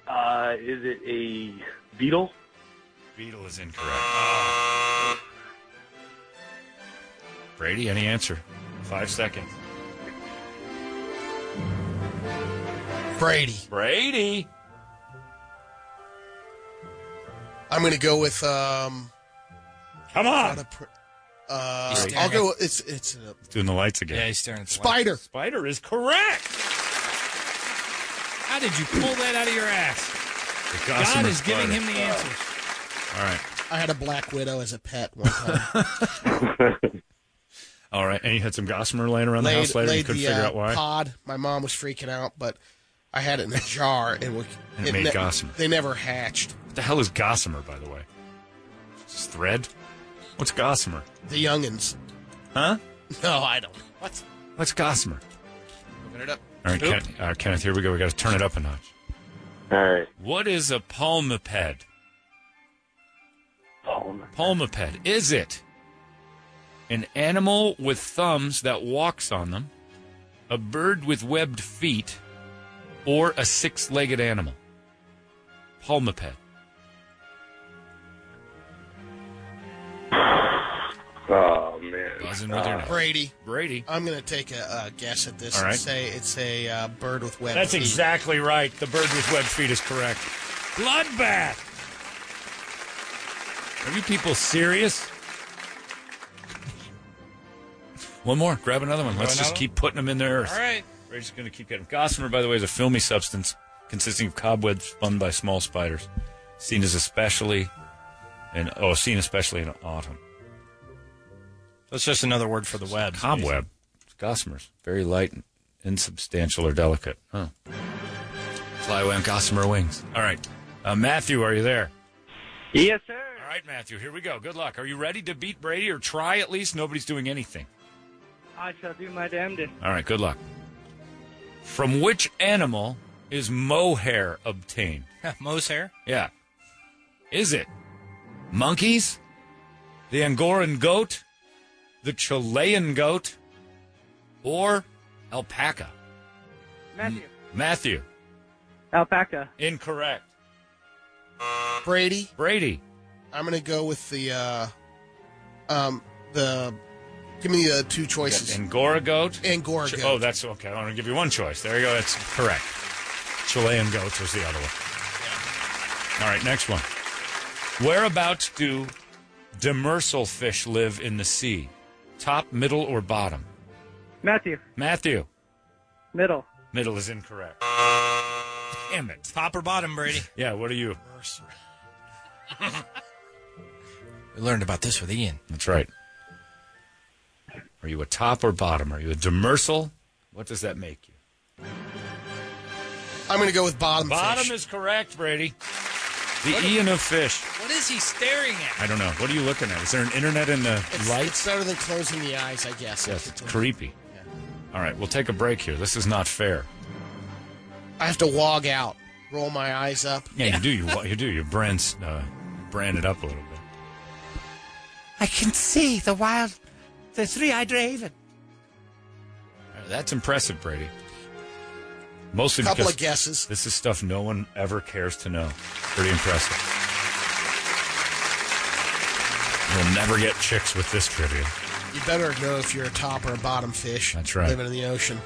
S16: Uh, is it a beetle?
S1: Beetle is incorrect. Brady, any answer? Five seconds.
S5: Brady.
S1: Brady.
S5: I'm going to go with. um
S1: Come
S5: Ah.
S1: on.
S5: uh,
S1: He's staring
S5: I'll go. It's it's a
S1: Doing the lights again.
S4: Yeah, he's staring at the
S5: spider.
S1: Spider is correct.
S4: How did you pull that out of your ass?
S1: The
S4: God
S1: gossamer
S4: is giving
S1: spider.
S4: him the answers.
S1: All right.
S5: I had a black widow as a pet one time.
S1: All right. And you had some gossamer laying around the
S5: laid
S1: house later. You
S5: laid
S1: couldn't
S5: the
S1: figure
S5: uh,
S1: out why.
S5: pod. My mom was freaking out, but I had it in a jar and we,
S1: And it made gossamer.
S5: They never hatched.
S1: What the hell is gossamer, by the way? It's Just thread? What's gossamer?
S5: The youngins.
S1: Huh?
S5: No, I don't. What?
S1: What's gossamer?
S7: Open it up.
S1: All right, Ken- all right, Kenneth, here we go. We got to turn it up a notch.
S16: All right.
S1: What is a palmiped?
S16: Palm.
S1: Palmiped. Is it an animal with thumbs that walks on them, a bird with webbed feet, or a six legged animal? Palmiped.
S16: Oh, man.
S1: Buzzing with your name.
S5: Brady.
S1: Brady.
S5: I'm going to take a uh, guess at this
S1: All
S5: and
S1: right.
S5: say it's a uh, bird with webbed
S1: That's
S5: feet.
S1: exactly right. The bird with webbed feet is correct. Bloodbath. Are you people serious? One more. Grab another one. Let's
S17: Grab
S1: just
S17: another
S1: keep putting them in their earth.
S17: All right.
S1: We're just going to keep getting. Gossamer, by the way, is a filmy substance consisting of cobwebs spun by small spiders, seen as especially, in oh, seen especially in autumn.
S4: That's just another word for the web.
S1: Cobweb, gossamers, very light, and insubstantial or delicate. Huh. Fly away on gossamer wings. All right, uh, Matthew, are you there?
S16: Yes, sir.
S1: All right, Matthew, here we go. Good luck. Are you ready to beat Brady or try at least? Nobody's doing anything.
S16: I shall do my damnedest.
S1: All right, good luck. From which animal is mohair obtained?
S4: Mo's hair.
S1: Yeah. Is it monkeys? The Angoran goat? The Chilean goat? Or alpaca? Matthew. Matthew.
S16: Alpaca.
S1: Incorrect.
S5: Brady.
S1: Brady.
S5: I'm gonna go with the uh um the give me the two choices.
S1: Angora goat.
S5: Angora goat.
S1: Oh, that's okay. I'm going to give you one choice. There you go. That's correct. Chilean goat was the other one. All right, next one. Whereabouts do demersal fish live in the sea? Top, middle, or bottom?
S16: Matthew.
S1: Matthew.
S16: Middle.
S1: Middle is incorrect. Damn it.
S17: Top or bottom, Brady?
S1: Yeah, what are you?
S4: We learned about this with Ian.
S1: That's right. Are you a top or bottom? Are you a demersal? What does that make you?
S5: I'm gonna go with bottom.
S1: Bottom is correct, Brady. The Ian of fish.
S4: What is he staring at?
S1: I don't know. What are you looking at? Is there an internet in the
S5: It's,
S1: light?
S5: it's better than closing the eyes, I guess.
S1: Yes, it's creepy. All right, we'll take a break here. This is not fair.
S5: I have to log out, roll my eyes up.
S1: Yeah, you do. You, you do. You brand, uh, brand it up a little bit.
S6: I can see the wild, the three-eyed raven.
S1: All right, that's impressive, Brady. Mostly
S5: Couple
S1: because
S5: of guesses.
S1: This is stuff no one ever cares to know. Pretty impressive. You'll never get chicks with this trivia.
S5: You better know if you're a top or a bottom fish.
S1: That's right.
S5: Living in the ocean.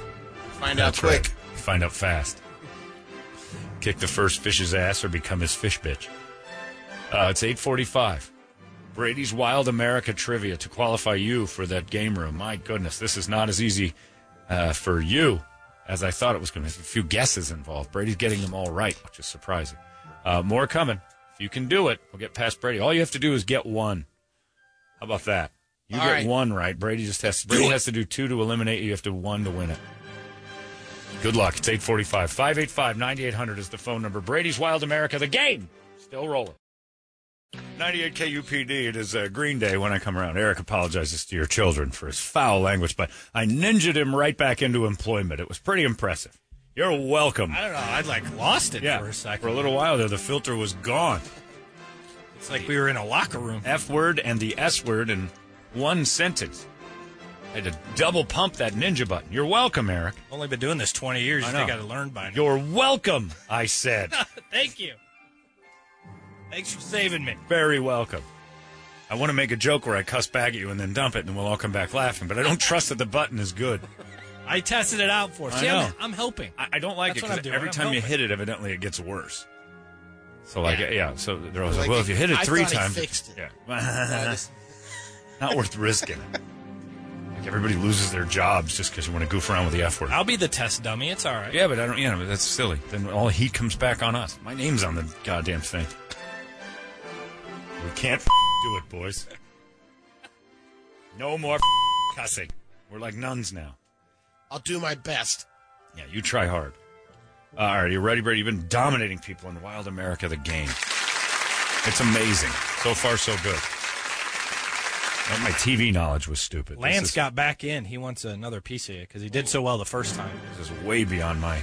S5: Find
S1: That's
S5: out quick.
S1: right. Find out fast. Kick the first fish's ass or become his fish bitch. Uh, it's 845. Brady's Wild America trivia to qualify you for that game room. My goodness, this is not as easy uh, for you as I thought it was going to be. A few guesses involved. Brady's getting them all right, which is surprising. Uh, more coming. If you can do it, we'll get past Brady. All you have to do is get one. How about that? You
S5: All
S1: get
S5: right.
S1: one right. Brady just has to, Brady has to do two to eliminate you. You have to one to win it. Good luck. It's 845. 585 9800 is the phone number. Brady's Wild America, the game. Still rolling. 98 KUPD, it is uh, Green Day when I come around. Eric apologizes to your children for his foul language, but I ninjaed him right back into employment. It was pretty impressive. You're welcome.
S17: I don't know. I'd like lost it
S1: yeah,
S17: for a second.
S1: For a little while there, the filter was gone.
S17: It's like we were in a locker room.
S1: F word and the S word in one sentence. I had to double pump that ninja button. You're welcome, Eric.
S17: Only been doing this 20 years.
S1: I
S17: I think
S1: know.
S17: I'd have learned by now.
S1: You're welcome, I said.
S17: Thank you. Thanks for saving me.
S1: Very welcome. I want to make a joke where I cuss back at you and then dump it, and we'll all come back laughing. But I don't trust that the button is good.
S17: I tested it out for you.
S1: I
S17: See, I'm,
S1: know.
S17: I'm helping.
S1: I, I don't like
S17: That's
S1: it
S17: what I'm
S1: because
S17: doing.
S1: every
S17: I'm
S1: time you
S17: helping.
S1: hit it, evidently it gets worse. So like yeah, so they're always like,
S5: Like,
S1: well, if you hit it
S5: I
S1: three
S5: thought he
S1: times,
S5: fixed it. I
S1: yeah,
S5: just-
S1: not worth risking. it. Like everybody loses their jobs just because you want to goof around with the F word.
S17: I'll be the test dummy. It's all right.
S1: Yeah, but I don't. Yeah, but that's silly. Then all the heat comes back on us. My name's on the goddamn thing. We can't f- do it, boys. No more f- cussing. We're like nuns now.
S5: I'll do my best.
S1: Yeah, you try hard. Uh, All right, you ready, Brady? You've been dominating people in Wild America, the game. It's amazing. So far, so good. Well, my TV knowledge was stupid. This
S17: Lance
S1: is-
S17: got back in. He wants another piece of you because he did so well the first time.
S1: This is way beyond my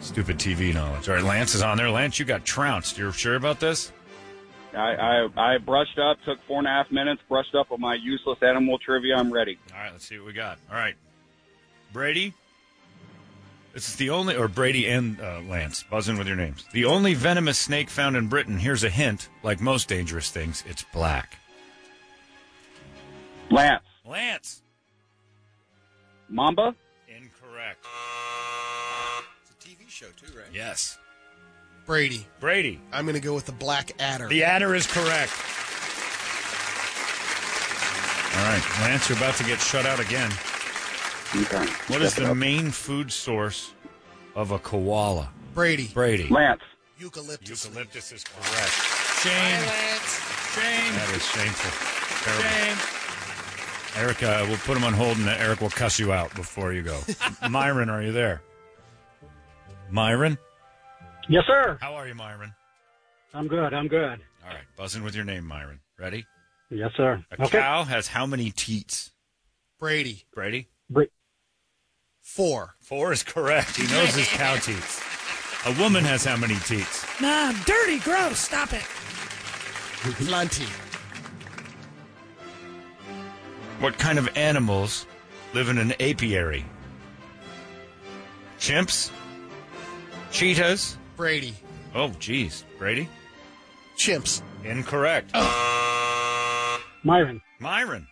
S1: stupid TV knowledge. All right, Lance is on there. Lance, you got trounced. You're sure about this?
S16: I, I, I brushed up, took four and a half minutes, brushed up on my useless animal trivia. I'm ready.
S1: All right, let's see what we got. All right, Brady. This is the only, or Brady and uh, Lance, buzz in with your names. The only venomous snake found in Britain. Here's a hint: like most dangerous things, it's black.
S16: Lance.
S1: Lance.
S16: Mamba?
S1: Incorrect.
S7: It's a TV show, too, right?
S1: Yes.
S5: Brady.
S1: Brady.
S5: I'm gonna go with the black adder.
S1: The adder is correct. All right, Lance, you're about to get shut out again.
S16: Okay.
S1: What is the main food source of a koala?
S5: Brady.
S1: Brady.
S16: Lance.
S5: Eucalyptus.
S1: Eucalyptus is correct.
S17: Shame. Shame.
S1: That is shameful.
S17: Shame.
S1: Terrible. Eric, uh, we'll put him on hold, and then Eric will cuss you out before you go. Myron, are you there? Myron,
S18: Yes, sir.
S1: how are you, Myron?
S18: I'm good. I'm good.
S1: All right, buzzing with your name, Myron. Ready?
S18: Yes, sir.
S1: A cow has how many teats?
S5: Brady.
S1: Brady,
S5: Four.
S1: four is correct. He knows his cow teats. A woman has how many teats?
S6: Mom, dirty, gross. Stop it.
S5: Plenty.
S1: What kind of animals live in an apiary? Chimps, Cheetahs.
S5: Brady.
S1: Oh, geez. Brady?
S5: Chimps.
S1: Incorrect.
S18: Myron.
S1: Myron.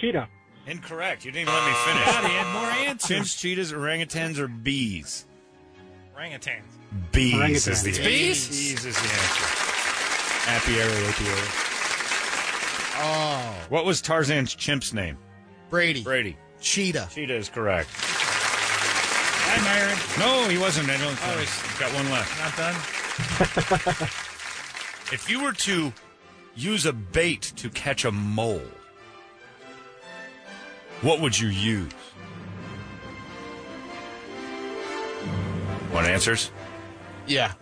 S18: Cheetah.
S1: Incorrect. You didn't even let me finish.
S17: God, he had more answers.
S1: Chimps, cheetahs, orangutans, or bees?
S17: Orangutans.
S1: Bees
S17: Orangutans.
S1: is the
S17: It's
S1: answer.
S17: bees?
S1: Bees is the answer. Apiary, apiary.
S5: Oh.
S1: What was Tarzan's chimp's name?
S5: Brady.
S1: Brady.
S5: Cheetah.
S1: Cheetah is correct. Hi, Myron. No, he wasn't. I don't.
S17: Oh,
S1: I've got one left.
S17: Not done.
S1: If you were to use a bait to catch a mole, what would you use? Want answers?
S5: Yeah.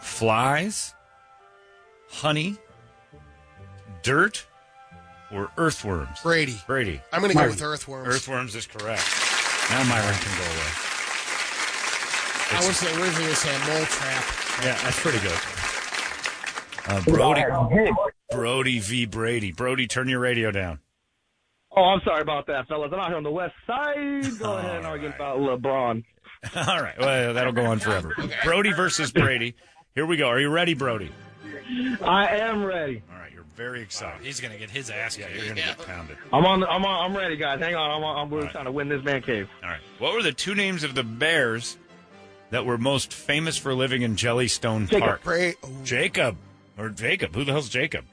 S1: Flies, honey, dirt, or earthworms?
S5: Brady.
S1: Brady.
S5: I'm gonna go Myron. with earthworms.
S1: Earthworms is correct. Now Myron can go away.
S5: I was originally saying mole trap.
S1: Yeah, that's pretty good. Uh, Brody, Brody v. Brady. Brody, turn your radio down.
S19: Oh, I'm sorry about that, fellas. I'm out here on the west side. Go ahead and argue about LeBron.
S1: All right, well, that'll go on forever. Brody versus Brady. Here we go. Are you ready, Brody?
S19: I am ready.
S1: All right, you're very excited.
S17: he's gonna get his ass.
S1: Yeah, you're gonna get pounded.
S19: I'm on. I'm on. I'm ready, guys. Hang on. I'm. On, I'm really trying to win this man cave.
S1: All right. What were the two names of the bears that were most famous for living in Jellystone
S19: Jacob.
S1: Park? Jacob. Or Jacob. Who the hell's Jacob?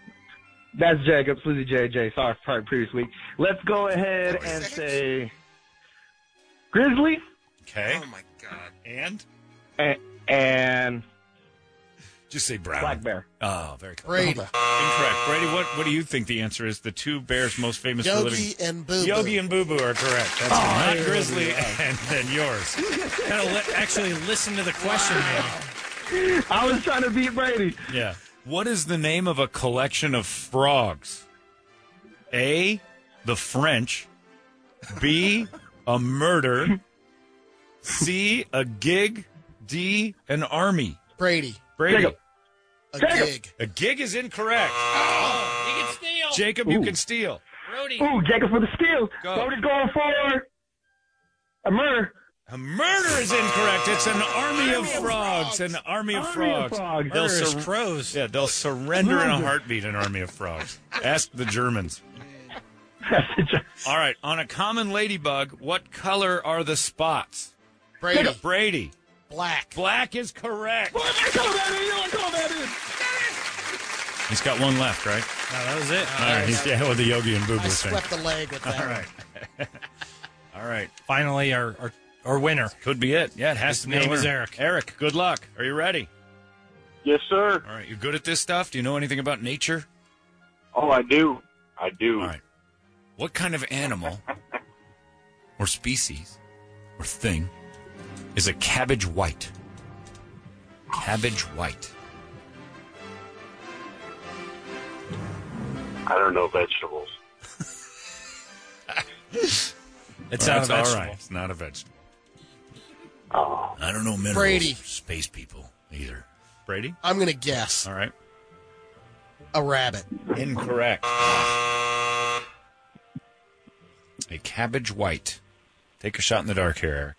S19: That's Jacob. Susie JJ. Sorry for the previous week. Let's go ahead and say Grizzly
S1: Okay. Oh, my God. And?
S19: and, and
S1: Just say Brown.
S19: Black Bear.
S1: Oh, very good.
S19: Brady.
S1: Incorrect. Brady, what, what do you think the answer is? The two bears most famous for living.
S5: Yogi and Boo Boo.
S1: Yogi and Boo Boo are correct. That's not Grizzly and then yours.
S17: Gotta li- actually listen to the question, man.
S19: I was trying to beat Brady.
S1: Yeah. What is the name of a collection of frogs? A, the French. B, a murder. C, a gig. D, an army.
S5: Brady.
S1: Brady.
S5: Jacob. A
S1: Jacob.
S5: gig.
S1: A gig is incorrect.
S17: He can steal.
S1: Jacob, you can Oh, steal.
S17: Brody.
S19: Ooh, Jacob for the steal.
S1: Go.
S19: Brody's going for a murder.
S1: A murder is incorrect. It's an army, of frogs. An army of
S19: Army of
S1: frogs.
S19: frogs.
S1: They'll
S19: Murderous
S1: sur- Yeah, they'll surrender in a
S19: Murder.
S1: heartbeat. An army of frogs. Ask the Germans. All right. On a common ladybug, what color are the spots?
S5: Brady.
S1: Brady.
S5: Black.
S1: Black is correct.
S19: Come on, baby. Come on, baby.
S1: He's got one left, right?
S17: No, that was it.
S1: All right. He's yeah, with the Yogi and Boo Boo
S5: I
S1: thing.
S5: swept the leg with that.
S1: All right. All right.
S17: Finally, our our, our winner.
S1: Could be it. Yeah, it has
S17: His
S1: to be. a
S17: name is
S1: winner.
S17: Eric.
S1: Eric, good luck. Are you ready?
S20: Yes, sir.
S1: All right. You're good at this stuff. Do you know anything about nature?
S20: Oh, I do. I do.
S1: All right. What kind of animal or species or thing is a cabbage white? Cabbage white.
S20: I don't know vegetables.
S1: It's
S17: not a
S1: All
S17: vegetable.
S1: right. It's not a vegetable.
S20: Oh.
S1: I don't know minerals.
S5: Brady.
S1: Space people either. Brady?
S5: I'm gonna guess
S1: All right.
S5: a rabbit.
S1: Incorrect. A cabbage white. Take a shot in the dark here, Eric.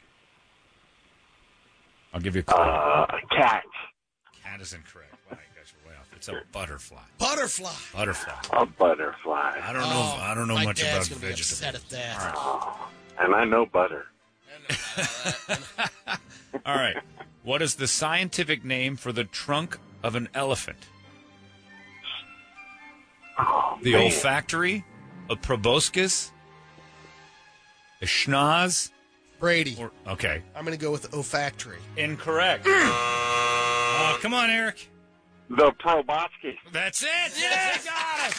S1: I'll give you a clue.
S20: Uh, cat.
S1: Cat is incorrect. Wow, you guys are way off. It's a butterfly.
S5: Butterfly.
S1: Butterfly.
S20: A butterfly.
S1: I don't know. I don't know
S5: Oh, My
S1: much about
S5: dad's gonna be
S1: vegetables.
S5: upset at that.
S20: And I know butter.
S1: All right. What is the scientific name for the trunk of an elephant? the
S20: man.
S1: olfactory, a proboscis, a schnoz.
S5: Brady.
S1: Okay.
S5: I'm gonna go with olfactory.
S1: Incorrect. Uh,
S17: Oh, come on, Eric.
S20: The proboscis.
S1: That's it.
S17: Yeah, got it.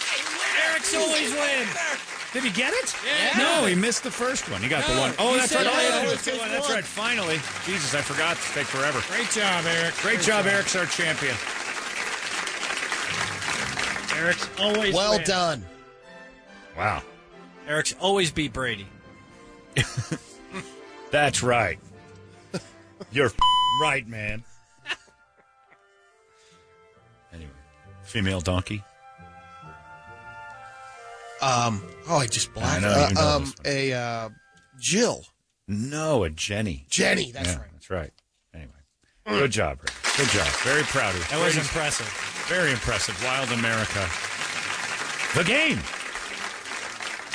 S17: Eric's always win. Did he get it? Yeah.
S1: No, he missed the first one. He got the
S17: No,
S1: one. Oh,
S17: you
S1: that's
S17: said
S1: right.
S17: no,
S1: Oh,
S17: it
S1: yeah,
S17: was
S1: that's right.
S17: just
S1: That's
S17: one.
S1: right. Finally. Jesus, I forgot. It's take forever.
S17: Great job, Eric.
S1: Great job. Eric's our champion.
S17: Eric's always
S5: Well
S17: win.
S5: done.
S1: Wow.
S17: Eric's always beat Brady.
S1: That's right. You're right, man. Anyway, female donkey.
S5: Um. Oh, I just
S1: I
S5: blacked.
S1: know,
S5: uh,
S1: you know
S5: um.
S1: this
S5: A uh, Jill.
S1: No, a Jenny.
S5: Jenny, that's
S1: Yeah,
S5: right.
S1: That's right. Anyway, Good job, Rick. Good job. Very proud of you.
S17: That was
S1: Greatest-
S17: impressive.
S1: Very impressive. Wild America. The game.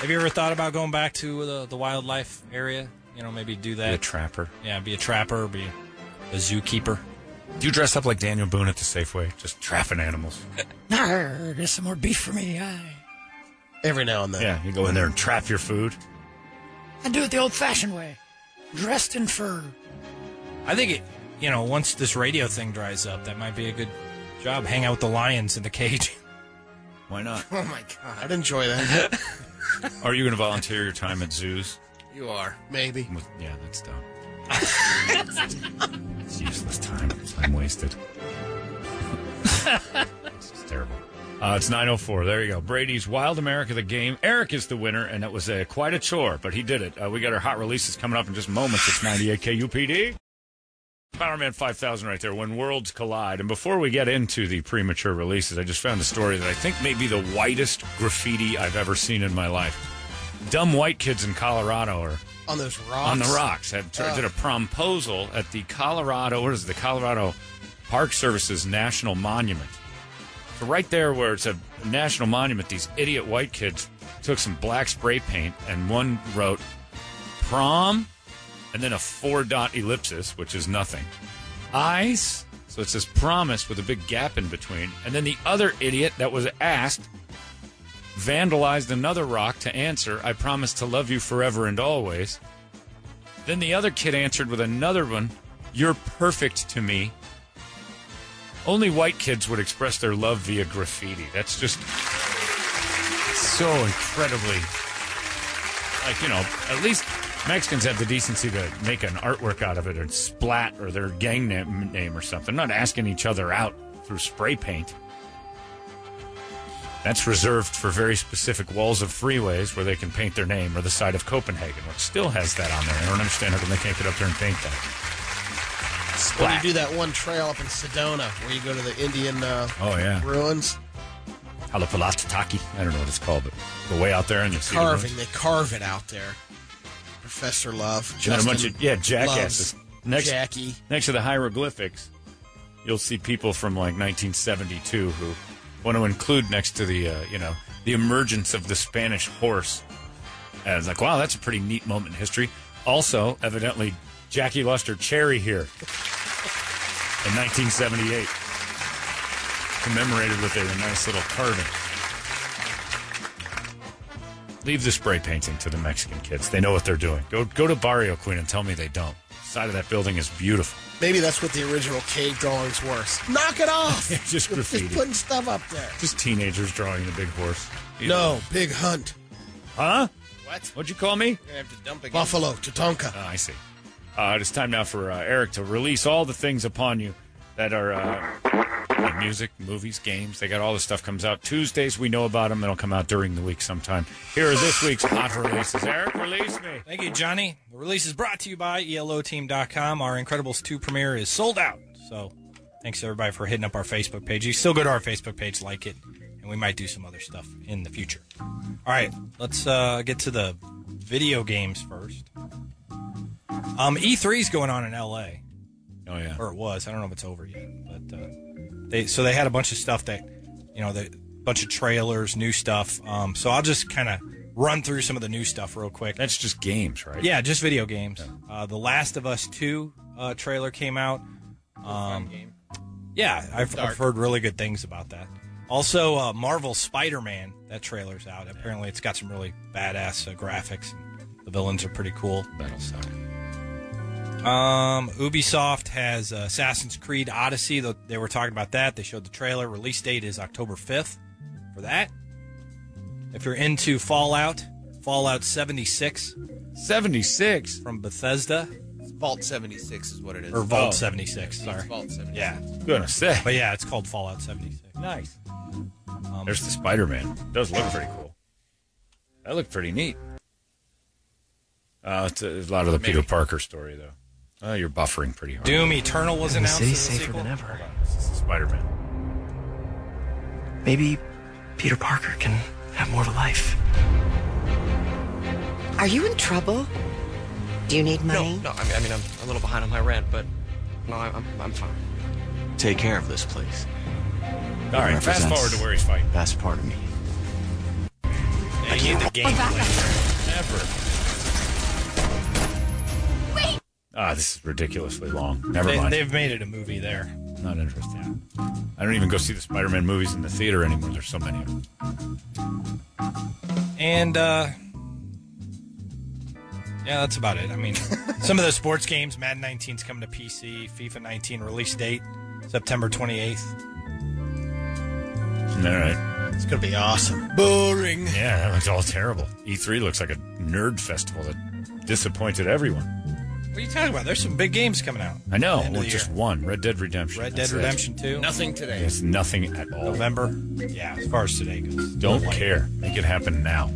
S4: Have you ever thought about going back to the, the wildlife area? You know, maybe do that.
S1: Be a trapper.
S4: Yeah, be a trapper, be a zookeeper.
S1: Do you dress up like Daniel Boone at the Safeway? Just trapping animals.
S6: Arr, there's some more beef for me. I,
S1: Every now and then. Yeah, you go in there and trap your food.
S6: I do it the old fashioned way dressed in fur.
S4: I think it, you know, once this radio thing dries up, that might be a good job. Hang out with the lions in the cage.
S1: Why not?
S5: Oh my god, I'd enjoy that.
S1: Are you going to volunteer your time at zoos?
S5: you are maybe.
S1: With- yeah, that's dumb. It's useless time. Time wasted. It's terrible. Uh, it's 904. There you go. Brady's Wild America, the game. Eric is the winner, and it was uh, quite a chore, but he did it. Uh, we got our hot releases coming up in just moments. It's 98 KUPD. Power Man 5000 right there, when worlds collide. And before we get into the premature releases, I just found a story that I think may be the whitest graffiti I've ever seen in my life. Dumb white kids in Colorado are
S5: on those rocks.
S1: on the rocks. Had
S5: Oh.
S1: did a promposal at the Colorado. What is it, the Colorado Park Service's National Monument? So right there, where it's a national monument, these idiot white kids took some black spray paint and one wrote prom, and then a four dot ellipsis, which is nothing. Eyes. So it says promise with a big gap in between, and then the other idiot that was asked vandalized another rock to answer, I promise to love you forever and always. Then the other kid answered with another one, You're perfect to me. Only white kids would express their love via graffiti. That's just so incredibly. Like, you know, at least Mexicans have the decency to make an artwork out of it and splat or their gang name, name or something. Not asking each other out through spray paint. That's reserved for very specific walls of freeways where they can paint their name or the side of Copenhagen, which still has that on there. I don't understand how come they can't get up there and paint that.
S5: When you
S1: Splat.
S5: do that one trail up in Sedona, where you go to the Indian uh,
S1: Oh, yeah.
S5: ruins,
S1: Halapalataki. I don't know what it's called, but go way out there and you see the ruins.
S5: carving. They carve it out there. Professor Love,
S1: And then a bunch
S5: Justin
S1: of yeah jackasses.
S5: Loves
S1: Next,
S5: Jackie.
S1: next to the hieroglyphics, you'll see people from like 1972 who want to include next to the uh, you know the emergence of the Spanish horse. And it's like, wow, that's a pretty neat moment in history. Also, evidently, Jackie Luster Cherry here in 1978 commemorated with a nice little carving. Leave the spray painting to the Mexican kids. They know what they're doing. Go go to Barrio Queen and tell me they don't. side of that building is beautiful.
S5: Maybe that's what the original cave drawings were. Knock it off.
S1: Just graffiti.
S5: Just putting stuff up there.
S1: Just teenagers drawing the big horse.
S5: No, big hunt.
S1: Huh?
S5: What?
S1: What'd you call me?
S5: You're gonna have to dump again. Buffalo, Tatanka.
S1: Oh, I see. Uh, it is time now for uh, Eric to release all the things upon you that are uh, music, movies, games. They got all this stuff comes out Tuesdays. We know about them. It'll come out during the week sometime. Here are this week's hot releases. Eric, release me.
S4: Thank you, Johnny. The release is brought to you by E ELOteam.com. Our Incredibles 2 premiere is sold out. So thanks, everybody, for hitting up our Facebook page. You still go to our Facebook page, like it, and we might do some other stuff in the future. All right, let's uh, get to the video games first. Um, E3 is going on in LA.
S1: Oh, yeah.
S4: Or it was. I don't know if it's over yet. But uh, they so they had a bunch of stuff that, you know, the bunch of trailers, new stuff. Um, so I'll just kind of run through some of the new stuff real quick.
S1: That's just games, right?
S4: Yeah, just video games. Uh, the Last of Us Two uh, trailer came out. Um, yeah, I've,
S17: Dark.
S4: I've heard really good things about that. Also, uh, Marvel Spider Man that trailer's out. Apparently, it's got some really badass uh, graphics. The villains are pretty cool.
S1: That'll suck.
S4: Um, Ubisoft has uh, Assassin's Creed Odyssey. Tho- They were talking about that. They showed the trailer. Release date is October 5th for that. If you're into Fallout, Fallout 76.
S1: 76?
S4: From Bethesda.
S7: Vault 76 is what it is.
S4: Or Vault 76, sorry.
S7: Vault 76.
S4: Yeah.
S1: Goodness sake.
S4: But yeah, it's called Fallout 76.
S1: Nice. There's the Spider Man. Does look pretty cool. That looked pretty neat. Uh, it's a, it's a lot of the Peter Parker story, though. Uh, you're buffering pretty hard.
S4: Doom Eternal was announced.
S6: city's
S4: as a
S6: safer
S4: sequel.
S6: than ever.
S1: Spider Man.
S6: Maybe Peter Parker can have more to life.
S21: Are you in trouble? Do you need money?
S22: No, no. I mean, I mean, I'm a little behind on my rent, but
S21: No, I- I'm, I'm fine. Take care of this place.
S1: All right, fast forward to where he's fighting.
S21: That's part of me.
S1: I need the game plan ever. Ah, this is ridiculously long. Never
S4: they,
S1: mind.
S4: They've made it a movie there.
S1: Not interesting. I don't even go see the Spider-Man movies in the theater anymore. There's so many of them.
S4: And uh yeah, that's about it. I mean, some of the sports games, Madden 19's coming to PC, FIFA 19 release date September 28th.
S1: All right.
S5: It's going to be awesome.
S1: Boring. Yeah, that looks all terrible. E3 looks like a nerd festival that disappointed everyone.
S4: What are you talking about? There's some big games coming out.
S1: I know.
S4: End of
S1: Well,
S4: the
S1: just
S4: year.
S1: one. Red Dead Redemption.
S4: Red
S1: That's
S4: Dead
S1: it.
S4: Redemption 2. Nothing today.
S1: It's nothing at all.
S4: November. Yeah, as far as today goes.
S1: Don't
S4: Like-
S1: care. Make it happen now.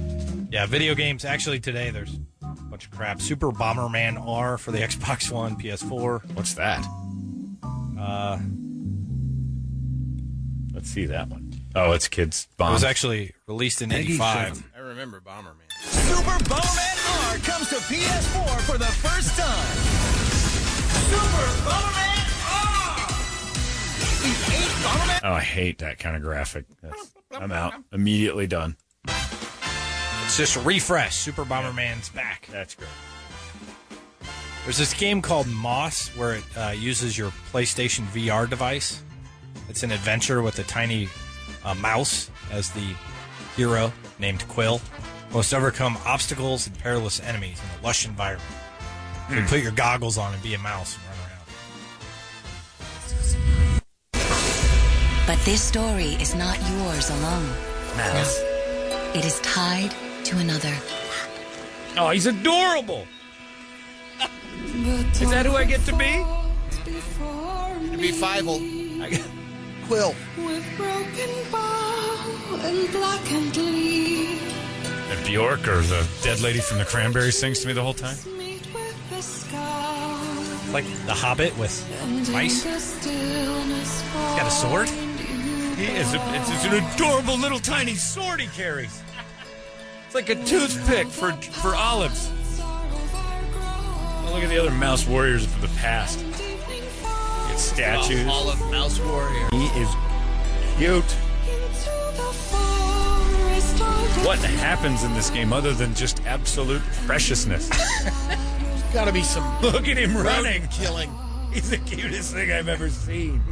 S4: Yeah, video games. Actually, today there's a bunch of crap. Super Bomberman R for the Xbox One, PS4.
S1: What's that?
S4: Uh,
S1: Let's see that one. Oh, it's kids. Bomb.
S4: It was actually released in
S1: Peggy
S4: 85.
S2: I remember Bomberman.
S7: Super Bomberman R comes to PS4 for the first time. Super Bomberman R! The eighth Bomberman
S1: Oh, I hate that kind of graphic. That's, I'm out. Immediately done.
S4: It's just a refresh. Super Bomberman's back.
S1: That's great.
S4: There's this game called Moss where it uh, uses your PlayStation VR device. It's an adventure with a tiny uh, mouse as the hero named Quill. Must overcome obstacles and perilous enemies in a lush environment. So You
S1: Hmm.
S4: put your goggles on and be a mouse and run around.
S22: But this story is not yours alone.
S1: Mouse.
S22: It is tied to another.
S1: Oh, he's adorable.
S22: Is that who I get to be?
S7: It'd be Fivel. Quill.
S23: With broken bow and blackened leaf,
S1: And Bjork or the dead lady from the Cranberries sings to me the whole time.
S23: the sky.
S4: Like The Hobbit with mice.
S23: He's
S4: got a sword?
S1: He is. A, it's, it's an adorable little tiny sword he carries. It's like a toothpick for for olives. Oh, look at the other mouse warriors of the past. It's statues.
S2: All of Mouse Warrior.
S1: He is cute. What happens in this game other than just absolute preciousness?
S5: There's got to be some.
S1: Look at him
S5: rodent
S1: running.
S5: Killing.
S1: He's the cutest thing I've ever seen.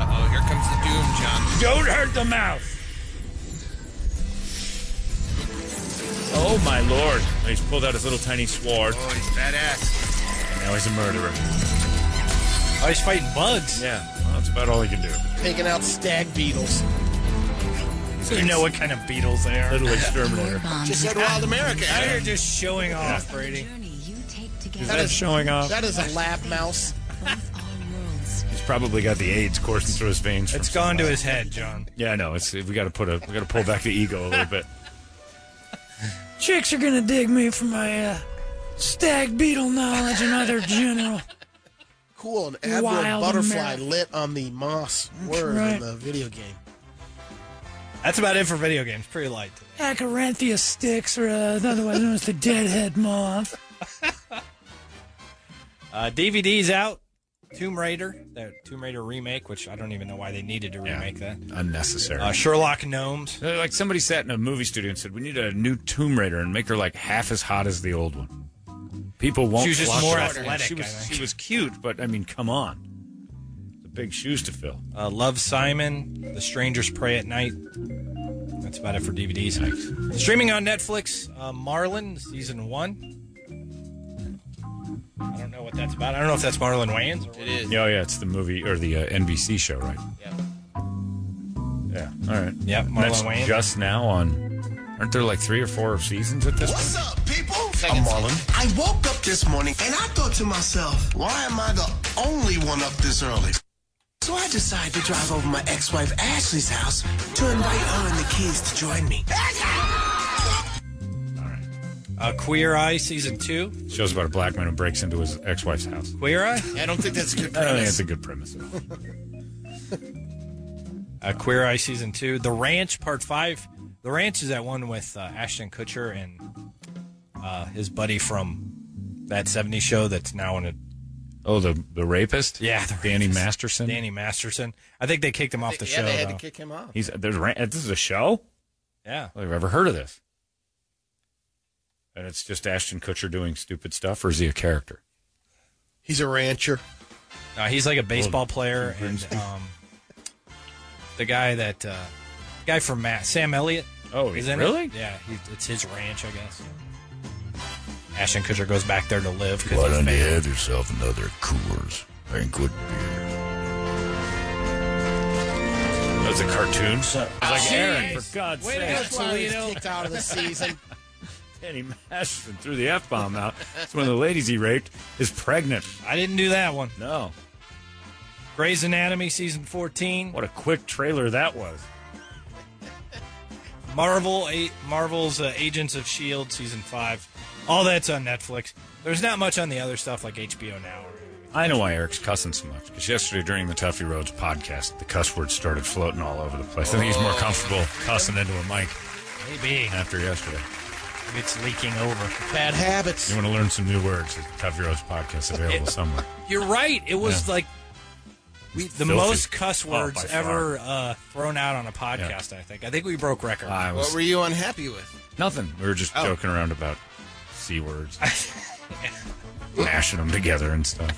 S2: Uh oh, here comes the doom, John.
S1: Don't hurt the mouse. Oh my lord! He's pulled out his little tiny sword.
S2: Oh, he's badass.
S1: And now he's a murderer.
S4: Oh, he's fighting bugs.
S1: Yeah, well, that's about all he can do.
S5: Taking out stag beetles.
S4: You know what kind of beetles they are.
S1: Little exterminator.
S5: Just said Wild America.
S4: Now you're just showing off,
S5: Yeah.
S4: Brady.
S1: Is that showing off?
S5: That is a lab mouse.
S1: He's probably got the AIDS coursing through his veins.
S4: It's gone to his head, John.
S1: Yeah, I know. It's we got to put a we got to pull back the ego a little bit.
S6: Chicks are gonna dig me for my uh, stag beetle knowledge and other general.
S5: Cool, an admiral
S6: Wild
S5: butterfly
S6: America.
S5: lit on the moss word
S6: right.
S5: in the video game.
S4: That's about it for video games. Pretty light. today.
S6: Acaranthia sticks, or uh, otherwise known as the deadhead moth.
S4: Uh, DVD's out. Tomb Raider, that Tomb Raider remake, which I don't even know why they needed to remake
S1: Unnecessary.
S4: that. Uh, Sherlock Gnomes.
S1: Uh, Like somebody sat in a movie studio and said, "We need a new Tomb Raider and make her like half as hot as the old one." People won't.
S4: She was just
S1: flock
S4: more
S1: to her.
S4: athletic,
S1: She was,
S4: I think.
S1: she was cute, but I mean, come on, it's a big shoes to fill.
S4: Uh, Love Simon, The Strangers Pray at Night. That's about it for DVDs. Streaming on Netflix, uh, Marlin, Season 1. I don't know what that's about. I don't know if that's Marlon Wayans or what. It is.
S1: Yeah, oh, yeah, it's the movie or the uh, NBC show, right? Yeah. Yeah. All right.
S4: Yep.
S1: And
S4: Marlon
S1: that's
S4: Wayans.
S1: Just now on. Aren't there like three or four seasons at this?
S12: What's
S1: point?
S12: up, people? I'm Marlon. I woke up this morning and I thought to myself, why am I the only one up this early? So I decided to drive over my ex-wife Ashley's house to invite her and the kids to join me.
S4: Uh, Queer Eye, Season 2.
S1: Show's about a black man who breaks into his ex-wife's house.
S4: Queer Eye?
S5: I don't think that's a good
S1: I don't think
S5: premise.
S1: that's a good premise. at all.
S4: uh, Queer Eye season two, The Ranch part five. The Ranch is that one with uh, Ashton Kutcher and uh, his buddy from that '70s show that's now in a,
S1: Oh, the the rapist.
S4: Yeah, the
S1: Danny Masterson.
S4: Danny Masterson. I think they kicked him off the show. though.
S5: him off.
S1: He's there's ra- this is a show.
S4: Yeah,
S1: I've ever heard of this. And it's just Ashton Kutcher doing stupid stuff, or is he a character?
S5: He's a rancher.
S4: No, Uh, he's like a baseball player,
S1: Oh,
S4: and um, the guy that uh, guy from Matt Sam Elliott.
S1: Oh,
S4: is in
S1: really?
S4: It. Yeah, he, it's his ranch, I guess. Ashton Kutcher goes back there to live. 'cause
S14: Why
S4: he's
S14: don't you
S4: famous.
S14: have yourself another Coors banquet beer?
S1: That's a cartoon. I was like, Aaron, for God's
S5: Way to
S1: sake.
S5: go, Toledo. Kicked out of the season.
S1: Danny Masterson threw the F bomb out. It's one of the ladies he raped is pregnant.
S4: I didn't do that one.
S1: No.
S4: Grey's Anatomy season fourteen.
S1: What a quick trailer that was.
S4: Marvel, a- Marvel's uh, Agents of Shield season five. All that's on Netflix. There's not much on the other stuff like HBO now.
S1: I know why Eric's cussing so much because yesterday during the Tuffy Roads podcast, the cuss words started floating all over the place. I think he's more
S4: Oh.
S1: comfortable cussing into a mic
S4: Maybe
S1: after yesterday.
S4: it's leaking over.
S5: Bad habits.
S1: You want to learn some new words? The Tuffy Roads podcast available somewhere.
S4: You're right. It was
S1: Yeah.
S4: like we,
S1: It's
S4: the
S1: filthy.
S4: most cuss
S1: Oh,
S4: words
S1: by far.
S4: ever uh, thrown out on a podcast. I think. I think we broke record.
S1: I was- What were
S4: you unhappy with?
S1: Nothing. We were just
S4: Oh.
S1: joking around about c words, mashing them together and stuff.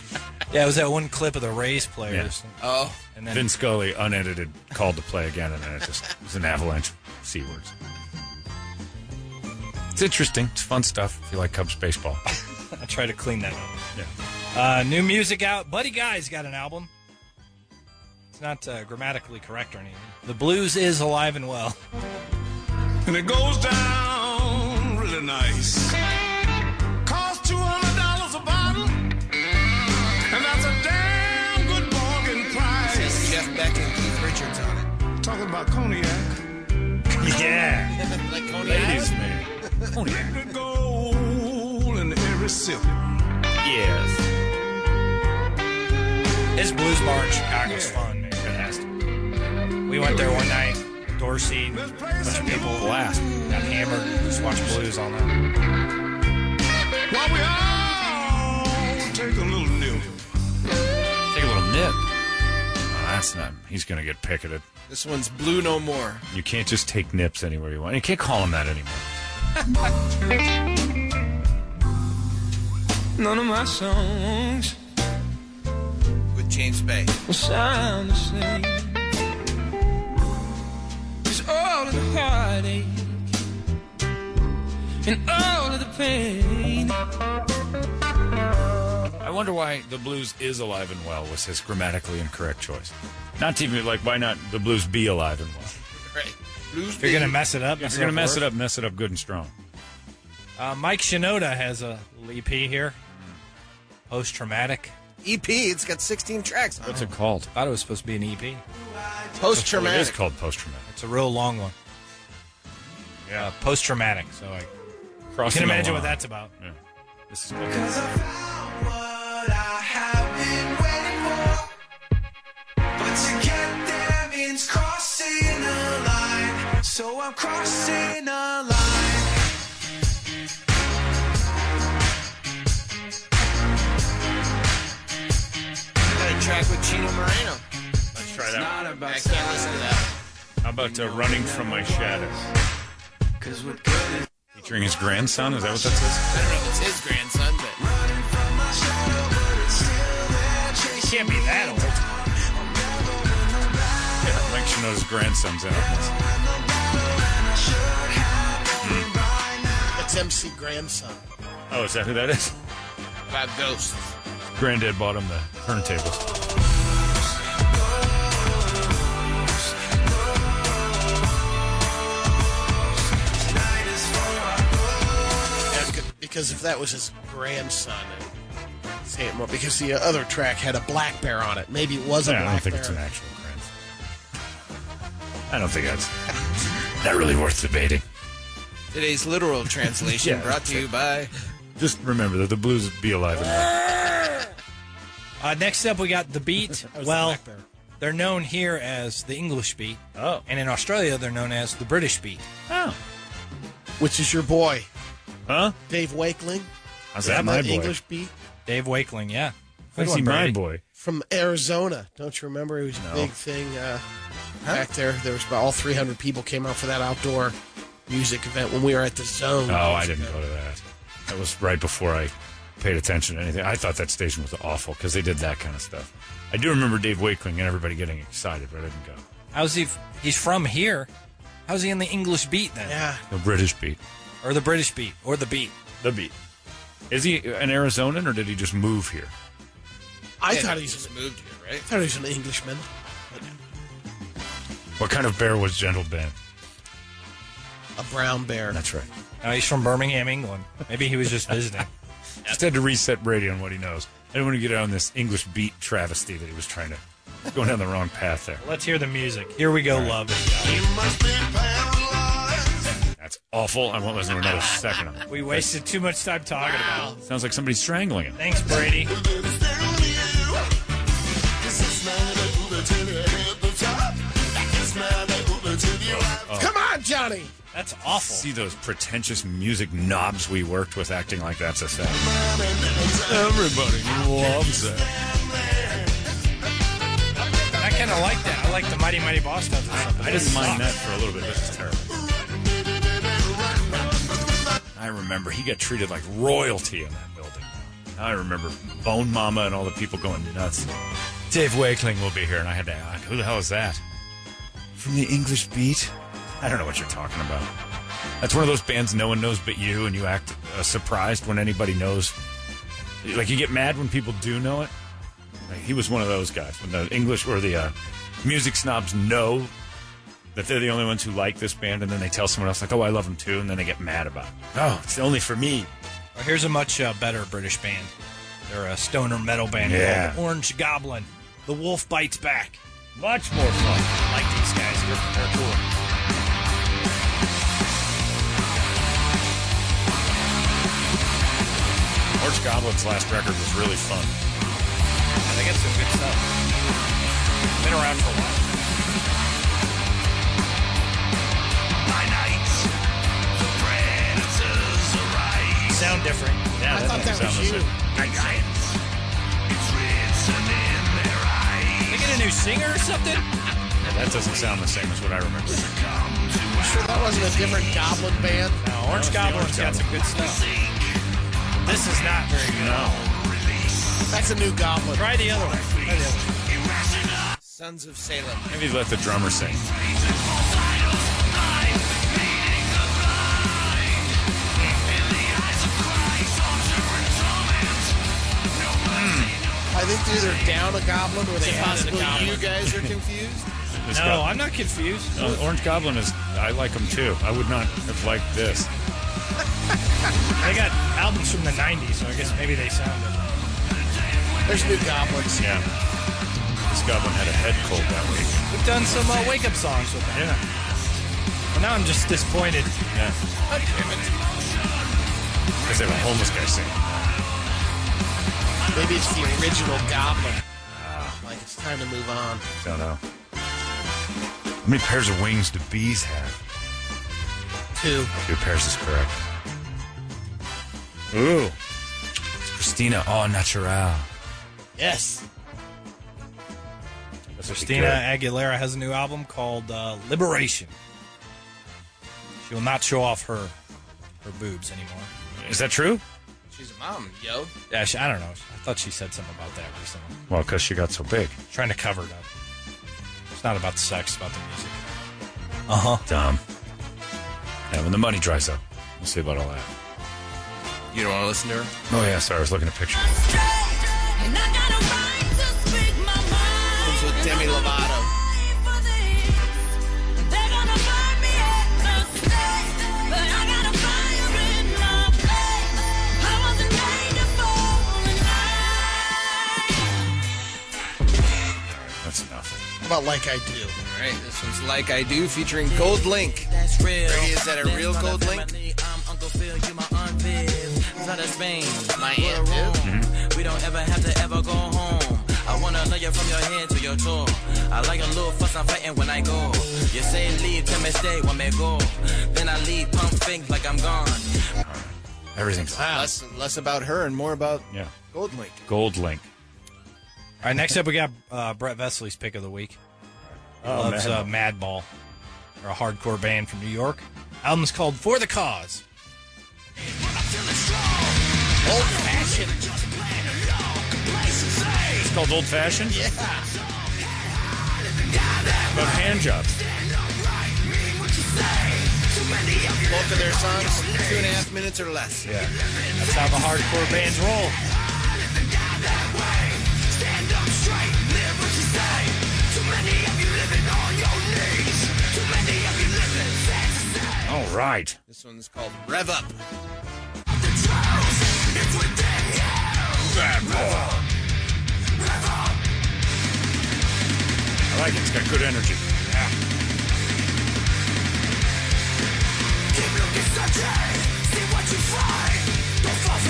S4: Yeah, it was that one clip of the Rays players. Oh, and then
S1: Vin Scully, unedited, called to play again, and then it just it was an avalanche of C words. It's interesting. It's fun stuff if you like Cubs baseball.
S4: I try to clean that up.
S1: Yeah.
S4: Uh, new music out. Buddy Guy's got an album. It's not uh, grammatically correct or anything. The blues is alive and well.
S8: And it goes down really nice. Cost two hundred dollars a bottle, and that's a damn good bargain price. Jeff Beck and Keith Richards on it. Talking about cognac.
S1: Yeah.
S8: like
S1: Ladies, man.
S8: Liquid gold in every sip.
S1: Yes.
S4: This blues bar in Chicago's fun, man. We went there one night. Dorsey, a bunch of people blast. got hammered, just watch blues all night.
S8: While we all take a little nip.
S1: Take a little nip. Oh, that's not. He's going to get picketed.
S7: This one's blue no more.
S1: You can't just take nips anywhere you want. You can't call him that anymore.
S8: None of my songs
S7: With James Bay.
S8: will sound the same. It's all of the heartache and all of the pain.
S1: I wonder why the blues is alive and well was his grammatically incorrect choice. Not to even like why not the blues be alive and well.
S7: Right. Blues
S4: If you're gonna mess it up,
S1: If
S4: mess
S1: you're
S4: it
S1: gonna
S4: up
S1: mess
S4: for
S1: it
S4: her.
S1: up, mess it up good and strong.
S4: Uh, Mike Shinoda has a little EP here. Post traumatic.
S7: EP. E It's got 16 tracks. on
S4: Oh.
S1: What's it called?
S4: Thought it was supposed to be an EP.
S7: Post-traumatic.
S1: It is called post traumatic.
S4: It's a real long one.
S1: Yeah.
S4: Uh, post traumatic. So I
S1: Crossing
S4: can
S1: the
S4: imagine what
S1: line.
S4: that's about.
S1: Yeah. This is
S8: But to get there means crossing a line. So I'm crossing a line.
S7: Got a track with Chino Moreno.
S1: Let's try that.
S7: Not about I can't listen to that.
S1: How about uh, running from my shadow? Featuring his grandson. Is that what that says?
S7: I don't know if it's his grandson, but
S4: Can't be that old.
S1: Yeah, Mike Shinoda's grandson's in on this.
S5: That's MC Grandson.
S1: Oh, is that who that is?
S7: Bob Ghost.
S1: Granddad bought him the turntable.
S5: That's good, Because if that was his grandson, I'd say it more. Because the other track had a black bear on it. Maybe it was a
S1: Yeah,
S5: black
S1: I don't think
S5: bear.
S1: it's an actual grandson. I don't think that's not really worth debating.
S7: Today's literal translation
S1: Yeah,
S7: brought to you by.
S1: Just remember that the blues be alive and well.
S4: Uh, next up, we got the Beat. well, they're known here as the English Beat.
S1: Oh.
S4: And in Australia, they're known as the British Beat.
S1: Oh.
S5: Which is your boy,
S1: Huh?
S5: Dave Wakeling?
S1: How's
S5: Is
S1: that
S5: that
S1: my
S5: an
S1: boy?
S5: English beat?
S4: Dave Wakeling, yeah.
S5: Good
S1: Is
S5: one,
S1: he my
S5: Brady.
S1: boy?
S5: From Arizona. Don't you remember? It was a
S1: No.
S5: big thing uh, back there. There was about all 300 people came out for that outdoor music event when we were at the
S1: Oh,
S5: zone.
S1: I didn't go to that. That was right before I paid attention to anything. I thought that station was awful because they did that kind of stuff. I do remember Dave Wakeling and everybody getting excited, but I didn't go.
S4: How's he? f- He's from here. How's he in the English beat then?
S5: Yeah.
S1: The British beat.
S4: Or the British beat. Or the beat.
S1: The beat. Is he an Arizonan or did he just move here?
S5: I
S2: Yeah,
S5: thought
S2: he
S5: he was,
S2: just moved here, right?
S5: I thought he was an Englishman.
S1: What kind of bear was Gentle Ben?
S5: A brown bear.
S1: That's right.
S4: No, he's from Birmingham, England. Maybe he was just visiting.
S1: Just had to reset Brady on what he knows. I didn't want to get on this English beat travesty that he was trying to going down the wrong path there.
S17: Let's hear the music. Here we go, love.
S1: That's awful. I won't listen to another second of it.
S17: We wasted too much time talking about. it.
S1: Sounds like somebody's strangling him.
S17: Thanks, Brady.
S5: Come
S7: Oh.
S5: on, Johnny.
S17: That's awful.
S1: See those pretentious music knobs we worked with acting like that's a thing. Everybody loves it.
S17: I kind of like that. I like the Mighty Mighty Boss stuff. and stuff, but
S1: I didn't
S17: this
S1: mind that
S17: sucks.
S1: for a little bit. This is terrible. I remember he got treated like royalty in that building. I remember Bone Mama and all the people going nuts. Dave Wakeling will be here, and I had to ask, who the hell is that? From the English Beat? I don't know what you're talking about. That's one of those bands no one knows but you, and you act uh, surprised when anybody knows. Like you get mad when people do know it. Like, he was one of those guys when the English or the uh, music snobs know that they're the only ones who like this band, and then they tell someone else like, "Oh, I love them too," and then they get mad about it. Oh, it's only for me.
S4: Well, here's a much uh, better British band. They're a stoner metal band
S1: Yeah.
S4: called Orange Goblin. The Wolf Bites Back.
S1: Much more fun.
S4: I like these guys. They're, they're cool.
S1: Orange Goblin's last record was really fun.
S4: Yeah, they got some good stuff. Been around for a while. Sound different.
S1: Yeah,
S4: I thought that was you. They get a new singer or something?
S1: Yeah, that doesn't sound the same as what I remember.
S5: You sure that wasn't a different Goblin band?
S4: No, Orange Goblin's got some good stuff. This is not very good.
S5: That's a new Goblin.
S4: Try the other one. Try the other one.
S7: Sons of Salem.
S1: Maybe let the drummer sing.
S5: I think they're either down a Goblin or they possibly you guys are confused.
S1: This
S4: no,
S1: guy-
S4: I'm not confused.
S1: No, Uh, Orange Goblin is. I like them too. I would not have liked this.
S17: They got albums from the '90s, so I guess maybe they sound different.
S5: There's new Goblins.
S1: Yeah. This Goblin had a head cold that week.
S4: We've done some uh, wake up songs with them.
S1: Yeah.
S17: Well, now I'm just disappointed.
S1: Yeah. Because they have a homeless guy singing.
S5: Maybe it's the original Goblin.
S7: Ah.
S5: Like it's time to move on.
S1: Don't know. How many pairs of wings do bees have?
S5: Two.
S1: Two pairs is correct. Ooh. It's Christina All Natural.
S5: Yes.
S1: That's what we
S4: Christina
S1: got.
S4: Aguilera has a new album called uh, Liberation. She will not show off her her boobs anymore.
S1: Is that true?
S2: She's a mom, yo.
S4: Yeah, she, I don't know. I thought she said something about that recently.
S1: Well, because she got so big.
S4: Trying to cover it up. It's not about the sex, it's about the music. Uh huh.
S1: Dumb. Yeah, when the money dries up. We'll see about all that.
S7: You don't want to listen to her?
S1: Oh, yeah, sorry. I was looking at pictures.
S7: It's with Demi Lovato.
S1: That's enough.
S5: How about like I do?
S7: All right, this one's Like I Do featuring Gold Link.
S10: That's real.
S7: Brady, is that a real gold link?
S10: I'm Uncle Phil, you my aunt Viv. Not a Spain,
S7: My
S10: we're
S7: aunt Viv.
S10: Rome. We don't ever have to ever go home. I wanna know you from your head to your toe. I like a little fuss, I'm fighting when I go. You say leave, tell me stay, want me go. Then I leave, pump fake like I'm gone.
S1: Everything's
S7: Less, less about her and more about
S1: Yeah.
S7: Gold Link.
S1: Gold Link.
S4: All right, next up we got uh, Brett Vesley's pick of the week. He
S17: Oh,
S4: loves
S17: man.
S4: Uh, Madball. They're a hardcore band from New York. Album's called For the Cause.
S5: Old fashioned.
S1: It's called Old Fashioned? Yeah. About hand jobs.
S7: Bulk of their songs, two and a half minutes or less.
S4: Yeah. That's how the hardcore bands roll.
S14: All right.
S7: This one's called Rev Up.
S14: Bad boy. I like it. It's got good energy.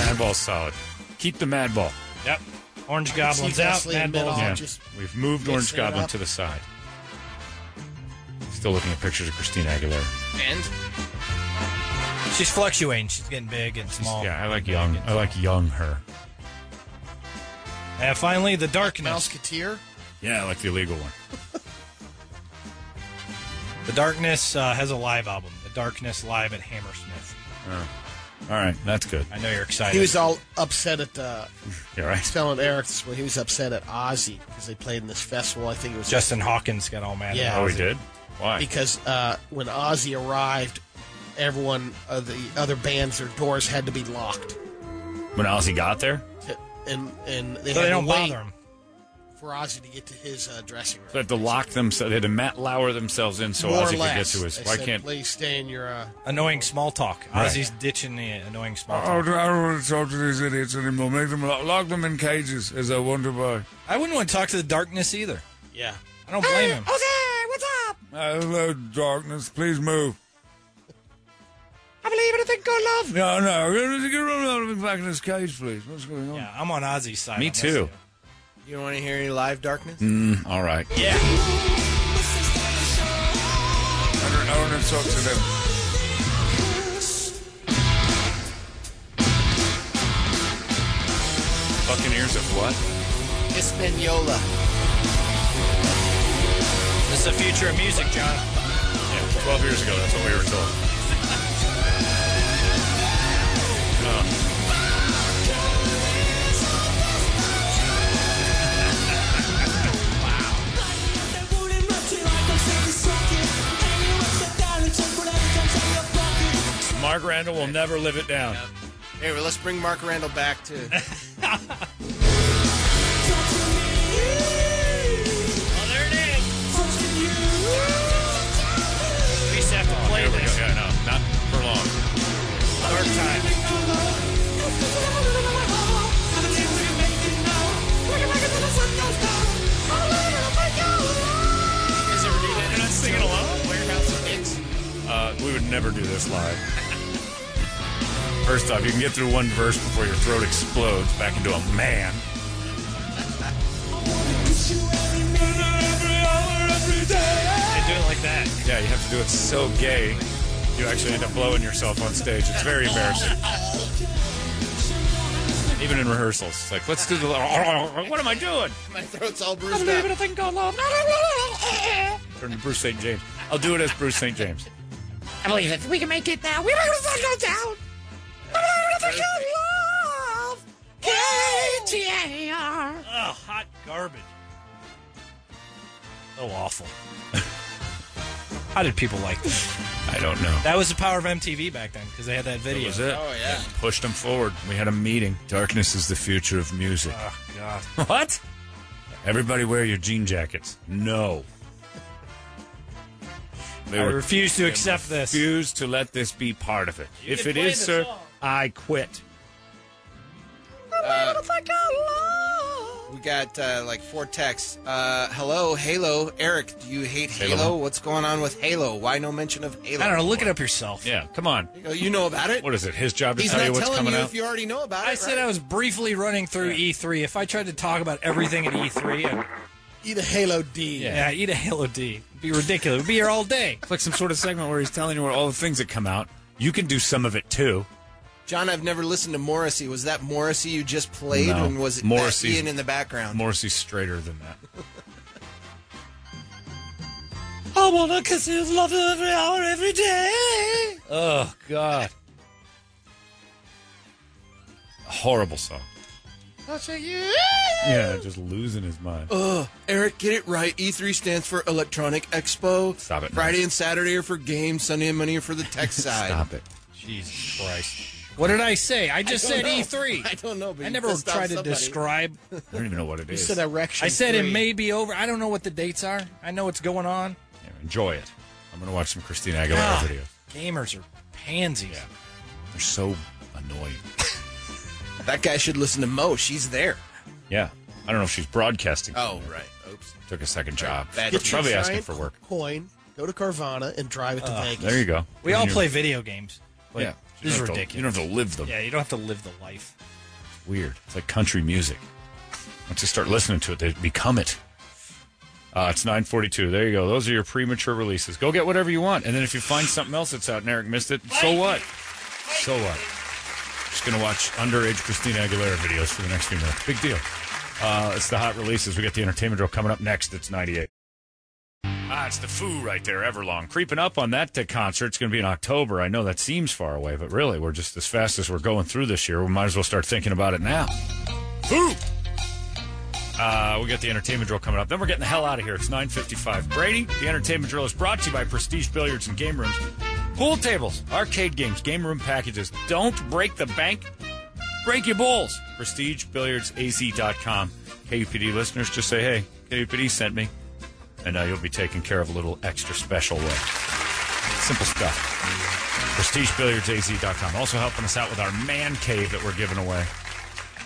S1: Madball's solid. Keep the Madball.
S17: Yep. Orange Goblin's
S5: Goblin's See
S17: out.
S5: Wesley in
S17: Mad
S5: middle,
S17: Bulls.
S1: Yeah.
S5: just
S1: We've moved
S5: mixing
S1: Orange
S5: it
S1: Goblin
S5: up.
S1: to the side. Still looking at pictures of Christina Aguilera.
S4: And she's fluctuating. She's getting big and small.
S1: Yeah, I like young. I like young her.
S4: And Uh, finally, the darkness.
S5: Mouseketeer.
S1: Yeah, I like the illegal one.
S4: The darkness uh, has a live album. The darkness live at Hammersmith.
S1: All right, that's good.
S4: I know you're excited.
S5: He was all upset at uh,
S1: Yeah, right.
S5: telling Eric this when he was upset at Ozzy because they played in this festival. I think it was
S4: Justin Hawkins got all mad. at
S5: Yeah.
S4: Ozzy.
S5: Oh, he did?
S1: Why?
S5: Because uh, when Ozzy arrived, everyone uh, the other bands their doors had to be locked,
S1: When Ozzy got there,
S5: and and they
S17: So
S5: had
S17: they don't
S5: to wait
S17: bother him.
S5: for Ozzy to get to his uh, dressing room.
S1: they had to lock themselves. They had to Matt Lauer themselves in so
S5: More or
S1: Ozzy could get
S5: less.
S1: to his.
S5: They
S1: Why
S5: said,
S1: can't?
S5: please stay in your uh,
S4: Annoying small talk.
S1: Right.
S4: Ozzy's ditching the annoying
S5: Oh,
S4: small
S14: I
S4: talk.
S14: don't, I don't want to talk to these idiots anymore. Make them lock, lock them in cages as I wander by.
S5: oh.
S4: I wouldn't want to talk to the darkness either.
S5: Yeah.
S4: I don't blame him.
S14: Okay, what's up? Hello, darkness. Please move.
S6: I believe in a thing called love.
S14: No, no. Get around back in this cage, please. What's going on?
S4: Yeah, I'm on Ozzy's side.
S1: Me
S4: on this.
S1: too.
S7: You don't want to hear any live darkness?
S1: Mm, all right.
S14: I
S4: Yeah.
S14: don't, I don't want to talk to them.
S1: Buccaneers of what?
S7: Hispaniola.
S4: This is the future of music, John.
S1: Yeah, 12 years ago, that's what we were told. Oh. Mark Randall will never live it down.
S7: Hey, well, let's bring Mark Randall back to.
S4: Reset the
S1: Here we go.
S4: playlist.
S1: Yeah, no, not for long.
S4: Dark time.
S1: You're not singing along? Uh, we would never do this live. First off, you can get through one verse before your throat explodes back into a man.
S4: They do it like that.
S1: Yeah, you have to do it so gay, you actually end up blowing yourself on stage. It's very embarrassing. Even in rehearsals, it's like, let's do the. What am I doing?
S7: My throat's all
S6: I
S7: bruised
S6: believe in
S7: up.
S6: a thing called love. uh,
S1: Turn to Bruce St. James. I'll do it as Bruce St. James.
S6: I believe it. We can make it now. We're going to sun go down. I believe in a thing called love. K-T-A-R.
S4: Oh, hot garbage. So awful. How did people like that?
S1: I don't know.
S4: That was the power of MTV back then because they had that video.
S1: That was it.
S7: Oh, yeah.
S1: Pushed them forward. We had a meeting. Darkness is the future of music.
S4: Oh, God.
S1: What? Everybody wear your jean jackets. No.
S4: I refuse to accept this.
S1: Refuse to let this be part of it.
S4: You
S1: if
S4: can
S1: it
S4: play
S1: is,
S4: the
S1: sir,
S4: song.
S1: I quit.
S7: We got uh, like four texts. Uh, hello, Halo. Eric, do you hate Halo?
S1: Halo.
S7: What's going on with Halo? Why no mention of Halo?
S4: I don't know. Look it up yourself.
S1: Yeah, come on.
S7: You know- You know about it.
S1: What is it? His job to
S7: He's
S1: tell
S7: not
S1: you what's
S7: telling
S1: coming
S7: you
S1: out.
S7: if you already know about it.
S4: I said I was briefly running through E3. If I tried to talk about everything at E3, I'd,
S5: eat a Halo D.
S4: yeah. eat a Halo D. It'd be ridiculous. It'd be here all day.
S1: It's like some sort of segment where he's telling you where all the things that come out. You can do some of it too.
S7: John, I've never listened to Morrissey. Was that Morrissey you just played,
S1: No.
S7: and was it
S1: Morrissey-
S7: Morrissey in the background?
S1: Morrissey's straighter than that.
S6: I wanna kiss his love every hour, every day.
S3: Oh God!
S1: Horrible song.
S5: That's a you.
S1: Yeah, just losing his mind.
S7: Ugh, Eric, get it right. E3 stands for Electronic Expo.
S1: Stop it,
S7: Friday and Saturday are for games, Sunday and Monday are for the tech side.
S1: Stop it.
S4: Jesus Christ. What did I say? I just
S7: I
S4: said
S7: don't know.
S4: E3.
S7: I don't know, but
S4: I
S7: you
S4: never
S7: pissed off
S4: tried to
S7: somebody.
S4: describe.
S1: I don't even know what it
S4: You
S1: is.
S4: said
S7: Erection
S4: I said it
S7: three.
S4: may be over. I don't know what the dates are. I know what's going on.
S1: Enjoy it. I'm going to watch some Christina Aguilera
S4: God,
S1: videos.
S4: gamers are pansies.
S1: They're so annoying.
S7: That guy should listen to Mo. She's there.
S1: Yeah. I don't know if she's broadcasting.
S7: Oh, right. Oops.
S1: Took a second job.
S5: Get your
S1: Probably asking
S5: giant
S1: for work.
S5: Coin. Go to Carvana and drive it to
S1: Oh,
S5: Vegas.
S1: there you go.
S4: We all play video games. But
S1: Yeah.
S4: This is
S1: You don't have to-
S4: ridiculous.
S1: you don't have to live them.
S4: Yeah, you don't have to live the life.
S1: Weird. It's like country music. Once you start listening to it, they become it. Uh, it's 942. There you go. Those are your premature releases. Go get whatever you want. And then if you find something else that's out and Eric missed it, so what? So what? Just going to watch underage Christina Aguilera videos for the next few minutes. Big deal. Uh, it's the hot releases. We got the entertainment drill coming up next. It's 98. Ah, it's the foo right there, Everlong. Creeping up on that uh, concert. It's going to be in October. I know that seems far away, but really, we're just as fast as we're going through this year. We might as well start thinking about it now. Foo! Uh, we got the entertainment drill coming up. Then we're getting the hell out of here. It's 9.55. Brady, the entertainment drill is brought to you by Prestige Billiards and Game Rooms. Pool tables, arcade games, game room packages. Don't break the bank. Break your balls. PrestigeBilliardsAZ.com. KUPD listeners, just say, hey, KUPD sent me. And uh, you'll be taken care of a little extra special way. Simple stuff. PrestigeBilliardsAZ.com. Also helping us out with our man cave that we're giving away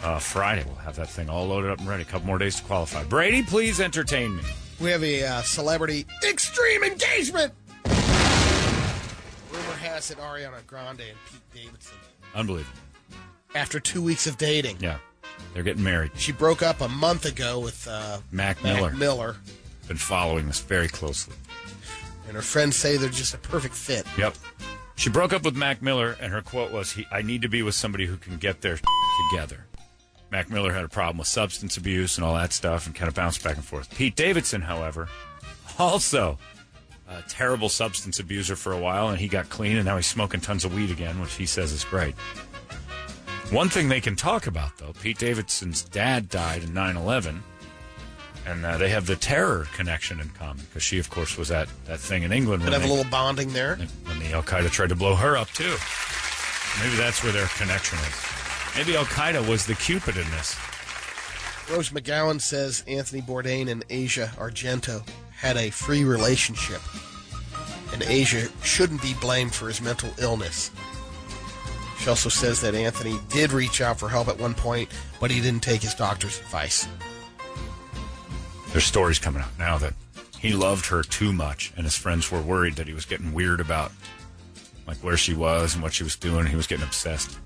S1: uh, Friday. We'll have that thing all loaded up and ready. A couple more days to qualify. Brady, please entertain me.
S5: We have a uh, celebrity extreme engagement. Rumor has it Ariana Grande and Pete Davidson,
S1: Unbelievable.
S5: after two weeks of dating,
S1: Yeah. They're getting married.
S5: she broke up a month ago with uh,
S1: Mac Miller.
S5: Miller,
S1: Been following this very closely.
S5: and her friends say they're just a perfect fit.
S1: Yep. She broke up with Mac Miller, and her quote was, he, I need to be with somebody who can get their together. Mac Miller had a problem with substance abuse and all that stuff and kind of bounced back and forth. Pete Davidson, however, also a terrible substance abuser for a while, and he got clean, and now he's smoking tons of weed again, which he says is great. One thing they can talk about, though Pete Davidson's dad died in 9 11, and uh, they have the terror connection in common because she, of course, was at that thing in England.
S5: Could
S1: when
S5: have a
S1: they-
S5: little bonding there.
S1: when the Al Qaeda tried to blow her up too. Maybe that's where their connection is. Maybe Al Qaeda was the cupid in this.
S5: Rose McGowan says Anthony Bourdain and Asia Argento had a free relationship, and Asia shouldn't be blamed for his mental illness. She also says that Anthony did reach out for help at one point, but he didn't take his doctor's advice.
S1: There's stories coming out now that he loved her too much, and his friends were worried that he was getting weird about like where she was and what she was doing. He was getting obsessed.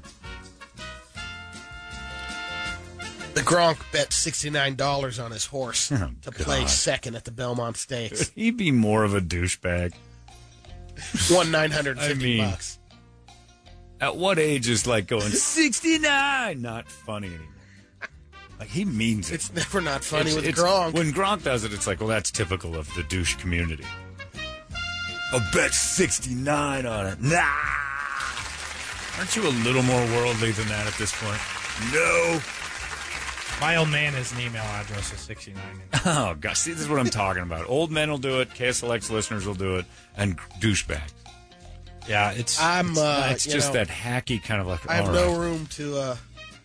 S5: The Gronk bet $69 on his horse
S1: Oh,
S5: to play
S1: God.
S5: second at the Belmont
S1: Could
S5: Stakes.
S1: he be more of a douchebag?
S5: Won 950
S1: I mean,
S5: bucks.
S1: At what age is like going 69 not funny anymore? Like he means it.
S5: It's never not funny
S1: It's-
S5: with
S1: it's-
S5: Gronk.
S1: When Gronk does it, it's like, well, that's typical of the douche community. I'll bet 69 on it. Nah. Aren't you a little more worldly than that at this point? No.
S17: My old man has an email address of 69.
S1: Oh, gosh. See, this is what I'm talking about. Old men will do it, KSLX listeners will do it, and douchebags.
S4: Yeah, it's.
S5: I'm,
S1: It's,
S5: uh,
S1: it's
S5: you
S1: just
S5: know,
S1: that hacky kind of like,
S5: I have
S1: all
S5: no
S1: right.
S5: room to, uh,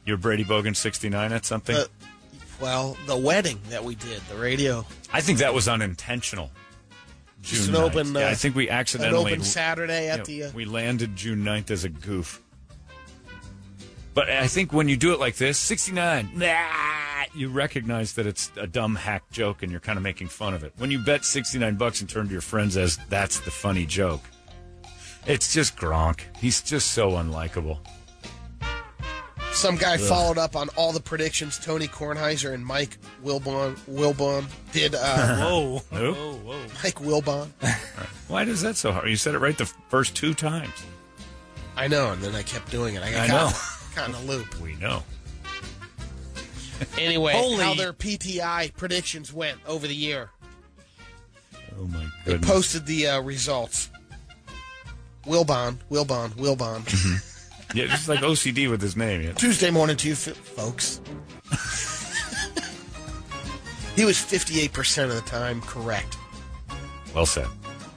S1: You're Brady Bogan 69 at something?
S5: Uh, well, the wedding that we did, the radio
S1: I think that was unintentional.
S5: Just
S1: June
S5: an
S1: 9th.
S5: open,
S1: Yeah,
S5: uh,
S1: I think we
S5: an
S1: accidentally
S5: open Saturday at the, uh,
S1: we landed June 9th as a goof. But I think when you do it like this, 69, nah, you recognize that it's a dumb hack joke and you're kind of making fun of it. When you bet 69 bucks and turn to your friends as that's the funny joke, it's just Gronk. He's just so unlikable.
S5: Some guy
S1: Ugh.
S5: followed up on all the predictions Tony Kornheiser and Mike Wilbon Wilbon did. Uh,
S1: Whoa.
S17: Oh.
S1: Who? Whoa,
S5: Mike Wilbon.
S1: Why does that so hard? You said it right the first two times.
S5: I know, and then I kept doing it. I got
S1: I
S5: caught-
S1: know.
S5: caught in a loop.
S1: We know.
S5: Anyway,
S1: Holy-
S5: how their PTI predictions went over the year.
S1: Oh my
S5: They posted the uh, results. Wilbon, Wilbon, Wilbon.
S1: Yeah, just like OCD with his name. Yeah.
S5: Tuesday morning to you, f- folks. he was 58% of the time correct.
S1: Well said.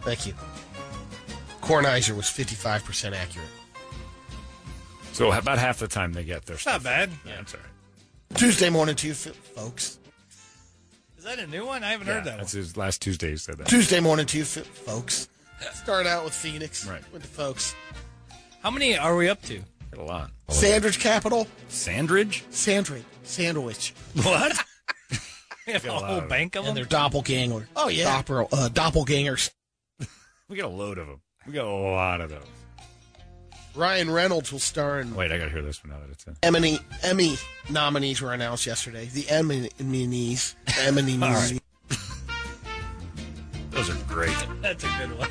S5: Thank you. Kornheiser was 55% accurate.
S1: So about half the time they get their stuff.
S17: Not bad.
S1: Yeah, that's all right.
S5: Tuesday morning to you, f- folks.
S17: Is that a new one? I haven't
S1: Yeah,
S17: heard that one.
S1: that's his last Tuesday he said that.
S5: Tuesday morning to you, f- folks. Start out with Phoenix. Right. Went to folks.
S17: How many are we up to?
S1: Got a lot.
S5: Sandridge Capital.
S1: Sandridge?
S5: Sandridge. Sandwich.
S1: What?
S17: We have a
S1: Got a lot
S17: whole
S1: of
S17: bank of
S5: And
S17: them.
S5: their doppelganger.
S1: Oh, yeah.
S5: Doppel, uh, doppelgangers.
S1: We got a load of them. We got a lot of those.
S5: Ryan Reynolds will star in
S1: Wait, I got to hear this one now that it's in.
S5: Emmy Emmy nominees were announced yesterday. The Emmy nominees. Emmy
S1: All
S5: nominees.
S1: right. Those are great.
S17: That's a good one.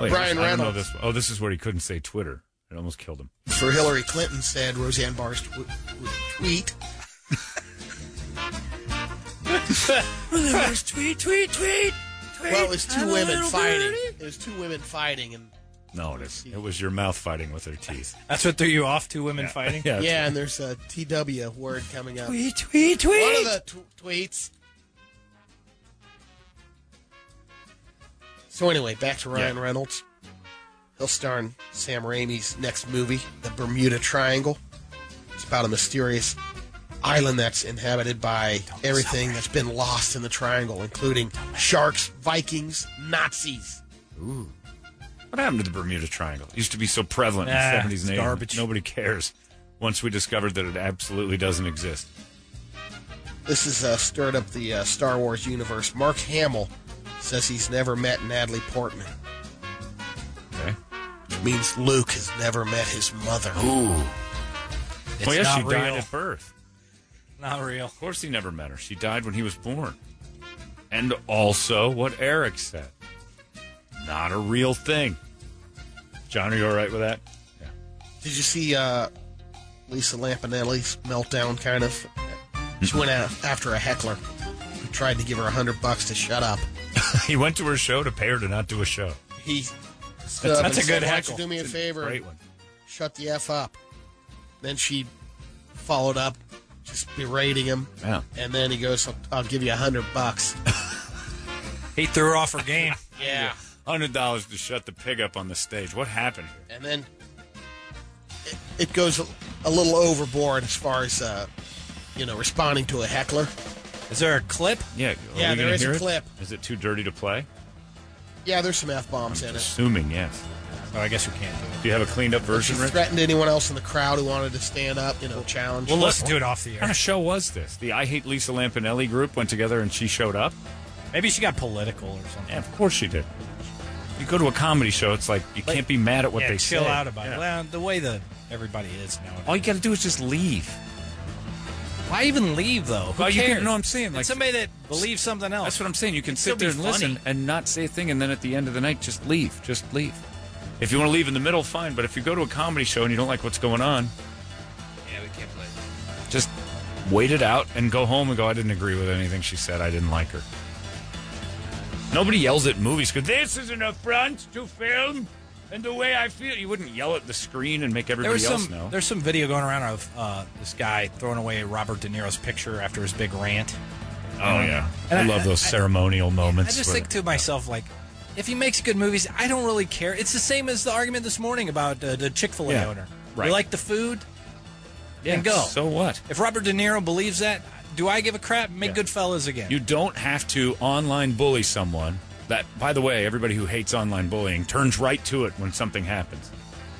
S1: Wait,
S5: Brian
S1: I don't know
S5: Reynolds.
S1: this one. Oh, this is where he couldn't say Twitter. It almost killed him.
S5: For Hillary Clinton said Roseanne Barr's tw- tw- tweet.
S6: There's tweet, tweet, tweet, tweet.
S5: Well, it was 2
S6: I'm a
S5: women
S6: little
S5: fighting.
S6: dirty.
S5: It was two women fighting, and
S1: No, it is. It was your mouth fighting with their teeth.
S17: That's what threw you off. Two women fighting.
S1: Yeah.
S5: yeah, and there's a TW word coming up.
S6: Tweet, tweet, tweet.
S5: One of the tw- tweets. So anyway, back to Ryan Reynolds. He'll star in Sam Raimi's next movie, The Bermuda Triangle. It's about a mysterious island that's inhabited by everything that's been lost in the triangle, including sharks, Vikings, Nazis.
S1: Ooh. What happened to the Bermuda Triangle? It used to be so prevalent in
S17: Nah,
S1: the 70s
S17: it's
S1: and 80s.
S17: garbage.
S1: Nobody cares once we discovered that it absolutely doesn't exist.
S5: This is uh, stirred up the uh, Star Wars universe. Mark Hamill says he's never met Natalie Portman.
S1: Okay.
S5: Which means Luke has never met his mother.
S1: Ooh.
S5: It's
S1: well, yes,
S5: not
S1: she died
S5: real.
S1: at birth.
S17: Not real.
S1: Of course, he never met her. She died when he was born. And also, what Eric said not a real thing. John, are you all right with that?
S5: Did you see uh, Lisa Lampanelli's meltdown? Kind of. She went out after a heckler who tried to give her a hundred bucks to shut up.
S1: he went to her show to pay her to not do a show.
S5: He stood
S1: That's a-
S5: up
S1: that's
S5: and
S1: a good
S5: said, "Why don't
S1: heckle.
S5: you Do me a
S1: It's a
S5: favor.
S1: great
S5: and
S1: one.
S5: Shut the f up. Then she followed up, just berating him.
S1: Yeah.
S5: And then he goes, "I'll, I'll give you a hundred bucks."
S17: He threw her off her game.
S5: yeah.
S1: Hundred dollars to shut the pig up on the stage. What happened?
S5: and then it, it goes a, a little overboard as far as uh, you know responding to a heckler.
S17: Is there a clip?
S1: Yeah, are
S5: Yeah,
S1: we
S5: there
S1: gonna
S5: is a
S1: hear it?
S5: clip.
S1: Is it too dirty to play?
S5: Yeah, there's some f bombs in it.
S1: Assuming yes.
S17: Oh, I guess we can't do it.
S1: Do you have a cleaned up
S5: She
S1: version, Rick?
S5: threatened anyone else in the crowd who wanted to stand up, you know, challenge.
S17: Well, let's do it off the
S1: What
S17: air.
S1: kind of show was this? The I Hate Lisa Lampanelli group went together and she showed up?
S17: Maybe she got political or something.
S1: Yeah, of course she did. You go to a comedy show, it's like you can't be mad at what
S17: yeah,
S1: they
S17: chill
S1: say.
S17: out about
S1: Yeah.
S17: it. Well, the way that everybody is now.
S1: All you got to do is just leave.
S17: Why even leave though? Who
S1: Well, you
S17: cares?
S1: can, no, I'm saying
S17: It's
S1: like
S17: somebody that believes something else.
S1: that's what I'm saying. You can
S17: Still
S1: sit there
S17: be
S1: and listen
S17: funny.
S1: and not say a thing, and then at the end of the night, just leave. Just leave. If you want to leave in the middle, fine. But if you go to a comedy show and you don't like what's going on,
S3: Yeah, we can't play.
S1: just wait it out and go home and go. I didn't agree with anything she said. I didn't like her. Nobody yells at movies because this is an affront to film and the way I feel. You wouldn't yell at the screen and make
S17: There
S1: everybody
S17: was
S1: else
S17: some.
S1: know.
S17: There's some video going around of uh, this guy throwing away Robert De Niro's picture after his big rant.
S1: Oh
S17: Um,
S1: yeah,
S17: and
S1: I, love those ceremonial
S17: I
S1: moments.
S17: just
S1: where-
S17: think to myself like, if he makes good movies, I don't really care. It's the same as the argument this morning about uh, the Chick Fil A
S1: Yeah,
S17: owner.
S1: right.
S17: You like the food,
S1: yeah,
S17: then go.
S1: So what?
S17: If Robert De Niro believes that, do I give a crap? Make good Goodfellas again.
S1: You don't have to online bully someone. That, by the way, everybody who hates online bullying turns right to it when something happens.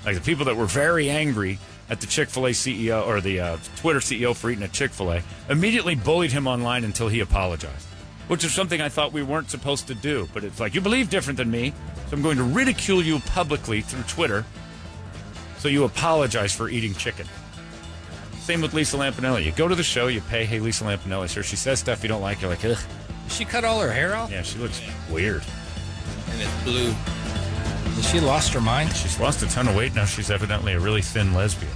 S1: Like the people that were very angry at the Chick fil A CEO or the uh, Twitter CEO for eating a Chick fil A immediately bullied him online until he apologized, which is something I thought we weren't supposed to do. But it's like, you believe different than me, so I'm going to ridicule you publicly through Twitter so you apologize for eating chicken. Same with Lisa Lampanelli. You go to the show, you pay, hey, Lisa Lampanelli's here. She says stuff you don't like. You're like, ugh.
S17: she cut all her hair off.
S1: Yeah, she looks weird.
S2: And it's blue.
S1: The Has she lost her mind? She's lost a ton of weight now. She's evidently a really thin lesbian.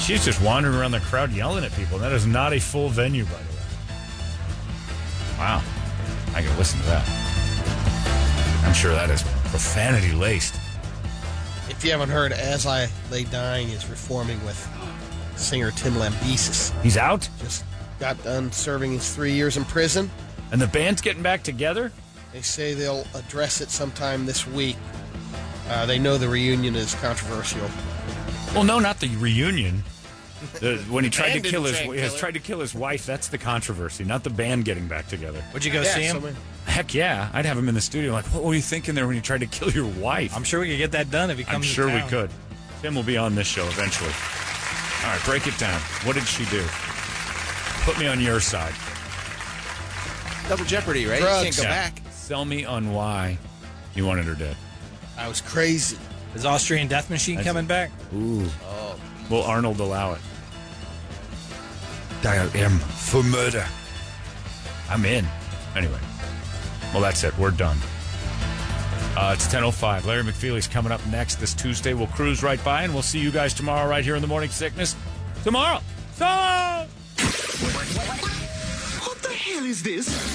S1: She's just wandering around the crowd yelling at people. That is not a full venue, by the way. Wow. I can listen to that. I'm sure that is profanity laced.
S5: If you haven't heard, As I Lay Dying is reforming with singer Tim Lambesis.
S1: He's out?
S5: Just got done serving his three years in prison.
S1: And the band's getting back together?
S5: They say they'll address it sometime this week. Uh, they know the reunion is controversial.
S1: Well, no, not the reunion. The, when he tried to
S5: Band
S1: kill
S5: didn't
S1: his,
S5: try and
S1: he has
S5: kill her.
S1: tried to kill his wife. That's the controversy, not the band getting back together.
S4: Would you go Yeah, see him? so we-
S1: Heck yeah, I'd have him in the studio. Like, what were you thinking there when you tried to kill your wife? I'm
S4: sure we could get that done if he
S1: I'm
S4: comes to
S1: sure we
S4: town.
S1: could. Tim will be on this show eventually. All right, break it down. What did she do? Put me on your side.
S7: Double Jeopardy, right? You can't go
S1: Yeah.
S7: back.
S1: Sell me on why you wanted her dead.
S5: I was crazy.
S4: Is Austrian Death Machine
S1: That's
S4: coming
S1: it.
S4: back?
S1: Ooh.
S4: Oh.
S1: Will Arnold allow it?
S3: Dial M for murder.
S1: I'm in. Anyway, well, that's it. We're done. Uh, it's 10.05. Larry McFeely's coming up next this Tuesday. We'll cruise right by, and we'll see you guys tomorrow right here in the Morning Sickness. Tomorrow. So long!
S12: What the hell is this?